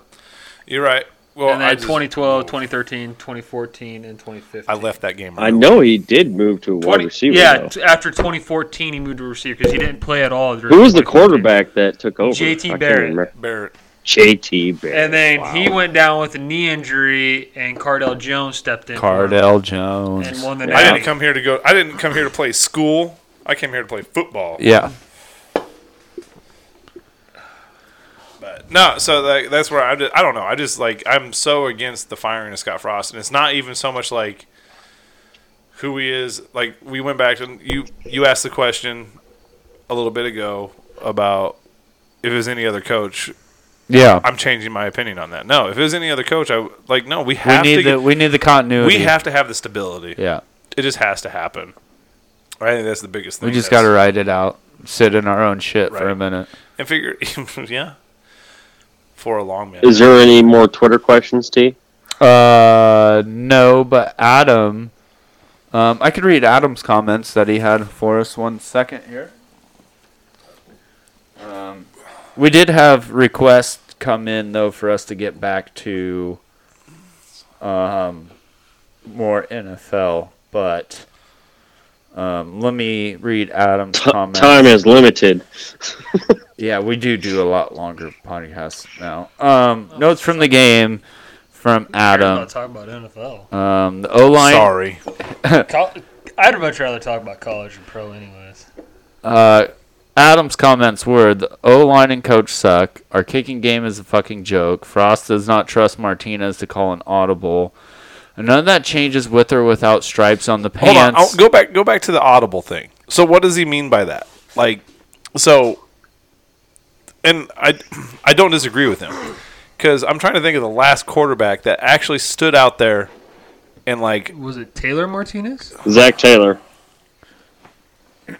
you're right. Oh, Well, and then I just- 2012, 2013, 2014, and 2015. I left that game. I know he did move to a wide 20 receiver. yeah, though. t- after 2014, he moved to receiver because he didn't play at all. during Who was the 2014. quarterback that took over? JT I can't Barrett. remember. Barrett. JT Barrett. And then he went down with a knee injury, and Cardell Jones stepped in. for him Cardell Jones. And won the I national didn't come here to go. I didn't come here to play school. I came here to play football. yeah. But no, so like, that's where I'm. Just, I don't know. I just like I'm so against the firing of Scott Frost, and it's not even so much like who he is. Like we went back to you. You asked the question a little bit ago about if it was any other coach Yeah. I'm changing my opinion on that. No, if it was any other coach, I w- like no. We We have need to. the Get, we need the continuity. we have to have the stability. Yeah. It just has to happen. I think that's the biggest thing. We just got that's- to ride it out, sit in our own shit for a Right. minute. and figure. yeah, for a long minute. Is there any more Twitter questions, T? Uh, no, but Adam. Um, I could read Adam's comments that he had for us one second here. Um, we did have requests come in though for us to get back to um, more NFL, but um, let me read Adam's T- comments. time is limited. Yeah, we do do a lot longer podcasts now. Um, notes from the game from I'm Adam. not talking about NFL. Um, the O line. Sorry, Col- I'd much rather talk about college and pro, anyways. Uh, Adam's comments were: the O line and coach suck. Our kicking game is a fucking joke. Frost does not trust Martinez to call an audible. And none of that changes with or without stripes on the hold on. pants. I'll, go back. Go back to the audible thing. So what does he mean by that? Like, so, and I, I don't disagree with him because I'm trying to think of the last quarterback that actually stood out there and like Was it Taylor Martinez? Zach Taylor.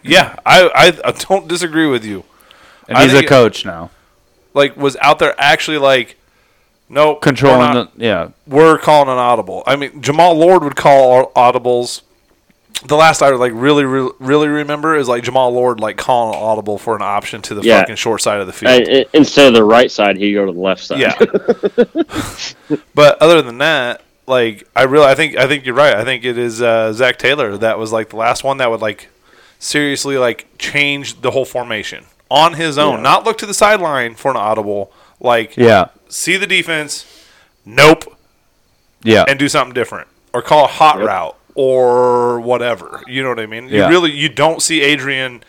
Yeah, I, I I don't disagree with you. and I he's a think- coach now, Like, was out there actually like, no nope, controlling We're, not- the yeah. we're calling an audible. I mean, Jamal Lord would call au- audibles. The last I like really really, really remember is like Jamal Lord like calling an audible for an option to the Yeah. fucking short side of the field. And, and instead of the right side, he'd go to the left side. yeah. but other than that, like I really I think I think you're right. I think it is uh, Zach Taylor that was like the last one that would like seriously like change the whole formation on his own. Not look to the sideline for an audible. Like Yeah. see the defense, nope, Yeah. and do something different or call a hot route or whatever. You know what I mean? Yeah. You really you don't see Adrian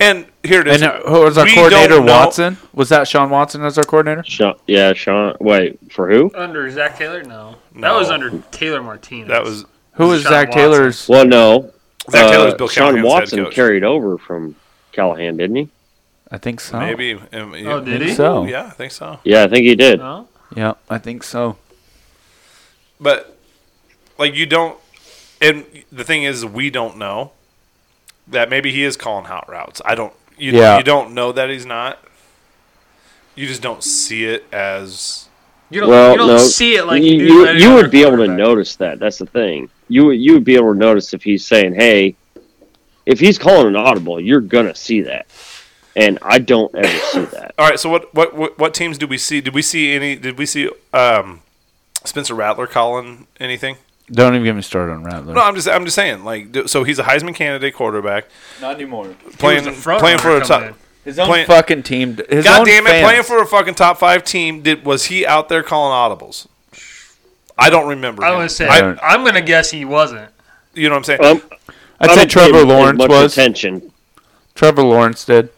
and here it is. and uh, who was our We don't coordinator? know- Watson was that Sean Watson as our coordinator? Sean, yeah, Sean. Wait, for who? Under Zach Taylor? No. That No. was under Taylor Martinez. That was Who was Sean Zach Watson. Taylor's? Well, no. Zach Taylor's Uh, Bill Sean Callahan's head Watson coach. carried over from Callahan, didn't he? I think so. maybe um, you- Oh, did he? so. Yeah, I think so. Yeah, I think he did. No? Yeah, I think so. but like you don't and the thing is we don't know that maybe he is calling hot routes i don't you, Yeah. you don't know that he's not you just don't see it as You don't, Well, you don't no, see it like you, do. you, with any you other would be able to quarterback. notice that. That's the thing. You would- you would be able to notice if he's saying, "Hey," if he's calling an audible, you're gonna see that. And I don't ever see that. all right so what what what, what teams do we see did we see any did we see um spencer rattler calling anything Don't even get me started on Rattler. no i'm just i'm just saying like do- so he's a heisman candidate quarterback Not anymore. playing the front playing for runner a top coming in. His own Playing- fucking team. His God own damn it, fans. playing for a fucking top five team. Did was he out there calling audibles? I don't remember. I him. was say, I- I, am going to guess he wasn't. you know what I'm saying? Um, I'd say I don't pay Trevor as Lawrence much was. attention. Trevor Lawrence did.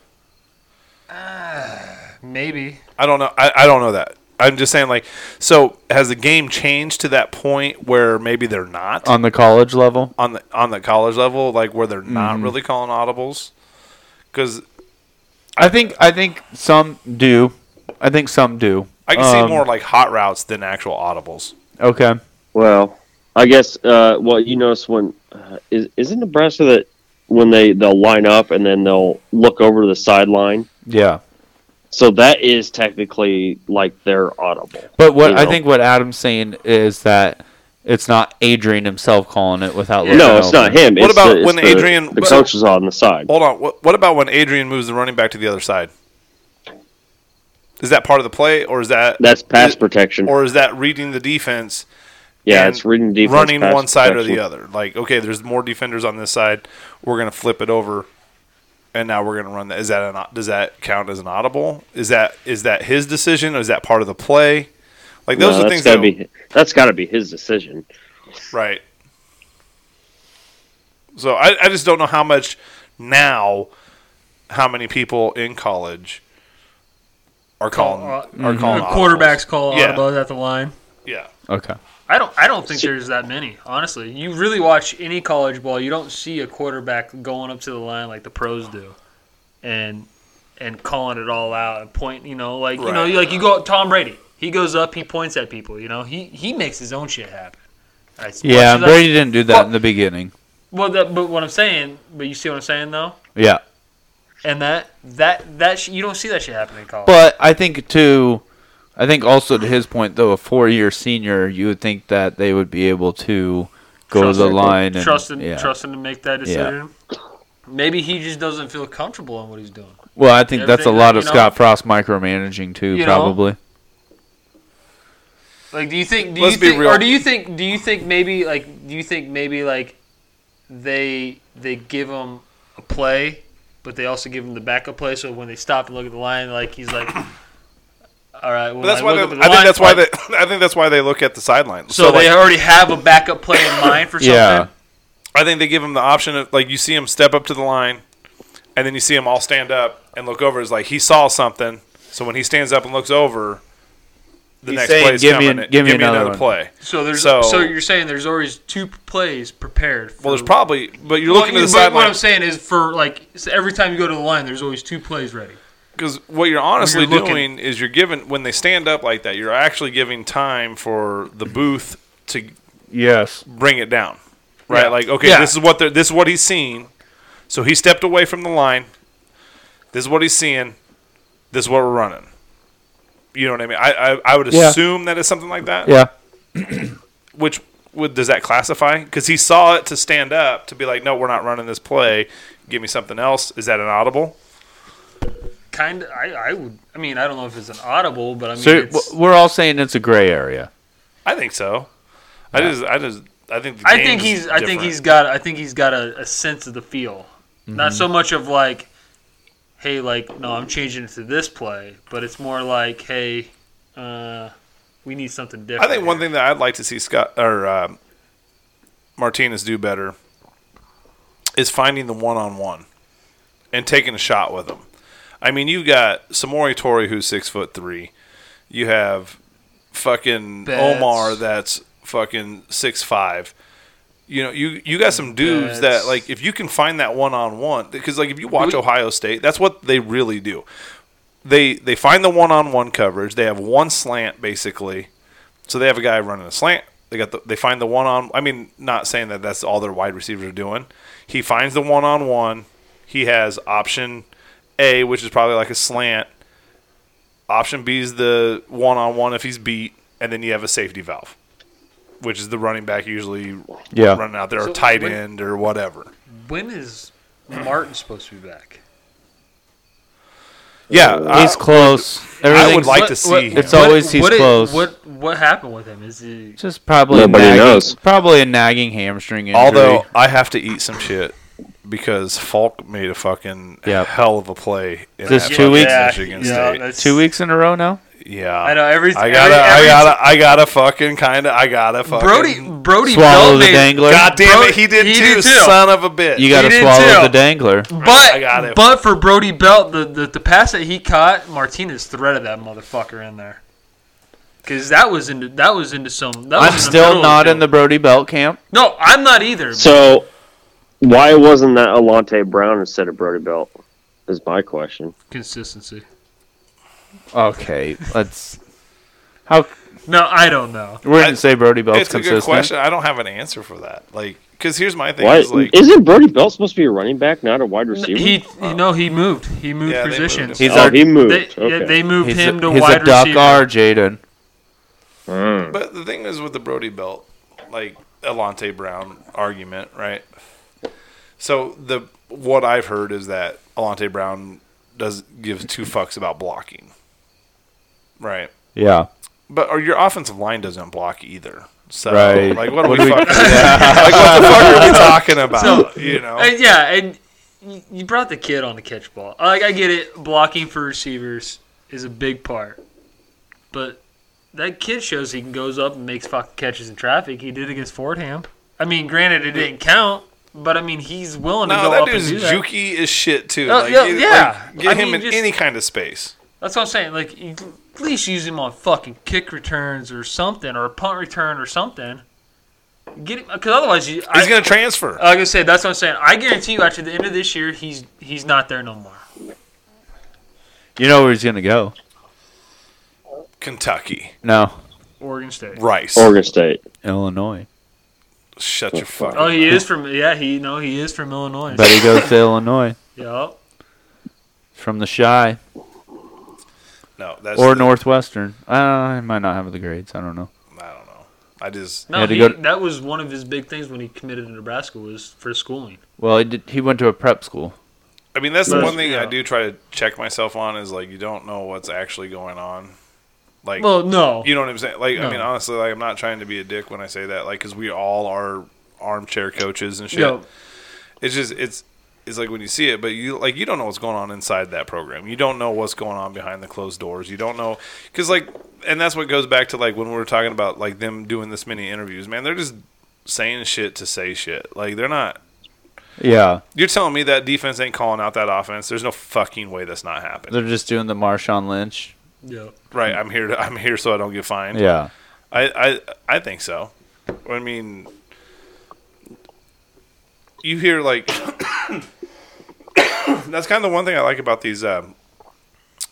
Maybe. I don't know. I, I don't know that. I'm just saying, like, so has the game changed to that point where maybe they're not on the college level. on the on the college level, like where they're mm-hmm. not really calling audibles? Because I think I think some do. I think some do. I can Um, see more like hot routes than actual audibles. Okay. Well, I guess uh, what you notice when uh, is isn't Nebraska that when they they'll line up and then they'll look over to the sideline. Yeah. So that is technically like their audible. But what You I know. think what Adam's saying is that it's not Adrian himself calling it without looking. No, it's over. not him. What it's about the, it's when the, Adrian- the coach is on the side? Hold on. What, what about when Adrian moves the running back to the other side? Is that part of the play, or is that That's pass is- protection. or is that reading the defense? yeah, and it's reading defense. running pass one side or the protection. other. Like, okay, there's more defenders on this side. We're gonna flip it over, and now we're gonna run that. Is that an, does that count as an audible? Is that is that his decision? Or is that part of the play? Like those No, are that's things gotta that be that's gotta be his decision. right. So I, I just don't know how much now, how many people in college are calling uh, are calling audibles. quarterbacks call Yeah. audibles at the line. Yeah, Okay. I don't. I don't think there's that many, honestly. You really watch any college ball, you don't see a quarterback going up to the line like the pros do, and and calling it all out and point. You know, like you Right. know, you- like you go Tom Brady. He goes up, he points at people. You know, he he makes his own shit happen. As Yeah, much as I- Brady didn't do that in the beginning. well, that, but what I'm saying, but you see what I'm saying though, Yeah. and that that that sh- you don't see that shit happen in college. But I think too, I think also to his point though, a four-year senior, you would think that they would be able to go Trust to the him. line and trust him, yeah. trust him to make that decision. Maybe he just doesn't feel comfortable in what he's doing. Well, I think that's a Everything lot that, of you know- Scott Frost micromanaging too, You know? probably. Like, do you think? Do Let's you be think, real. Or do you think? Do you think maybe like? Do you think maybe like they they give him a play, but they also give him the backup play. So when they stop and look at the line, like he's like, all right. Well, But that's I why look they, up at the I think line, that's why like- they I think that's why they look at the sideline. So, So, they like, already have a backup play in mind for something. Yeah. I think they give him the option of like you see him step up to the line, and then you see him all stand up and look over. It's like he saw something. So when he stands up and looks over, the He's next saying, play's "Give me coming. an- give me another one." play. So there's so, So- you're saying there's always two plays prepared. For, Well, there's probably, but you're looking Well, at the but What sideline I'm saying is for like so every time you go to the line, there's always two plays ready. because what you're honestly When you're looking- doing is you're giving when they stand up like that, you're actually giving time for the booth to Yes. bring it down, right? Yeah. Like, okay, Yeah. this is what they're, this is what he's seeing. So he stepped away from the line. This is what he's seeing. This is what we're running. You know what I mean? I I, I would Yeah. assume that it's something like that. Yeah. Which would does that classify? Because he saw it to stand up to be like, no, we're not running this play. Give me something else. Is that an audible? Kind of. I, I would. I mean, I don't know if it's an audible, but I mean, So it's, w- we're all saying it's a gray area. I think so. I just I just I think the I think game's he's. I think different. he's got. I think he's got a, a sense of the feel. Not Mm-hmm. so much of like, hey, like no, I'm changing it to this play, but it's more like, hey, uh, we need something different. I think one thing that I'd like to see Scott or uh, Martinez do better is finding the one on one and taking a shot with him. I mean, you got Samori Tori who's six foot three. You have fucking Betts. Omar that's fucking six five. You know, you you got some Betts. dudes that like if you can find that one on one because like if you watch Ohio State, that's what they really do. They they find the one on one coverage. They have one slant basically, so they have a guy running a slant. They got the, they find the one on. I mean, not saying that that's all their wide receivers are doing. He finds the one on one. He has option A, which is probably like a slant. Option B is the one on one if he's beat, and then you have a safety valve, which is the running back usually Yeah. running out there, So or tight when- end, or whatever. When is Martin supposed to be back? Yeah, Uh, He's I- close. I would Everything's like to see. him. It's always he's what, close. What what happened with him? Is he? just probably a Nobody nagging, knows. probably a nagging hamstring injury. Although I have to eat some shit because Falk made a fucking Yep. hell of a play in This that two fucking weeks? Michigan State. that's- two weeks in a row now. yeah, I know, every- I gotta, every- every- I gotta, I gotta fucking kind of, I gotta fucking. Brody Brody Swallow Bell the made- dangler. God damn Brody- it, he did he did too, too. son of a bitch. You got to did swallow too. the dangler. But I got it. but for Brody Belt, the, the the pass that he caught, Martinez threaded that motherfucker in there. Cause that was into that was into some. That I'm was in the still middle not of in the Brody Belt camp. No, I'm not either. So, why wasn't that Alante Brown instead of Brody Belt? Is my question. Consistency. Okay, let's. How No, I don't know. we're gonna say Brody Belt's it's a consistent? good question. I don't have an answer for that. Like, because here's my thing: Why is like, isn't Brody Belt supposed to be a running back, not a wide receiver? He no, he moved. He moved Yeah, they moved positions. him. He's oh, our he moved. They, yeah, okay. they moved he's him a, to he's wide a duck receiver. R, Jaden. but the thing is with the Brody belt, like Elante Brown argument, right? So the what I've heard is that Elante Brown does gives two fucks about blocking, right? Yeah, But or your offensive line doesn't block either. So Right. like, what are we fucking? like, what the fuck are we talking about? you know, And yeah, and y- you brought the kid on the catch ball. Like I get it, blocking for receivers is a big part, but that kid shows he can goes up and makes fucking catches in traffic. He did against Fordham. I mean, granted, it didn't count, but I mean, he's willing to no, go that up and dude's do that. jukey as shit too. Oh, like, yeah, you- like, yeah. get I him mean, in just- any kind of space. That's what I'm saying. Like, you can at least use him on fucking kick returns or something, or a punt return or something. Get him because otherwise, you, He's I, gonna transfer. like I said, that's what I'm saying. I guarantee you, after the end of this year, he's he's not there no more. You know where he's gonna go? Kentucky, No, Oregon State. Rice. Oregon State. Illinois. Shut your fucking. Oh, he is from yeah. He no, he is from Illinois. But he goes to Illinois Yup. from the shy No, that's or Northwestern. Uh, I might not have the grades. I don't know. I don't know. I just No, Had to he, go to- that was one of his big things when he committed to Nebraska was for schooling. Well, he, did, he went to a prep school. I mean, that's the Right. one thing I Yeah. do try to check myself on is like you don't know what's actually going on. Like Well, no, you know what I'm saying? Like I No. mean, honestly, like I'm not trying to be a dick when I say that. Like because we all are armchair coaches and shit. no, It's just it's it's like when you see it, but you like you don't know what's going on inside that program. You don't know what's going on behind the closed doors. You don't know because like and that's what goes back to like when we were talking about like them doing this many interviews. Man, they're just saying shit to say shit. Like they're not. Yeah, You're telling me that defense ain't calling out that offense. There's no fucking way that's not happening. they're just doing the Marshawn Lynch. yeah. oh, Right, I'm here. To, I'm here so I don't get fined. Yeah, I, I, I think so. I mean, you hear like that's kind of the one thing I like about these um,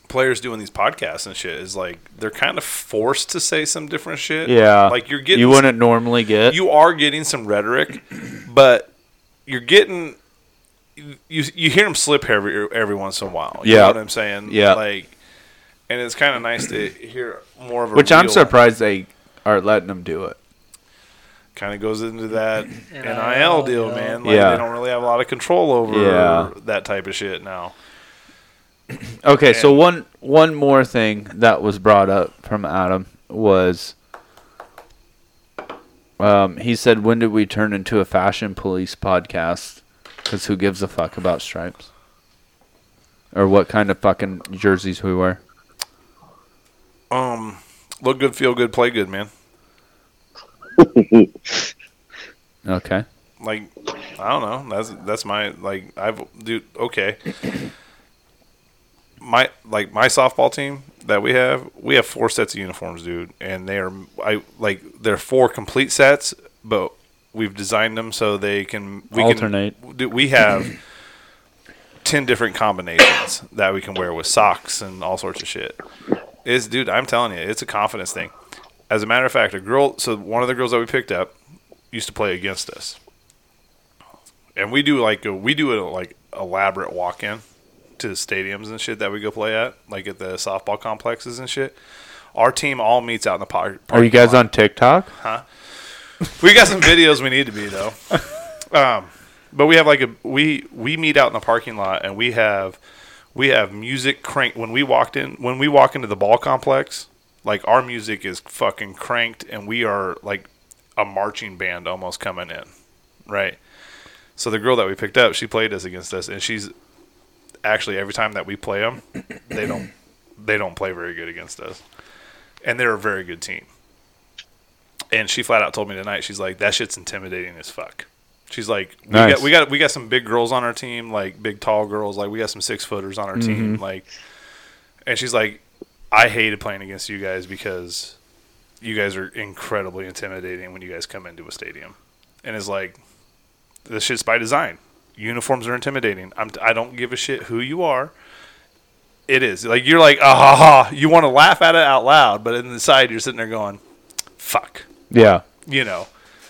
players doing these podcasts and shit is like they're kind of forced to say some different shit. yeah. like you're getting you wouldn't normally get. you are getting some rhetoric, but you're getting you you hear them slip every every once in a while. You Yeah. know what I'm saying. Yeah. like and it's kind of nice to hear more of a which I'm real- surprised they are letting him do it. kind of goes into that NIL, NIL, deal, yeah. man. Like Yeah. they don't really have a lot of control over Yeah. that type of shit now. Okay, so And- one one more thing that was brought up from Adam was um, he said, "When did we turn into a fashion police podcast? Because who gives a fuck about stripes or what kind of fucking jerseys we wear?" Um, look good, feel good, play good, man. Okay, Like I don't know. That's that's my like I've dude. Okay, my like my softball team that we have, we have four sets of uniforms, dude, and they are I like they're four complete sets, but we've designed them so they can we can- Alternate. dude, we have. 10 different combinations that we can wear with socks and all sorts of shit. It's, dude, I'm telling you, it's a confidence thing. As a matter of fact, a girl, so one of the girls that we picked up used to play against us. And we do like, a, we do a like elaborate walk in to the stadiums and shit that we go play at, like at the softball complexes and shit. Our team all meets out in the park. Are you guys on TikTok? We got some videos we need to be though. Um, but we have like a we we meet out in the parking lot and we have we have music crank when we walked in when we walk into the ball complex. Like our music is fucking cranked and we are like a marching band almost coming in, right? So the girl that we picked up, she played us against us, and she's actually every time that we play them, they don't they don't play very good against us, and they're a very good team. And she flat out told me tonight, she's like, that shit's intimidating as fuck. She's like, we Nice. got we got we got some big girls on our team, like big tall girls, like we got some six footers on our team, like. And she's like, I hated playing against you guys because you guys are incredibly intimidating when you guys come into a stadium. And it's like, this shit's by design. Uniforms are intimidating. I'm, I don't give a shit who you are. It is like you're like ah ha ha. You want to laugh at it out loud, but inside you're sitting there going, "Fuck," Yeah, you know.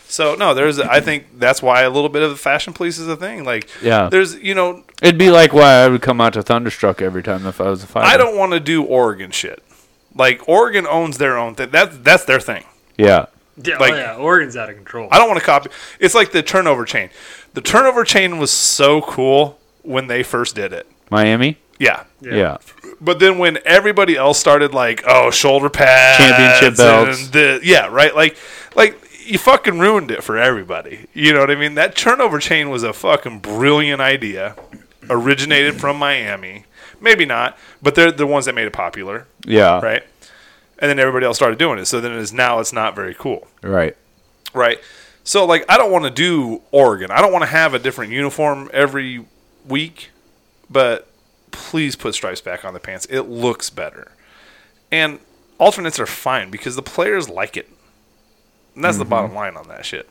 So no, there's. I think that's why a little bit of the fashion police is a thing. Like, Yeah. there's you know it'd be like why I would come out to Thunderstruck every time if I was a fighter. I don't want to do Oregon shit. Like Oregon owns their own thing. That's that's their thing. Yeah, Yeah, Like- oh, yeah, Oregon's out of control. I don't want to copy. It's like the turnover chain. The turnover chain was so cool when they first did it. Miami. Yeah. Yeah, But then when everybody else started like, oh, shoulder pads, Championship and belts. the- yeah, right. Like, like you fucking ruined it for everybody. You know what I mean? That turnover chain was a fucking brilliant idea, originated from Miami. Maybe not, but they're the ones that made it popular, yeah. right? And then everybody else started doing it. So then it is now it's not very cool right. right? So like I don't want to do Oregon. I don't want to have a different uniform every week, but please put stripes back on the pants. It looks better. And alternates are fine because the players like it. And that's the Mm-hmm. bottom line on that shit.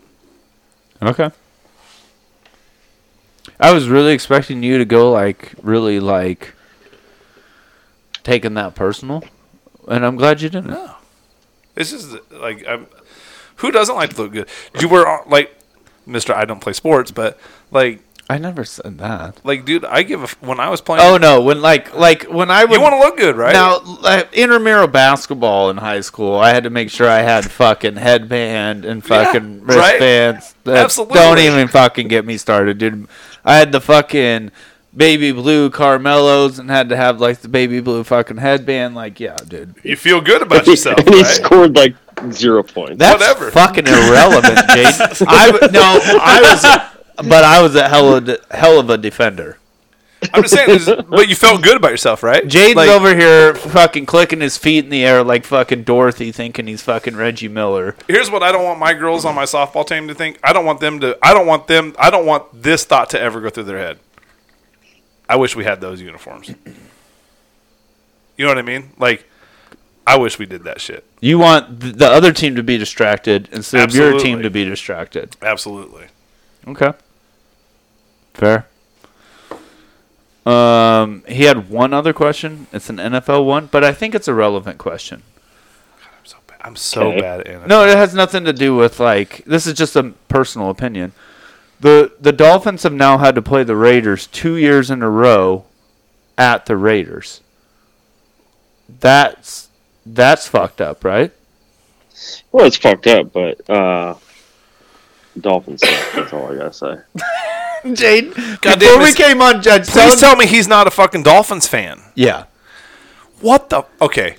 Okay. I was really expecting you to go like really like taking that personal, and I'm glad you didn't. It's just like I'm, who doesn't like to look good? You were on- like Mister. I don't play sports, but like I never said that. like dude, I give a f- when I was playing. Oh no! When like like when I would you want to look good, right? Now, like, intramural basketball in high school, I had to make sure I had fucking headband and fucking Yeah, right? wristbands. That- Absolutely. Don't even fucking get me started, dude. I had the fucking baby blue Carmelos and had to have like the baby blue fucking headband. Like, yeah, dude. you feel good about yourself. and he right? scored like zero points. That's Whatever. fucking irrelevant, Jade. I w- no, I was, but I was a hell of, hell of a defender. I'm just saying, this is- but you felt good about yourself, right? Jaden's Like, over here fucking clicking his feet in the air like fucking Dorothy, thinking he's fucking Reggie Miller. Here's what I don't want my girls on my softball team to think. I don't want them to. I don't want them. I don't want this thought to ever go through their head. I wish we had those uniforms. You know what I mean? Like, I wish we did that shit. You want th- the other team to be distracted instead of your team Absolutely. to be distracted. Absolutely. Okay. Fair. Um, he had one other question. It's an NFL one, but I think it's a relevant question. I'm so bad. I'm so Okay. bad at it. No, it has nothing to do with like this is just a personal opinion. The the Dolphins have now had to play the Raiders 2 years in a row at the Raiders. That's that's fucked up, right? Well, it's fucked up, but uh, Dolphins. suck. That's all I gotta say. Jade, God before damn, we it's- came on Judge Stone- Please tell me he's not a fucking Dolphins fan. Yeah. What the? Okay,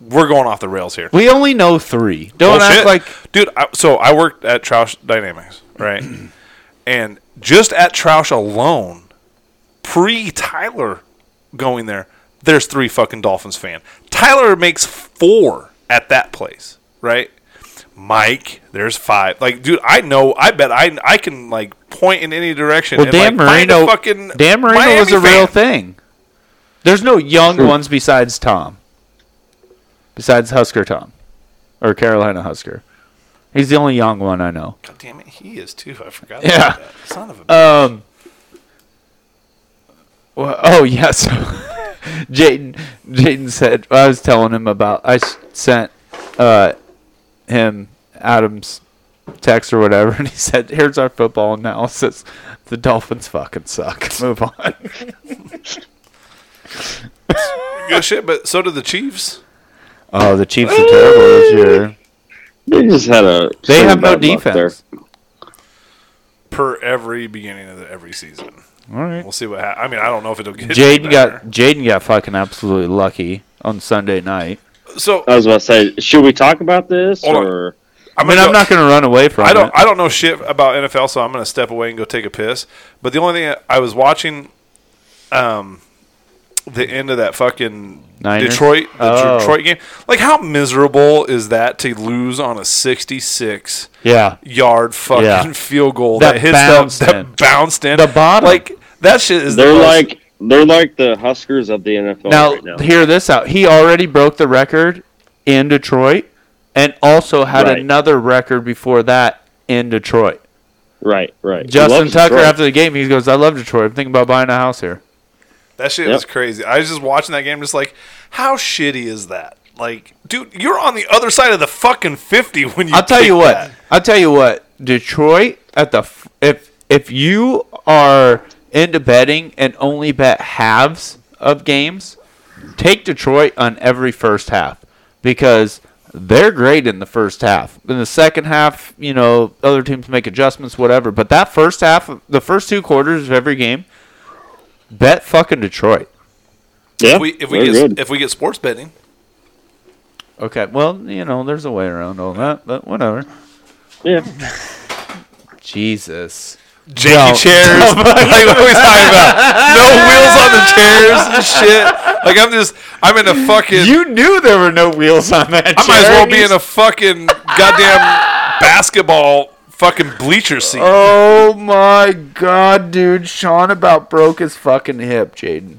we're going off the rails here. We only know three. Don't Bullshit. act like dude. I, so I worked at Troush Dynamics, right? and just at Troush alone, pre Tyler going there, there's three fucking Dolphins fan. Tyler makes four at that place, right? Mike, there's five. Like, dude, I know. I bet I I can like point in any direction. well, and, Dan like, find a Marino. fucking Dan Marino was Miami a real fan. thing. There's no young ones besides Tom, besides Husker Tom, or Carolina Husker. He's the only young one I know. God damn it, he is too. I forgot. Yeah. About that. Son of a. Um. Well, oh yes, Jaden. Jaden said I was telling him about. I s- sent uh, him Adam's text or whatever, and he said, "Here's our football analysis. The Dolphins fucking suck. Move on." good shit, but so do the Chiefs. Oh, the Chiefs are terrible this year. They just had a. They have no bad luck there. defense. per every beginning of the, every season. All right. We'll see what happens. I mean, I don't know if it'll get Jaden got better. Jaden got fucking absolutely lucky on Sunday night. so. I was about to say, should we talk about this Hold on. or? I mean, I'm not going to run away from I don't. it. I don't know shit about NFL, so I'm gonna step away and go take a piss. But the only thing I was watching, um, the end of that fucking Niners? Detroit the Oh. Detroit game. Like, how miserable is that to lose on a 66 yeah, yard fucking Yeah. field goal that, That hits bounced them, in. that bounced in The bottom. Like that shit is. the They're most- like they're like the Huskers of the NFL now, right now. hear this out. He already broke the record in Detroit, and also had Right. another record before that in Detroit. right, right. Justin Love Tucker Detroit. after the game, he goes, "I love Detroit. I'm thinking about buying a house here." That shit Yep. was crazy. I was just watching that game, just like, how shitty is that? Like, dude, you're on the other side of the fucking fifty when you. I'll tell kick you what. that. I'll tell you what. Detroit at the f- if if you are into betting and only bet halves of games, take Detroit on every first half because they're great in the first half. In the second half, you know, other teams make adjustments, whatever. But that first half, the first two quarters of every game, bet fucking Detroit. Yeah, If we if we get they're good. if we get sports betting, Okay, well, you know, there's a way around all that, but whatever. yeah. Jesus. janky No. chairs, like what we talking about, no wheels on the chairs and shit. Like I'm just, I'm in a fucking. You knew there were no wheels on that. I might as well be in a fucking goddamn basketball fucking bleacher seat. Oh my god, dude! Sean about broke his fucking hip, Jaden.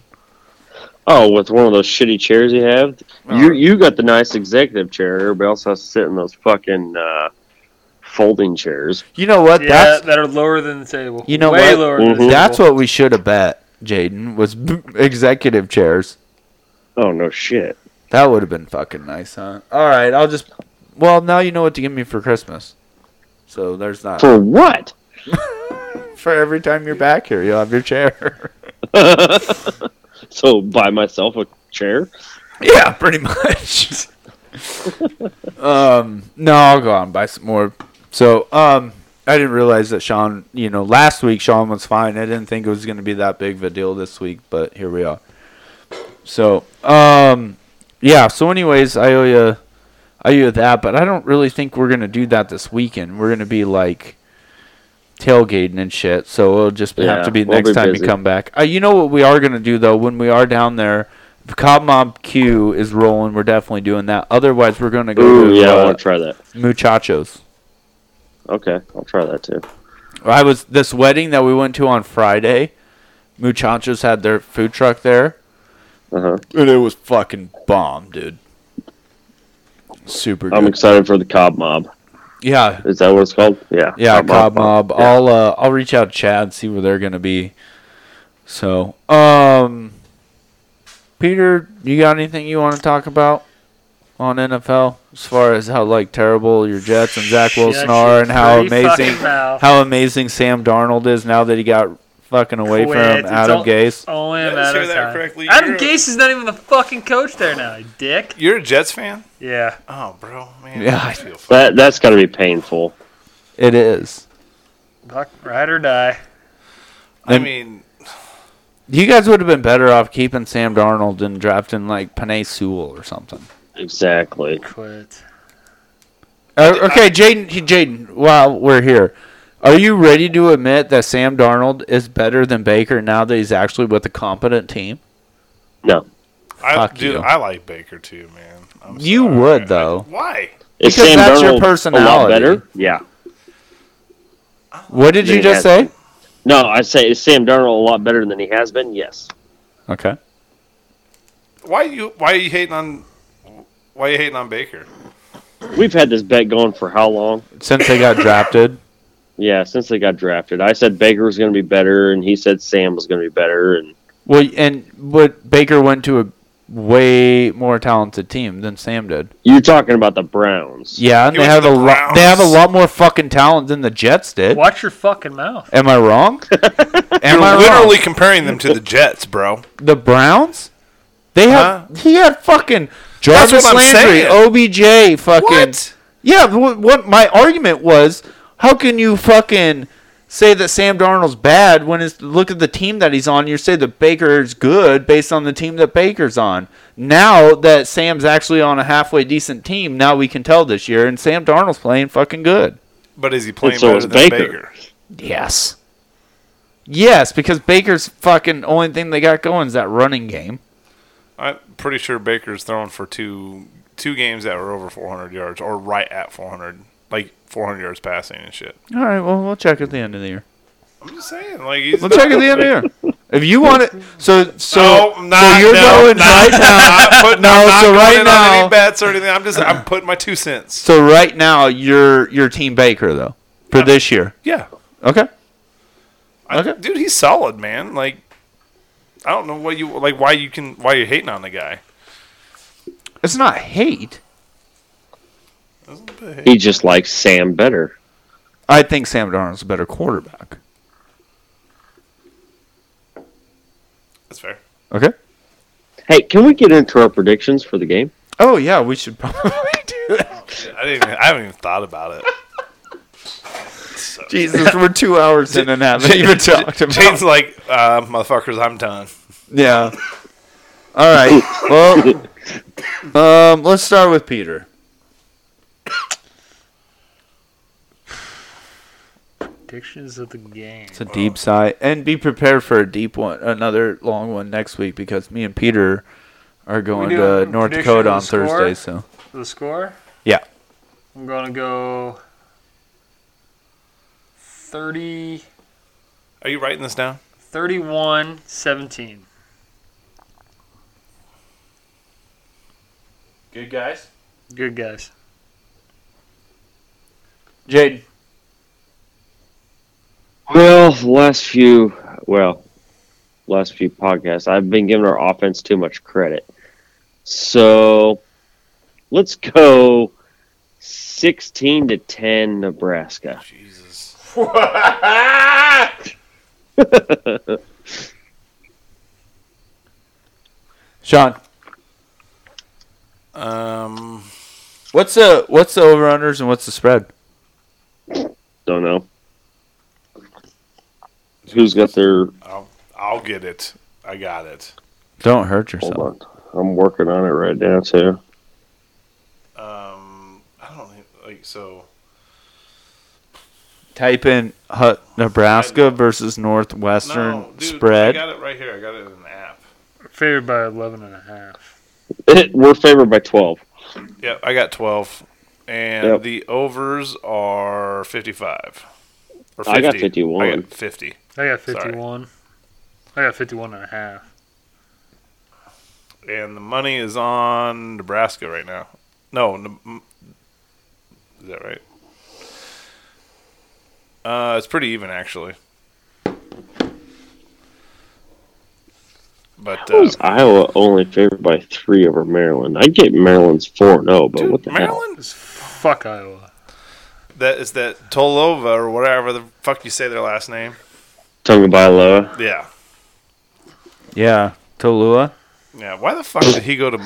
Oh, with one of those shitty chairs you have, you you got the nice executive chair. Everybody else has to sit in those fucking uh, folding chairs. You know what? Yeah, that's that are lower than the table. you know way what? lower. Than the Mhm. That's table. what we should have bet, Jaden. Was b- executive chairs. Oh no shit. That would have been fucking nice, huh? All right, I'll just. Well, now you know what to give me for Christmas. So there's that. For what? For every time you're back here, you'll have your chair. So buy myself a chair? yeah, pretty much. um, no, I'll go out and buy some more. So, um, I didn't realize that Sean. You know, last week Sean was fine. I didn't think it was going to be that big of a deal this week, but here we are. So, um, yeah. So, anyways, I owe you, I owe you that. But I don't really think we're gonna do that this weekend. We're gonna be like tailgating and shit. So it'll just Yeah, have to be we'll next be time busy. you come back. Uh, you know what we are gonna do though when we are down there. If Cobb Mob Q is rolling, we're definitely doing that. Otherwise, we're gonna go Ooh, to yeah, I uh, want to try that. Muchachos. Okay, I'll try that too. I was this wedding that we went to on Friday. Muchachos had their food truck there, Uh huh. and it was fucking bomb, dude. Super I'm good. excited for the Cobb Mob. yeah, Is that what it's called? Yeah. yeah, Cobb Mob. I'll uh, I'll reach out to Chad and see where they're gonna be. So, um, Peter, you got anything you want to talk about on NFL as far as how like terrible your Jets and Zach Wilson are, and how amazing how amazing Sam Darnold is now that he got fucking away Quit. from Adam Don't- Gase. Only Did I a matter say of that time. correctly? Adam You're- Gase is not even the fucking coach there now, you dick. You're a Jets fan? Yeah. Oh, bro, man. Yeah, I I- feel fucked. That that's got to be painful. It is. Fuck, ride or die. I And- mean, You guys would have been better off keeping Sam Darnold and drafting like Panay Sewell or something. Exactly. Quit. Uh, okay, Jaden, Jaden, while we're here, are you ready to admit that Sam Darnold is better than Baker now that he's actually with a competent team? No. I, Fuck dude, you. I like Baker too, man. I'm You sorry. would, though. Why? Is Because that's your Darnold a lot personality. better? Yeah. What did you Yeah. just say? No, I say is Sam Darnold a lot better than he has been? Yes. Okay. Why you? Why are you hating on? Why are you hating on Baker? We've had this bet going for how long? Since they got drafted, Yeah, since they got drafted. I said Baker was going to be better, and he said Sam was going to be better, and well, and but Baker went to a way more talented team than Sam did. you're talking about the Browns. Yeah, and He they have went to a the lot. They have a Browns. lot more fucking talent than the Jets did. Watch your fucking mouth. Am I wrong? Am I You're wrong? literally comparing them to the Jets, bro. the Browns? They have he had fucking Jarvis what I'm Landry, saying. OBJ, fucking yeah. What, what my argument was? How can you fucking say that Sam Darnold's bad when it's look at the team that he's on? You say that Baker's good based on the team that Baker's on. Now that Sam's actually on a halfway decent team, now we can tell this year, and Sam Darnold's playing fucking good. But is he playing And so better is than Baker? Baker. Yes. Yes, because Baker's fucking only thing they got going is that running game. I'm pretty sure Baker's thrown for two two games that were over 400 yards or right at 400, like 400 yards passing and shit. All right, well, we'll check at the end of the year. I'm just saying, like he's We'll check at the end of the year. If you want it, so so, No, not- so you're no, going not- right now. not putting, No, I'm not so going right in on now- any bets or anything. I'm just I'm putting my two cents. So right now, you're you're Team Baker though for this year. Yeah, Okay. I- Okay. dude, he's solid, man. Like I don't know what you like why you can why you're hating on the guy. It's not hate. He just likes Sam better. I think Sam Darnold's a better quarterback. That's fair. Okay. Hey, can we get into our predictions for the game? Oh yeah, we should probably do that. I didn't. Even, I haven't even thought about it. Jesus, we're two hours in and haven't even talked about. Jane's like, uh, motherfuckers, I'm done. Yeah. All right. Well, um, let's start with Peter. Predictions of the game. It's a Oh. deep sigh, and be prepared for a deep one, another long one next week because me and Peter are going do to a North prediction Dakota of on the score? Thursday. So The score? yeah, I'm gonna go thirty Are you writing this down? thirty-one seventeen. good guys. Good guys. Jaden, Well, the last few, well, last few podcasts, I've been giving our offense too much credit. So let's go 16 to 10 Nebraska. Jesus. Sean, Um, what's the what's the over unders and what's the spread? Don't know. Who's got their I'll, I'll get it. I got it. Don't hurt hold yourself. on. I'm working on it right now too. Um, I don't think- like so. Type in Hut, Nebraska versus Northwestern No, dude, I spread. got it right here. I got it in an app. Favored by 11 and a half. We're favored by 12. Yep, I got 12. And Yep. the overs are 55. Or 50. I got I 51. got 50. I got Sorry. 51. I got 51 and a half. And the money is on Nebraska right now. No, Ne- is that right? Uh, it's pretty even actually. But How uh, is Iowa only favored by three over Maryland? I get Maryland's 4 0, but what the hell? Maryland, It's fuck Iowa. that is that Tolova or whatever the fuck you say their last name. Tonga Bailoa. Yeah, Yeah, Tolua. yeah. Why the fuck did he go to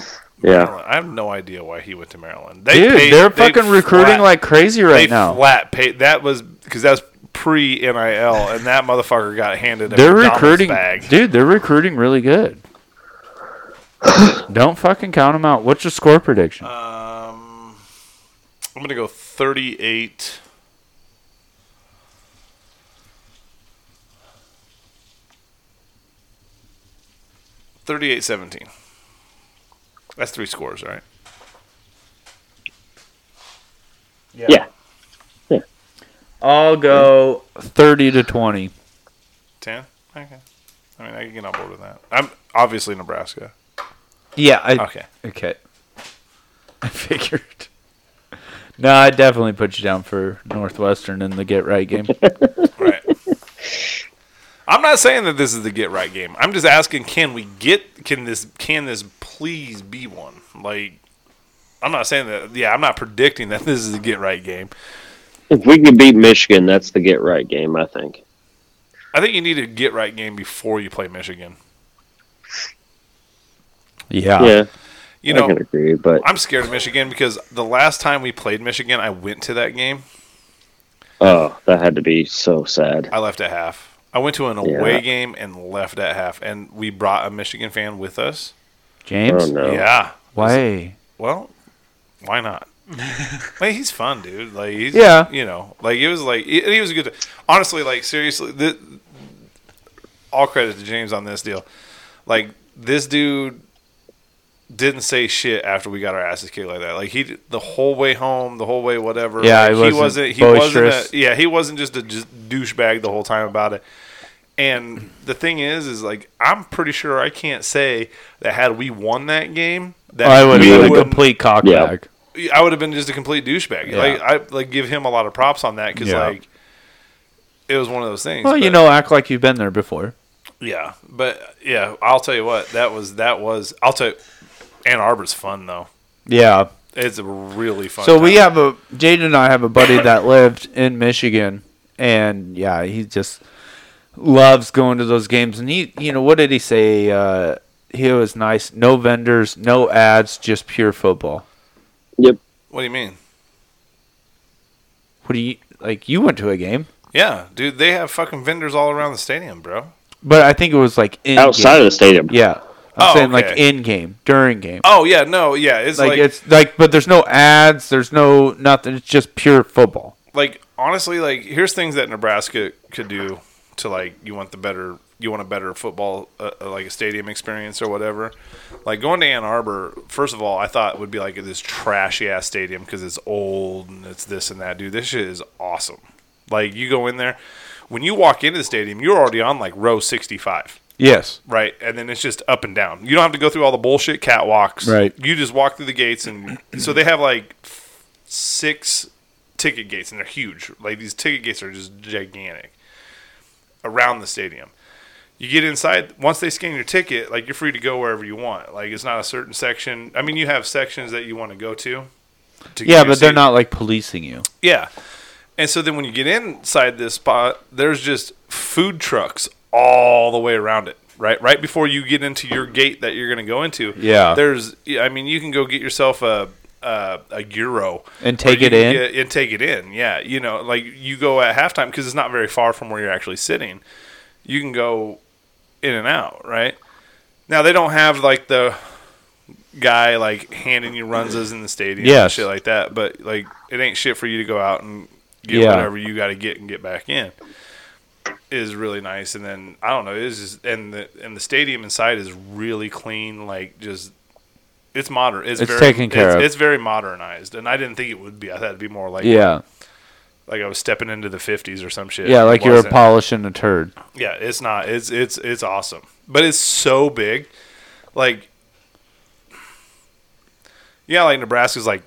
Yeah. Maryland? I have no idea why he went to Maryland. They Dude, paid- they're they fucking recruiting flat- like crazy right they now. flat paid. That was because that's pre NIL, and that motherfucker got handed. A they're McDonald's recruiting, bag. dude. They're recruiting really good. Don't fucking count them out. What's your score prediction? Um, I'm gonna go 38. Thirty-eight, seventeen. That's three scores, right? Yeah. I'll go thirty to twenty. Ten. Okay. I mean, I can get on board with that. I'm obviously Nebraska. Yeah. I, Okay. Okay. I figured. No, I definitely put you down for Northwestern in the get right game. Right. I'm not saying that this is the get right game. I'm just asking, can we get? Can this? Can this please be one? Like, I'm not saying that. Yeah, I'm not predicting that this is the get right game. If we can beat Michigan, that's the get right game, I think. I think you need a get right game before you play Michigan. yeah. yeah, You Uh, I know, can agree, but I'm scared of Michigan because the last time we played Michigan, I went to that game. oh, that had to be so sad. I left at half. I went to an Yeah. away game and left at half, and we brought a Michigan fan with us. James. Oh, no. Yeah. Why? Well, why not? like he's fun, dude. Like he's Yeah. you know, like it was like he, he was a good. Honestly, like seriously, th all credit to James on this deal. Like this dude didn't say shit after we got our asses kicked like that. Like he d- the whole way home, the whole way whatever. Yeah, like, he wasn't He wasn't. boisterous. A, yeah, he wasn't just a just douchebag the whole time about it. And the thing is, is like I'm pretty sure I can't say that had we won that game, that I would we have been a wouldn't- complete cockbag. I would have been just a complete douchebag. Yeah. Like I like give him a lot of props on that because Yeah. like it was one of those things. Well, you but- know, act like you've been there before. yeah, but yeah, I'll tell you what that was. That was I'll tell. You, Ann Arbor's fun though. Yeah. It's a really fun. So we time. have a Jaden and I have a buddy that lived in Michigan, and yeah, he just loves going to those games. And he, you know, what did he say? Uh, he was nice. No vendors, no ads, just pure football. Yep. What do you mean? What do you like? You went to a game, Yeah, dude, they have fucking vendors all around the stadium, bro. but I think it was like in Outside of the stadium. Game. Yeah, I'm Oh, saying like okay. in game, during game. Oh yeah, no, yeah, it's like, like, it's like, but there's no ads. There's no nothing. It's just pure football. like honestly, like here's things that Nebraska could do to like you want the better you want a better football uh, uh, like a stadium experience or whatever. Like going to Ann Arbor, first of all, I thought would be like this trashy ass stadium because it's old and it's this and that. Dude, this shit is awesome. Like you go in there, when you walk into the stadium, you're already on like row 65 Yes. right? And then it's just up and down. You don't have to go through all the bullshit catwalks. Right. You just walk through the gates, and so they have like six ticket gates, and they're huge. Like these ticket gates are just gigantic around the stadium. you get inside once they scan your ticket like you're free to go wherever you want like it's not a certain section i mean you have sections that you want to go to, to get Yeah, your but they're seat. not like policing you. yeah and so then when you get inside this spot there's just food trucks all the way around it right right before you get into your gate that you're going to go into Yeah. there's yeah, i mean you can go get yourself a a, a euro And take Or you it can in? get- and take it in yeah you know like you go at halftime because it's not very far from where you're actually sitting you can go in and out, right? Now they don't have like the guy like handing you runzas in the stadium Yes. and shit like that, but like it ain't shit for you to go out and get Yeah. whatever you got to get and get back in. Is really nice, and then I don't know. It's just and the and the stadium inside is really clean, like just it's modern. It's, It's very, taken care it's, of. It's very modernized, and I didn't think it would be. I thought it'd be more like Yeah, like I was stepping into the fifties or some shit. yeah, It like you're wasn't. polishing a turd. Yeah, it's not. It's it's it's awesome, but it's so big. Like, yeah, like Nebraska's like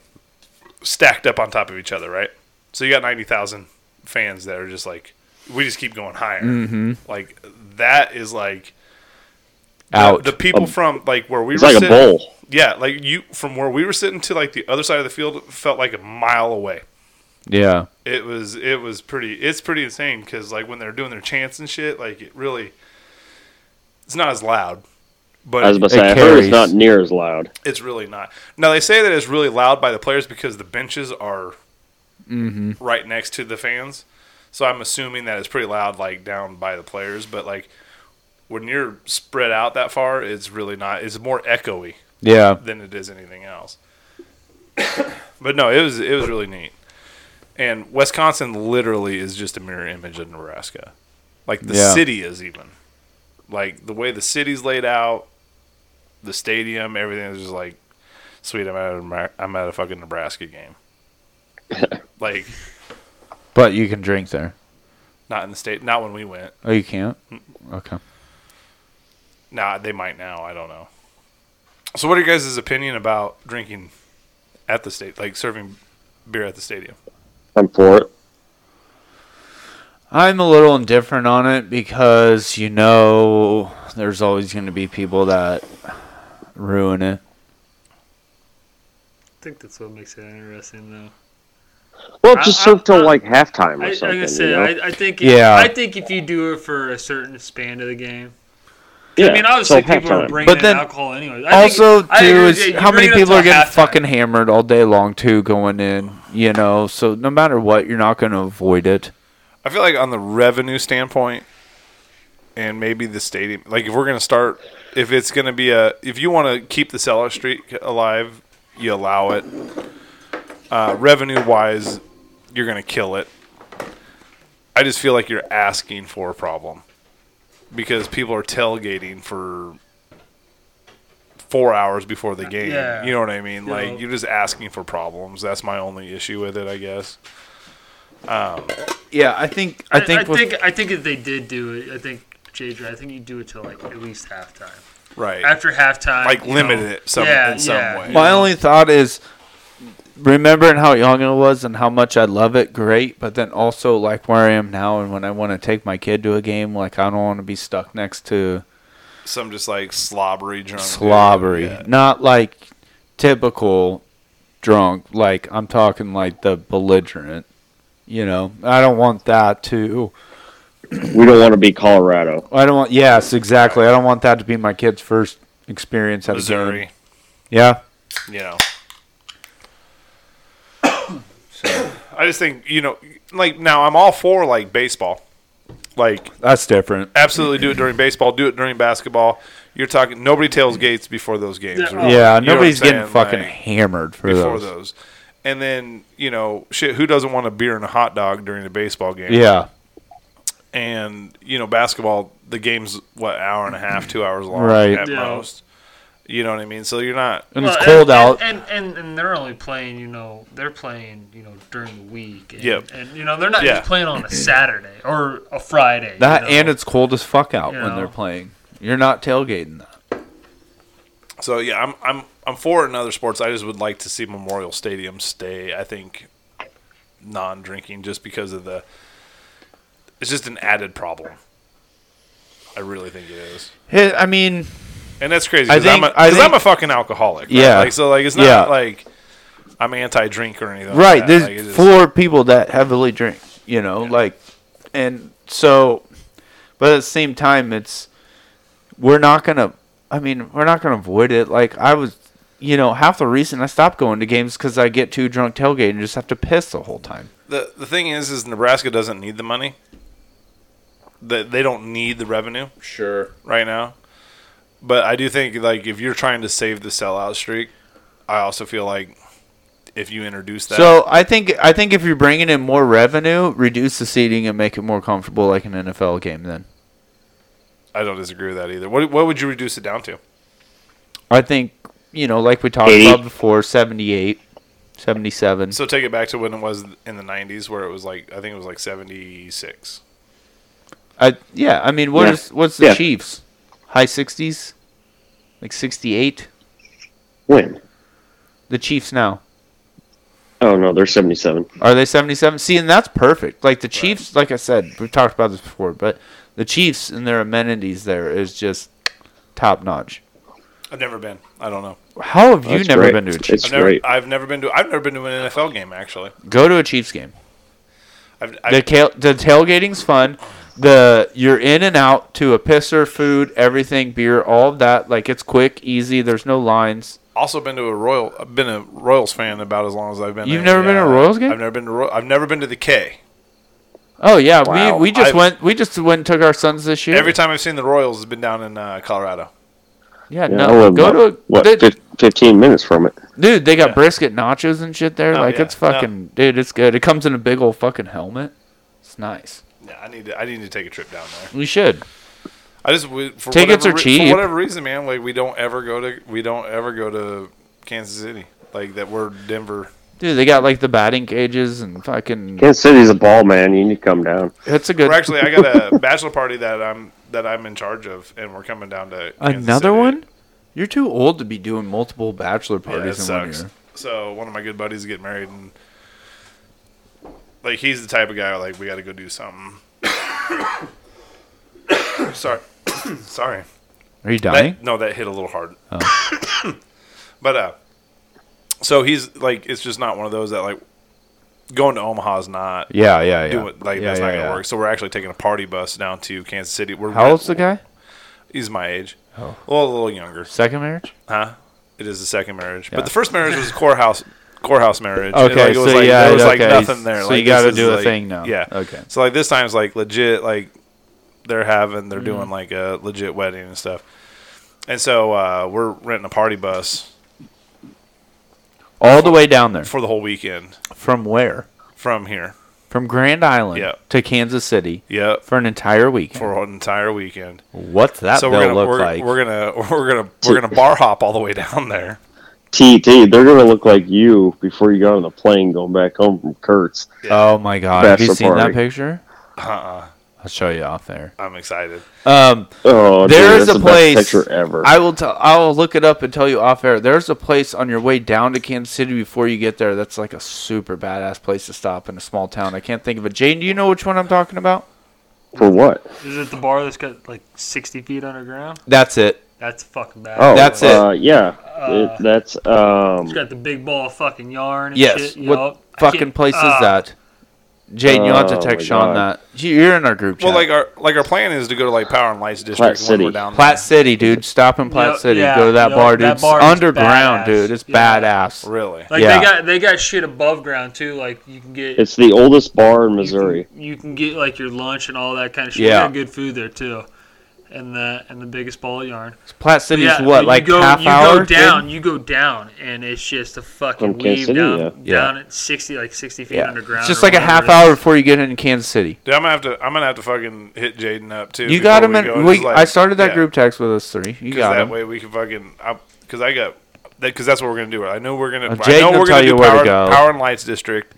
stacked up on top of each other, right? So you got ninety thousand fans that are just like, we just keep going higher. Like that is like the- Out. the people from like where we Um, It's were like a sitting, bowl. Yeah, like you from where we were sitting to like the other side of the field felt like a mile away yeah, it was it was pretty it's pretty insane because like when they're doing their chants and shit like it really it's not as loud but I was about to It say, I heard it's carries. not near as loud. it's really not now they say that it's really loud by the players because the benches are Mm-hmm. right next to the fans so i'm assuming that it's pretty loud like down by the players but like when you're spread out that far it's really not it's more echoey yeah. than it is anything else. but no, it was it was really neat. And Wisconsin literally is just a mirror image of Nebraska. Like the Yeah. city is even. Like the way the city's laid out, the stadium, everything is just like sweet, I'm at a, Nebraska- I'm at a fucking Nebraska game. like But you can drink there. not in the state, not when we went. Oh, you can't. Okay. Nah, they might now. I don't know. So, what are you guys' opinion about drinking at the state, like serving beer at the stadium? I'm for it. I'm a little indifferent on it because you know there's always going to be people that ruin it. I think that's what makes it interesting, though. Well, I- just I- serve till I- like halftime I, or I'm something. gonna say, you know? I, I think, Yeah. I think if you do it for a certain span of the game, yeah, I mean, obviously till people are halftime. bringing But then- in alcohol anyway. I think- also, I too, agree is with you. You how bring many it up people to are getting halftime. fucking hammered all day long too, going in. You know, so no matter what, you're not going to avoid it. I feel like on the revenue standpoint, and maybe the stadium, like if we're gonna start, if it's gonna be a, if you want to keep the sellout streak alive, you allow it. Uh, revenue wise, you're gonna kill it. I just feel like you're asking for a problem because people are tailgating for four hours before the game. Yeah. You know what I mean? Yeah. Like you're just asking for problems. That's my only issue with it, I guess. Yeah, I think I think I with, think, I think if they did do it, I think Jadra, I think you do it till like at least halftime. Right. After halftime, like you limited know, it some yeah, in some yeah. way. my only thought is remembering how young I was and how much I love it, great. But then also like where I am now and when I want to take my kid to a game, like I don't want to be stuck next to Some just like slobbery drunk. dude. slobbery, Yeah. not like typical drunk. Like I'm talking like the belligerent. You know, I don't want that to. we don't want to be Colorado. I don't want. Yes, exactly. I don't want that to be my kid's first experience at a game. Missouri, Yeah, you know. I just think you know, like now I'm all for like baseball, like that's different. absolutely do it during baseball, do it during basketball. You're talking nobody tailgates before those games. Yeah, or- Oh, you know Yeah, what nobody's I'm getting saying? fucking Like, hammered for before those. those. And then you know, shit, who doesn't want a beer and a hot dog during a baseball game? Yeah, and you know basketball the game's what hour and a half two hours long Right. at Yeah. most you know what i mean so you're not and Well, it's cold out. and, and and they're only playing, you know, they're playing, you know, during the week. And, Yep. and you know, they're not Yeah. just playing on a Saturday or a Friday. that you know? and it's cold as fuck out You when know. they're playing. You're not tailgating that. so yeah i'm i'm i'm for it in other sports i just would like to see memorial stadium stay i think non-drinking just because of the it's just an added problem I really think it is. Hey, I mean, And that's crazy I because I'm, a- think- I 'cause I'm think- a fucking alcoholic. right? Yeah. Like, so like it's not Yeah. like I'm anti-drink or anything. right Like that. there's Like, it is- four people that heavily drink you know like and so but at the same time it's we're not gonna i mean we're not gonna avoid it like i was you know half the reason i stopped going to games because i get too drunk tailgate and just have to piss the whole time the the thing is, is Nebraska doesn't need the money. That they don't need the revenue Sure. right now. But I do think like if you're trying to save the sellout streak, I also feel like if you introduce that, so i think i think if you're bringing in more revenue reduce the seating and make it more comfortable like an nfl game then I don't disagree with that either. What what would you reduce it down to? i think you know like we talked Eighty. about before 78 77 So take it back to when it was in the '90s, where it was like I think it was like 76. I yeah. I mean, what Yeah. is what's the Yeah. Chiefs? High sixties, like sixty eight. When? The Chiefs now Oh no, they're seventy-seven. are they seventy seven? See, and that's perfect. Like the Chiefs, like I said, we've talked about this before, but the Chiefs and their amenities there is just top notch. I've never been. I don't know. How have you That's never great. been to a Chiefs? It's I've never, great. I've never been to. I've never been to an NFL game actually. Go to a Chiefs game. I've, The I've, ca- the tailgating's fun. The you're in and out to a pisser, food, everything, beer, all of that. Like it's quick, easy. There's no lines. also been to a Royal. I've been a Royals fan about as long as I've been. You've never been to a Royals game? I've never been to. Roy- I've never been to the K. Oh yeah, Wow. we, we just I've- went we just went and took our sons this year. Every time I've seen the Royals has been down in uh, Colorado. Yeah, Yeah, I no, live go about, to a, what dude, fif- fifteen minutes from it. dude, They got brisket nachos and shit there. Oh, like yeah. it's fucking, dude, it's good. It comes in a big old fucking helmet. It's nice. Yeah, I need to. I need to take a trip down there. We should. I just we, for Tickets whatever are re- cheap. For whatever reason, man, like we don't ever go to. We don't ever go to Kansas City. Like that, we're Denver. Dude, they got like the batting cages and fucking. Kansas City's a ball, man. You need to come down. It's a good. We're actually, I got a bachelor party that I'm that I'm in charge of, and we're coming down to Kansas Another City. one. You're too old to be doing multiple bachelor Yeah, it parties in one Oh, sucks. year. So one of my good buddies is getting married, and like he's the type of guy like we got to go do something. Sorry, sorry. Are you dying? That, no, that hit a little hard. Oh. but uh, so he's like, it's just not one of those that like going to Omaha is not yeah, yeah, yeah. doing like yeah, that's not yeah, gonna yeah. work. So we're actually taking a party bus down to Kansas City. We're How old's the guy? He's my age. Oh. Well, a little younger, Second marriage? huh? It is the second marriage, Yeah. but the first marriage was a core house, core house marriage. Okay, like, it was so like, yeah, there was okay, like nothing there. so like, you gotta this is, do a like- thing now. Yeah. Okay. So like this time's like legit, like they're having, they're doing Mm. like a legit wedding and stuff. And so uh, we're renting a party bus All the way down there. for the whole weekend From where? from here. From Grand Island Yeah. to Kansas City Yep. for an entire weekend. For an entire weekend. What's that so bill we're gonna look we're, like? we're gonna we're gonna we're gonna bar hop all the way down there. TT, E they're gonna look like you before you got on the plane going back home from Kurtz. oh my god! Have Bachelor you seen that party. picture? Uh-uh. I'll show you off there. I'm excited. Um, Oh, dude, There is that's a the best place- picture ever. I will tell. I'll look it up and tell you off air. There's a place on your way down to Kansas City before you get there. That's like a super badass place to stop in a small town. I can't think of it. Jane, do you know which one I'm talking about? For what? Is it the bar that's got like 60 feet underground? That's it. That's fucking bad. Oh, That's it. uh, Yeah, Uh, it, that's um. It's got the big ball of fucking yarn and Yes. shit. you know? what I fucking can't- place is ah, that? Jane, you'll have to Oh text my Sean God. that. You're in our group chat. Well, like our like our plan is to go to like Power and Lights District Platte when we're City. down Platt City, dude. Stop in Platt uh, Yeah, City. yeah, Go to that yeah, bar, dude. that it's bar is underground, badass. dude. It's Yeah. badass. there. Really? Like Yeah. they got they got shit above ground too. Like you can get It's the oldest bar in you can- Missouri. You can, get like your lunch and all that kind of shit. Yeah. They got good food there too, and the and the biggest ball of yarn. Platt City's yeah, what, you like go, half you hour? go dude? down, you go down, and it's just a fucking From Kansas weave City, down, yeah. down at sixty like sixty feet Yeah. underground. It's just or like a whatever half it is. hour before you get into Kansas City. Dude, I'm gonna have to. I'm gonna have to fucking hit Jaden up too. You got before him, we and go, just, we, like- I started that yeah, group text with us three. You 'cause got that him. way we can fucking. Because I got. Because that's what we're gonna do. I know we're gonna. Uh, I Jaden know will we're tell gonna you do where to Power, go. Power and Lights District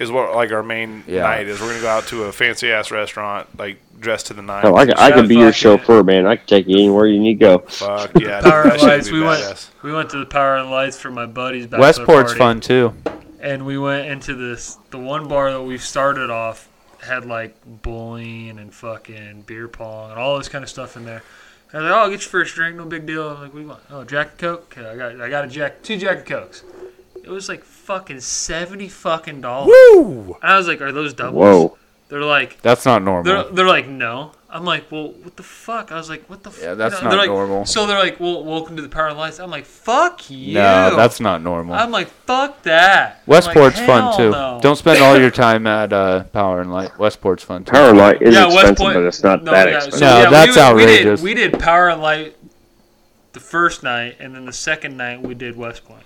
is what like our main Yeah. night is. We're gonna go out to a fancy ass restaurant, like dressed to the nines. Oh, I, could- I Shout could be your out to you. chauffeur, man. I could take you anywhere you need to go. Fuck yeah! dude, Power that and shit would lights. be We badass. went. We went to the power and lights for my buddies. Back Westport's fun, too. And we went into this the one bar that we've started off had like bullying and fucking beer pong and all this kind of stuff in there. And I was like, oh, get your first drink, no big deal. I'm like, what do you want? Oh, Jack and Coke. Okay, I got I got a Jack, two Jack and Cokes. It was like fucking seventy fucking dollars. Woo! And I was like, are those doubles? Whoa. They're like, That's not they're, normal. they're like, no. I'm like, well, what the fuck? I was like, what the? Yeah, fuck? that's They're not like- normal. So they're like, well, welcome to the power of lights. I'm like, fuck you. No, that's not normal. I'm like, fuck that. I'm like, Westport's fun "Hell too. no." Don't spend all your time at uh, Power and Light. Westport's fun too. Power light is yeah, expensive, West Point, but it's not no, that yeah, expensive. so, No, yeah, that's we, we did- outrageous. We did, Power and Light the first night, and then the second night we did West Point.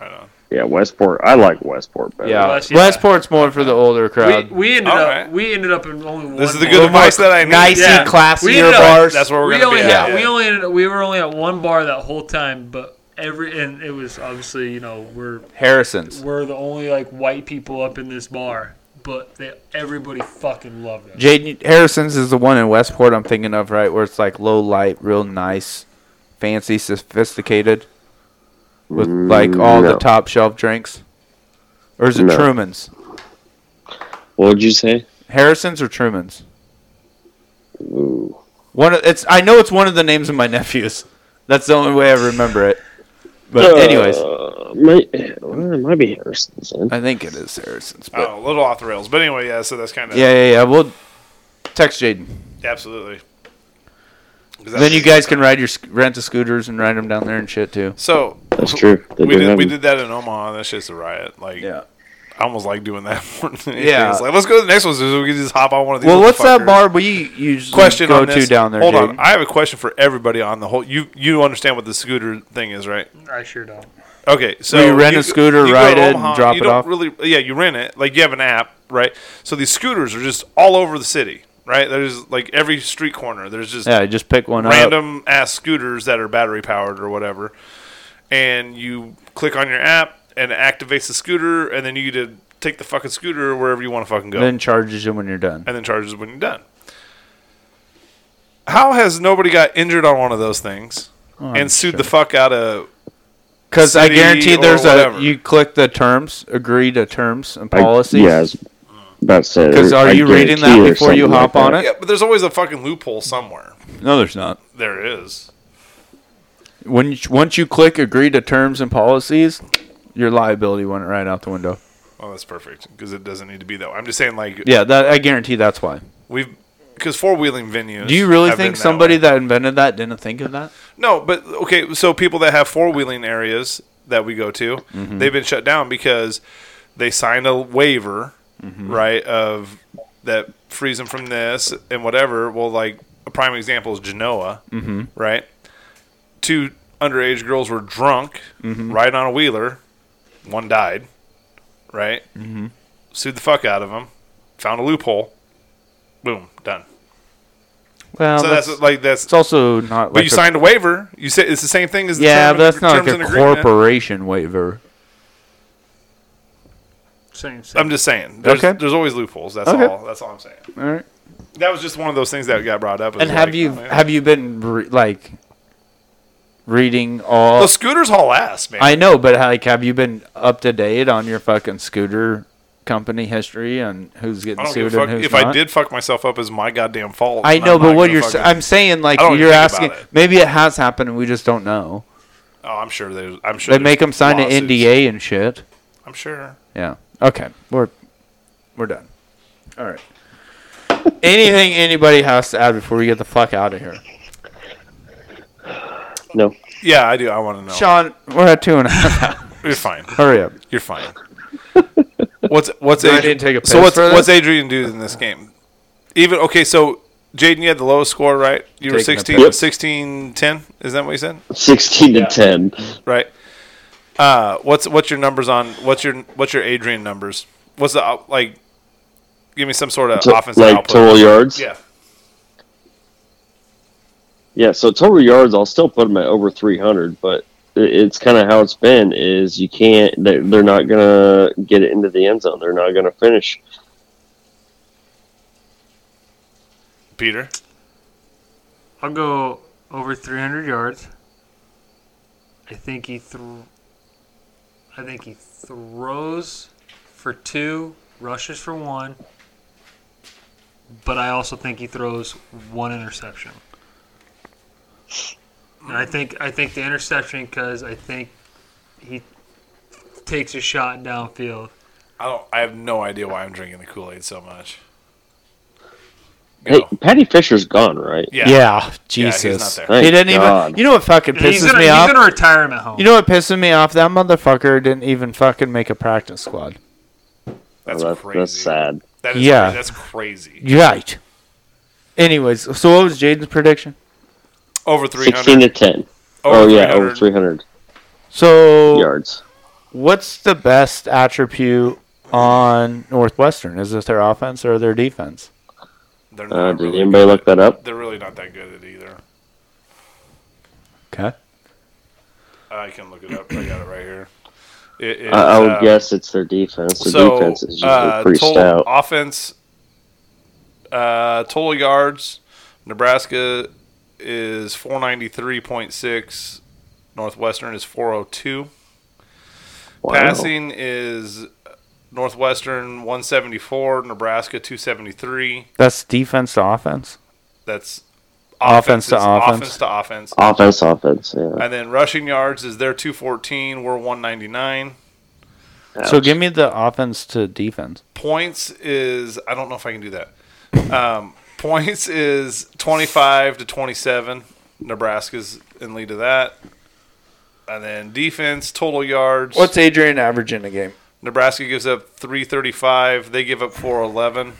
Right on. Yeah, Westport. I like Westport better. Yeah, West- yeah. Westport's more for the older crowd. We, we ended All up right. we ended up in only one. This is the bar. good advice that I need. Nicey, Yeah. We classier ended up- bars. That's where we're we gonna only be. had, At. we only ended, we were only at one bar that whole time, but every and it was obviously you know we're Harrison's. we're the only like white people up in this bar, but they, everybody fucking loved it. Jaden Harrison's is the one in Westport I'm thinking of, right? Where it's like low light, real nice, fancy, sophisticated, with like all the Mm, no. top shelf drinks. Or is it No. Truman's? What would you say? Harrison's or Truman's? Ooh. One of, it's I know it's one of the names of my nephews. That's the only way I remember it. But anyways, Uh, might, well, it might be Harrison's. then. I think it is Harrison's. But Oh, a little off the rails, but anyway, yeah. So that's kind of yeah, yeah, yeah. We'll text Jaden. absolutely. 'Cause that's- Then you guys can ride your sc- rent the scooters and ride them down there and shit too. So That's true. They we do did have we them. did that in Omaha. and That shit's a riot. Like I almost like doing that. More than anything. Yeah. It's like let's go to the next one so we can just hop on one of these. Well, what's that motherfuckers. bar we usually Question go on this. to down there? Hold on, Jaden? I have a question for everybody on the whole. You you understand what the scooter thing is, right? I sure don't. Okay, so you rent a scooter, go to ride it, and Omaha, drop you it don't off? Really, yeah, you rent it. Like you have an app, right? So these scooters are just all over the city, right? There's like every street corner. There's just yeah, just pick one up. random ass scooters that are battery powered or whatever, and you click on your app and it activates the scooter, and then you get to take the fucking scooter wherever you want to fucking go, Then charges you when you're done. and then charges when you're done. How has nobody got injured on one of those things and sued the fuck out of? Because I city guarantee or there's whatever. a you click the terms, agree to terms and I- policies. Yeah, I was about to say. Because there- are I you reading guarantee that there's before you something hop like on that. it? Yeah, but there's always a fucking loophole somewhere. No, there's not. There is. When you, once you click agree to terms and policies, your liability went right out the window. Oh, that's perfect because it doesn't need to be that. way. I'm just saying, like Yeah, that I guarantee that's why. we've because four wheeling venues. Do you really have been think that somebody way. that invented that didn't think of that? No, but okay. So people that have four wheeling areas that we go to, they've been shut down because they signed a waiver, right? Of that frees them from this and whatever. Well, like a prime example is Genoa, mm-hmm. right? Two underage girls were drunk, riding on a wheeler. One died, right? Mm-hmm. Sued the fuck out of them. Found a loophole. Boom, done. Well, so that's, that's, like that's it's also not. but like you a- signed a waiver. You say it's the same thing as the Yeah, terms but that's and- not terms like and a agreement. corporation waiver. Same, same. I'm just saying. There's, Okay. there's always loopholes. That's Okay. all. That's all I'm saying. All right. That was just one of those things that got brought up. It And was have like, oh, you man, have you been re- like reading all? the scooters haul ass, man? I know, but like, have you been up to date on your fucking scooter company history and who's I getting don't give sued a and fuck. who's If not? I did fuck myself up, is my goddamn fault. I and know, I'm but not what gonna you're s fucking- I'm saying, like I don't even you're think about asking, it. maybe it has happened, and we just don't know. oh, I'm sure there's. I'm sure They make there's them sign lawsuits. an NDA and shit. I'm sure. Yeah. Okay. We're we're done. All right. Anything anybody has to add before we get the fuck out of here? No. Yeah, I do. I want to know. Sean, we're at two and a half. You're fine. Hurry up. You're fine. What's what's Do I Adrian? need to take a so piss what's for what's this? Adrian do in this game? Even okay, so Jaden, you had the lowest score, right? You were Taking a 16, piss. 16 10? Is that what you said? 16 to 10. Right. Uh, what's what's your numbers on what's your what's your Adrian numbers? What's the out- like? Give me some sort of To- offensive like output. total yards? Yeah. Yeah, so total yards, I'll still put them at over 300, but it- it's kind of how it's been is you can't, they- they're not going to get it into the end zone. They're not going to finish. Peter. I'll go over 300 yards. I think he threw. I think he throws for two, rushes for one, but I also think he throws one interception. And I think I think the interception because I think he takes a shot downfield. I don't. I have no idea why I'm drinking the Kool Aid so much. Hey, Go. Patty Fisher's gone, right? Yeah. Yeah, he's Jesus. not there. Thank He didn't God. even. You know what fucking And he's pisses gonna, me he's off? gonna retire him at home. You know what pisses me off? That motherfucker didn't even fucking make a practice squad. That's That- crazy. Oh, That's sad. That is Yeah. cra- that's crazy. Right. Anyways, so what was Jaden's prediction? Over 16 to 300. 10. Over oh, yeah, over 300. 300 So yards. What's the best attribute on Northwestern? Is it their offense or their defense? They're not Uh, did really anybody good. look that up? They're really not that good at either. Okay. I can look it up. I got it right here. It is, I, I would uh, guess it's their defense. Their so defense is usually uh, pretty total stout. offense, uh, total yards, Nebraska is four ninety three point six. Northwestern is four hundred two. Wow. Passing is Northwestern one seventy four, Nebraska two seventy three. That's defense to offense. That's Offense to is offense. offense to offense. Offense, offense, yeah. And then rushing yards is their two fourteen. We're one ninety nine. So give me the offense to defense. Points is I don't know if I can do that. Um, points is twenty five to twenty seven. Nebraska's in lead of that. And then defense total yards. What's Adrian average in a game? Nebraska gives up 335. They give up 411.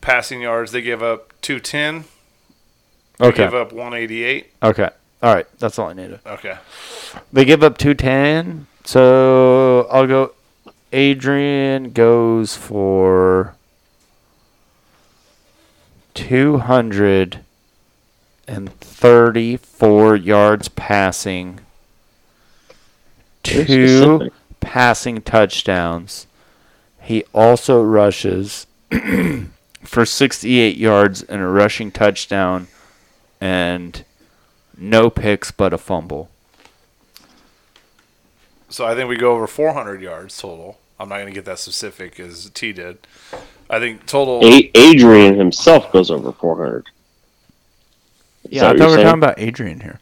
Passing yards, they give up 210. They Okay. give up 188. Okay. All right. That's all I needed. Okay. They give up 210. So I'll go. Adrian goes for 234 yards passing, Very two specific. passing touchdowns. He also rushes for 68 yards and a rushing touchdown and no picks but a fumble. So I think we go over 400 yards total. I'm not going to get that specific as T did. I think total. A- Adrian himself goes over 400. Is Yeah, that I what thought you're we were saying? talking about Adrian here.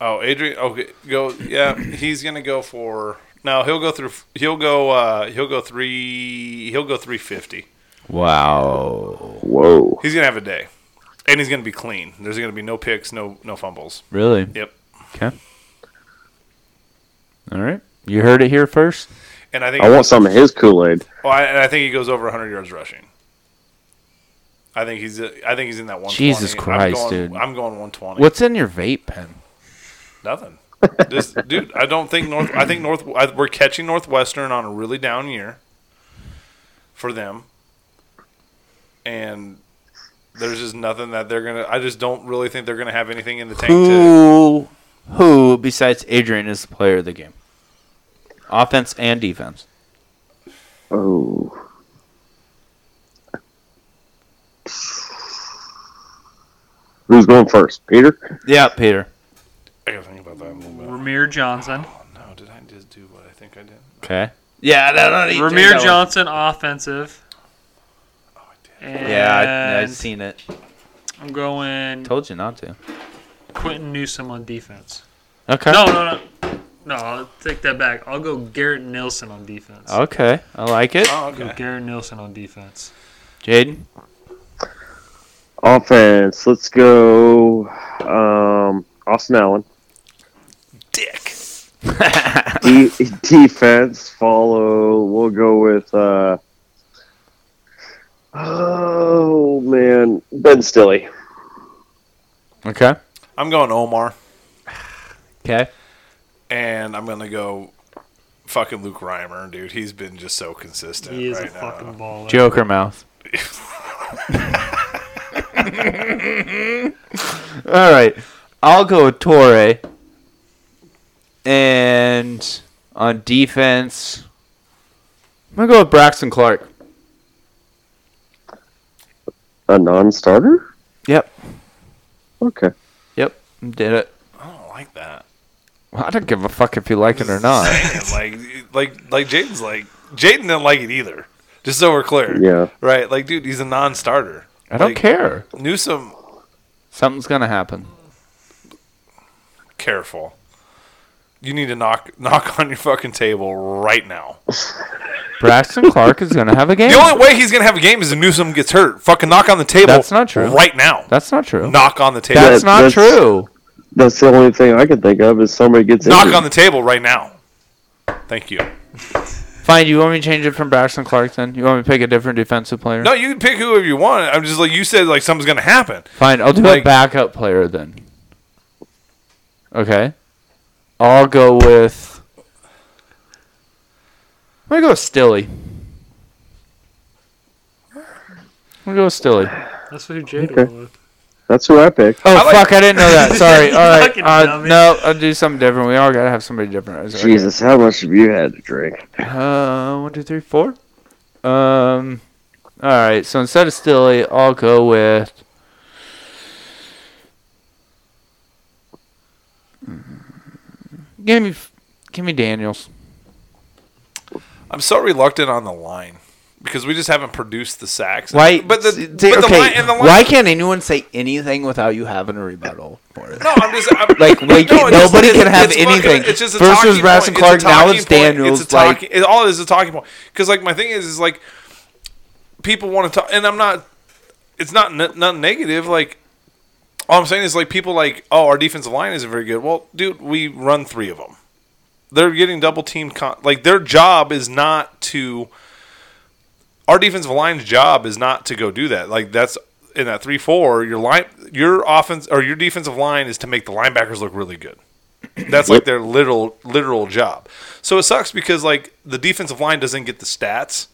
Oh, Adrian. Okay, go. Yeah, he's going to go for. No, he'll go through. He'll go. Uh, he'll go three. He'll go 350. Wow. Whoa. He's going to have a day, and he's going to be clean. There's going to be no picks, no no fumbles. Really? Yep. Okay. All right. You heard it here first. And I think I want some of his Kool Aid. Well, I, and I think he goes over 100 yards rushing. I think he's I think he's in that one. Jesus Christ, I'm going, dude. I'm going 120. What's in your vape pen? Nothing. This dude, I don't think North. I think North. I, we're catching Northwestern on a really down year for them, and there's just nothing that they're gonna. I just don't really think they're gonna have anything in the tank. To, Who, who besides Adrian is the player of the game? Offense and defense. Oh. Who's going first? Peter? Yeah, Peter. I gotta think about that a little bit. Ramir Johnson. Oh, no, did I just do what I think I did? Okay. Yeah, no, no, he- that Ramir one. Johnson offensive. Oh, I did. And Yeah, I, I've seen it. I'm going Told you not to. Quentin Newsom on defense. Okay. No, no, no. No, I'll take that back. I'll go Garrett Nilsson on defense. Okay, I like it. Oh, Go okay. Garrett Nilsson on defense. Jaden. Offense. Let's go. Um, Austin Allen. Dick. De- defense. Follow. We'll go with. Uh, oh, man. Ben Stilley. Okay. I'm going Omar, Okay. and I'm gonna go fucking Luke Reimer, dude. He's been just so consistent. He is right uh, a now. fucking baller. Joker mouth. All right, I'll go with Torre. And on defense, I'm gonna go with Braxton Clark. A non starter? Yep, Okay. yep, did it. I don't like that. Well, I don't give a fuck if you like it or not. Saying, like, like, like Jaden's like Jaden didn't like it either. Just so we're clear. Yeah. Right. Like, dude, he's a non-starter. I don't Like, care. Newsom, Something's gonna happen. careful. You need to knock knock on your fucking table right now. Braxton Clark is gonna have a game. The only way he's gonna have a game is if Newsom gets hurt. Fucking knock on the table. That's not true. Right now. That's not true. knock on the table. That's That- not that's- true. That's the only thing I can think of is somebody gets knock injured. on the table right now. Thank you. Fine, you want me to change it from Braxton Clark then? You want me to pick a different defensive player? No, you can pick whoever you want. I'm just like you said, like something's gonna happen. Fine, I'll do Like- a backup player then. Okay. I'll go with. I'm gonna go with Stilly. I'm gonna go with Stilly. That's what Jade Okay. went with. That's who I picked. Oh I like- fuck! I didn't know that. Sorry. All right. Fucking Uh, dummy. no, I'll do something different. We all gotta have somebody different. I was like, Jesus, how much have you had to drink? Uh, one, two, three, four. Um. All right. So instead of Stilly, I'll go with. mm, Give me, give me Daniels. I'm so reluctant on the line because we just haven't produced the sacks. Why? But the, s- but t- the okay, line and the line. why can't anyone say anything without you having a rebuttal for it? No, I'm just I'm, Like, no, like, it's just- nobody it's- can have it's fucking- anything. it's just a First it was talking Braxton point. Clark, It's a now talking it's point. Daniels, It's a like- talking, it, all it is a talking point. Because like my thing is is like people want to talk, and I'm not. It's not n- nothing negative. Like all I'm saying is like people like oh our defensive line isn't very good. Well, dude, we run three of them. They're getting double teamed. Con- like their job is not to. Our defensive line's job is not to go do that. Like that's in that three four. Your line, your offense or your defensive line is to make the linebackers look really good. That's like their literal literal job. So it sucks because like the defensive line doesn't get the stats,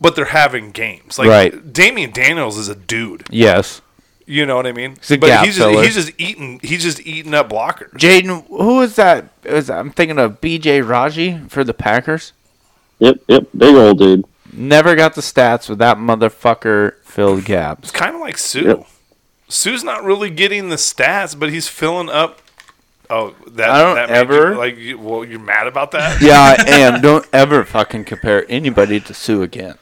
but they're having games. Like Mm-hmm. Right. Damian Daniels is a dude. Yes. You know what I mean? a but gap he's just filler. he's just eating he's just eating up blockers. Jaden, who is that? Is I'm thinking of B.J. Raji for the Packers. Yep, yep, big old dude. Never got the stats, but that motherfucker filled gaps. Kind of like Sue. Yep. Sue's not really getting the stats, but he's filling up. Oh, that I don't that made ever- you, like you, well, you're mad about that. Yeah, I am. Don't ever fucking compare anybody to Sue again.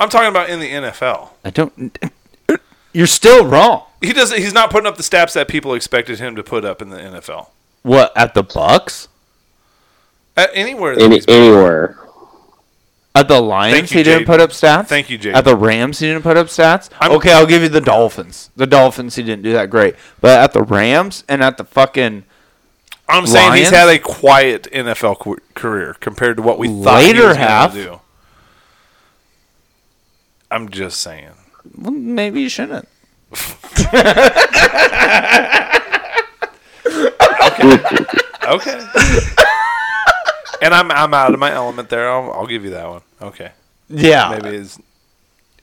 I'm talking about in the NFL. I don't. You're still wrong. He doesn't. He's not putting up the stats that people expected him to put up in the NFL. What at the Bucks? At anywhere. that Any he's been. anywhere. At the Lions, Thank you, he didn't Jaden. put up stats. Thank you, Jaden. At the Rams, he didn't put up stats. I'm- okay, I'll give you the Dolphins. The Dolphins, he didn't do that great. But at the Rams and at the fucking I'm saying Lions? he's had a quiet NFL qu- career compared to what we thought he Later was gonna half. do. I'm just saying. well, maybe you shouldn't. Okay. and I'm I'm out of my element there. I'll, I'll give you that one. Okay. Yeah, Maybe it's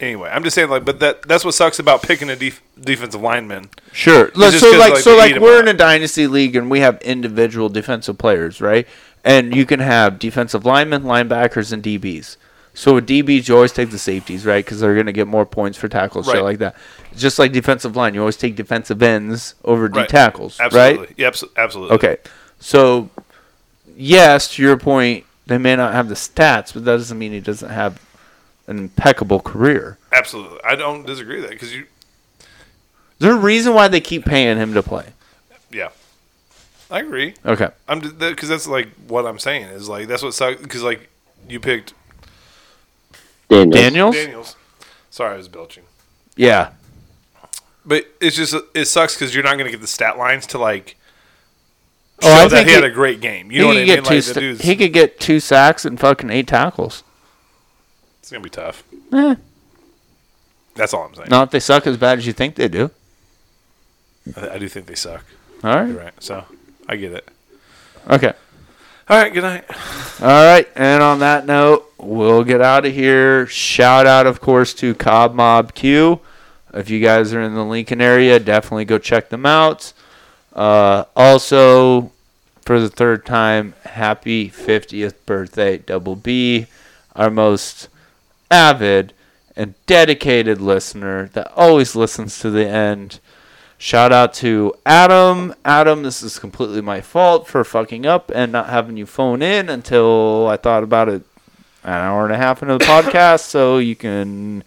anyway. I'm just saying like, but that that's what sucks about picking a def- defensive lineman. sure. Let's, just so 'cause, like like, so they like eat 'em we're up. in a dynasty league and we have individual defensive players, right? And you can have defensive linemen, linebackers, and DBs. So with DBs, you always take the safeties, right? Because they're going to get more points for tackles, Right. shit like that. Just like defensive line, you always take defensive ends over D Right. tackles, right? Absolutely. Yeah, abso- absolutely. Okay. So, yes, to your point, they may not have the stats, but that doesn't mean he doesn't have an impeccable career. Absolutely. I don't disagree with that because you. Is there a reason why they keep paying him to play? Yeah. I agree. Okay. I'm because that's like what I'm saying is like that's what sucks because like you picked Daniels. Daniels? Daniels. Sorry, I was belching. Yeah. But it's just it sucks because you're not going to get the stat lines to like show Oh, I that think he, had he- a great game. You He know could, what I mean? get two Like the sta- dudes, he could get two sacks and fucking eight tackles. it's going to be tough. Eh, That's all I'm saying. not if they suck as bad as you think they do. I, I do think they suck. All right. You're right. So I get it. Okay. All right. Good night. All right, and on that note, we'll get out of here. Shout out, of course, to Cobb Mob Q. If you guys are in the Lincoln area, definitely go check them out. Uh, also, for the third time, happy 50th birthday, Double B, our most avid and dedicated listener that always listens to the end. Shout out to Adam. Adam, this is completely my fault for fucking up and not having you phone in until I thought about it an hour and a half into the podcast, so you can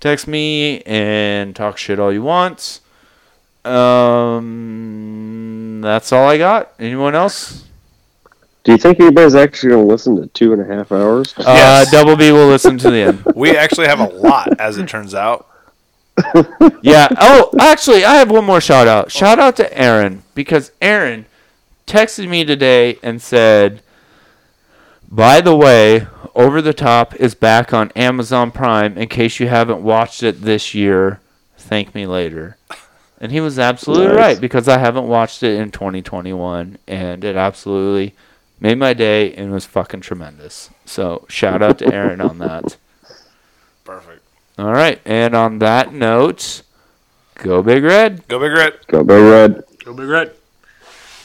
text me and talk shit all you want. Um, that's all I got. Anyone else? Do you think anybody's actually going to listen to two and a half hours? Uh, Double B will listen to the end. We actually have a lot, as it turns out. yeah. Oh, actually, I have one more shout out. Shout out to Aaron because Aaron texted me today and said, "By the way, Over the Top is back on Amazon Prime. In case you haven't watched it this year, thank me later." And he was absolutely Nice. right because I haven't watched it in 2021, and it absolutely made my day and was fucking tremendous. So shout out to Aaron on that. Perfect. All right, and on that note, go Big Red. Go Big Red. Go Bill Red. Go Big Red.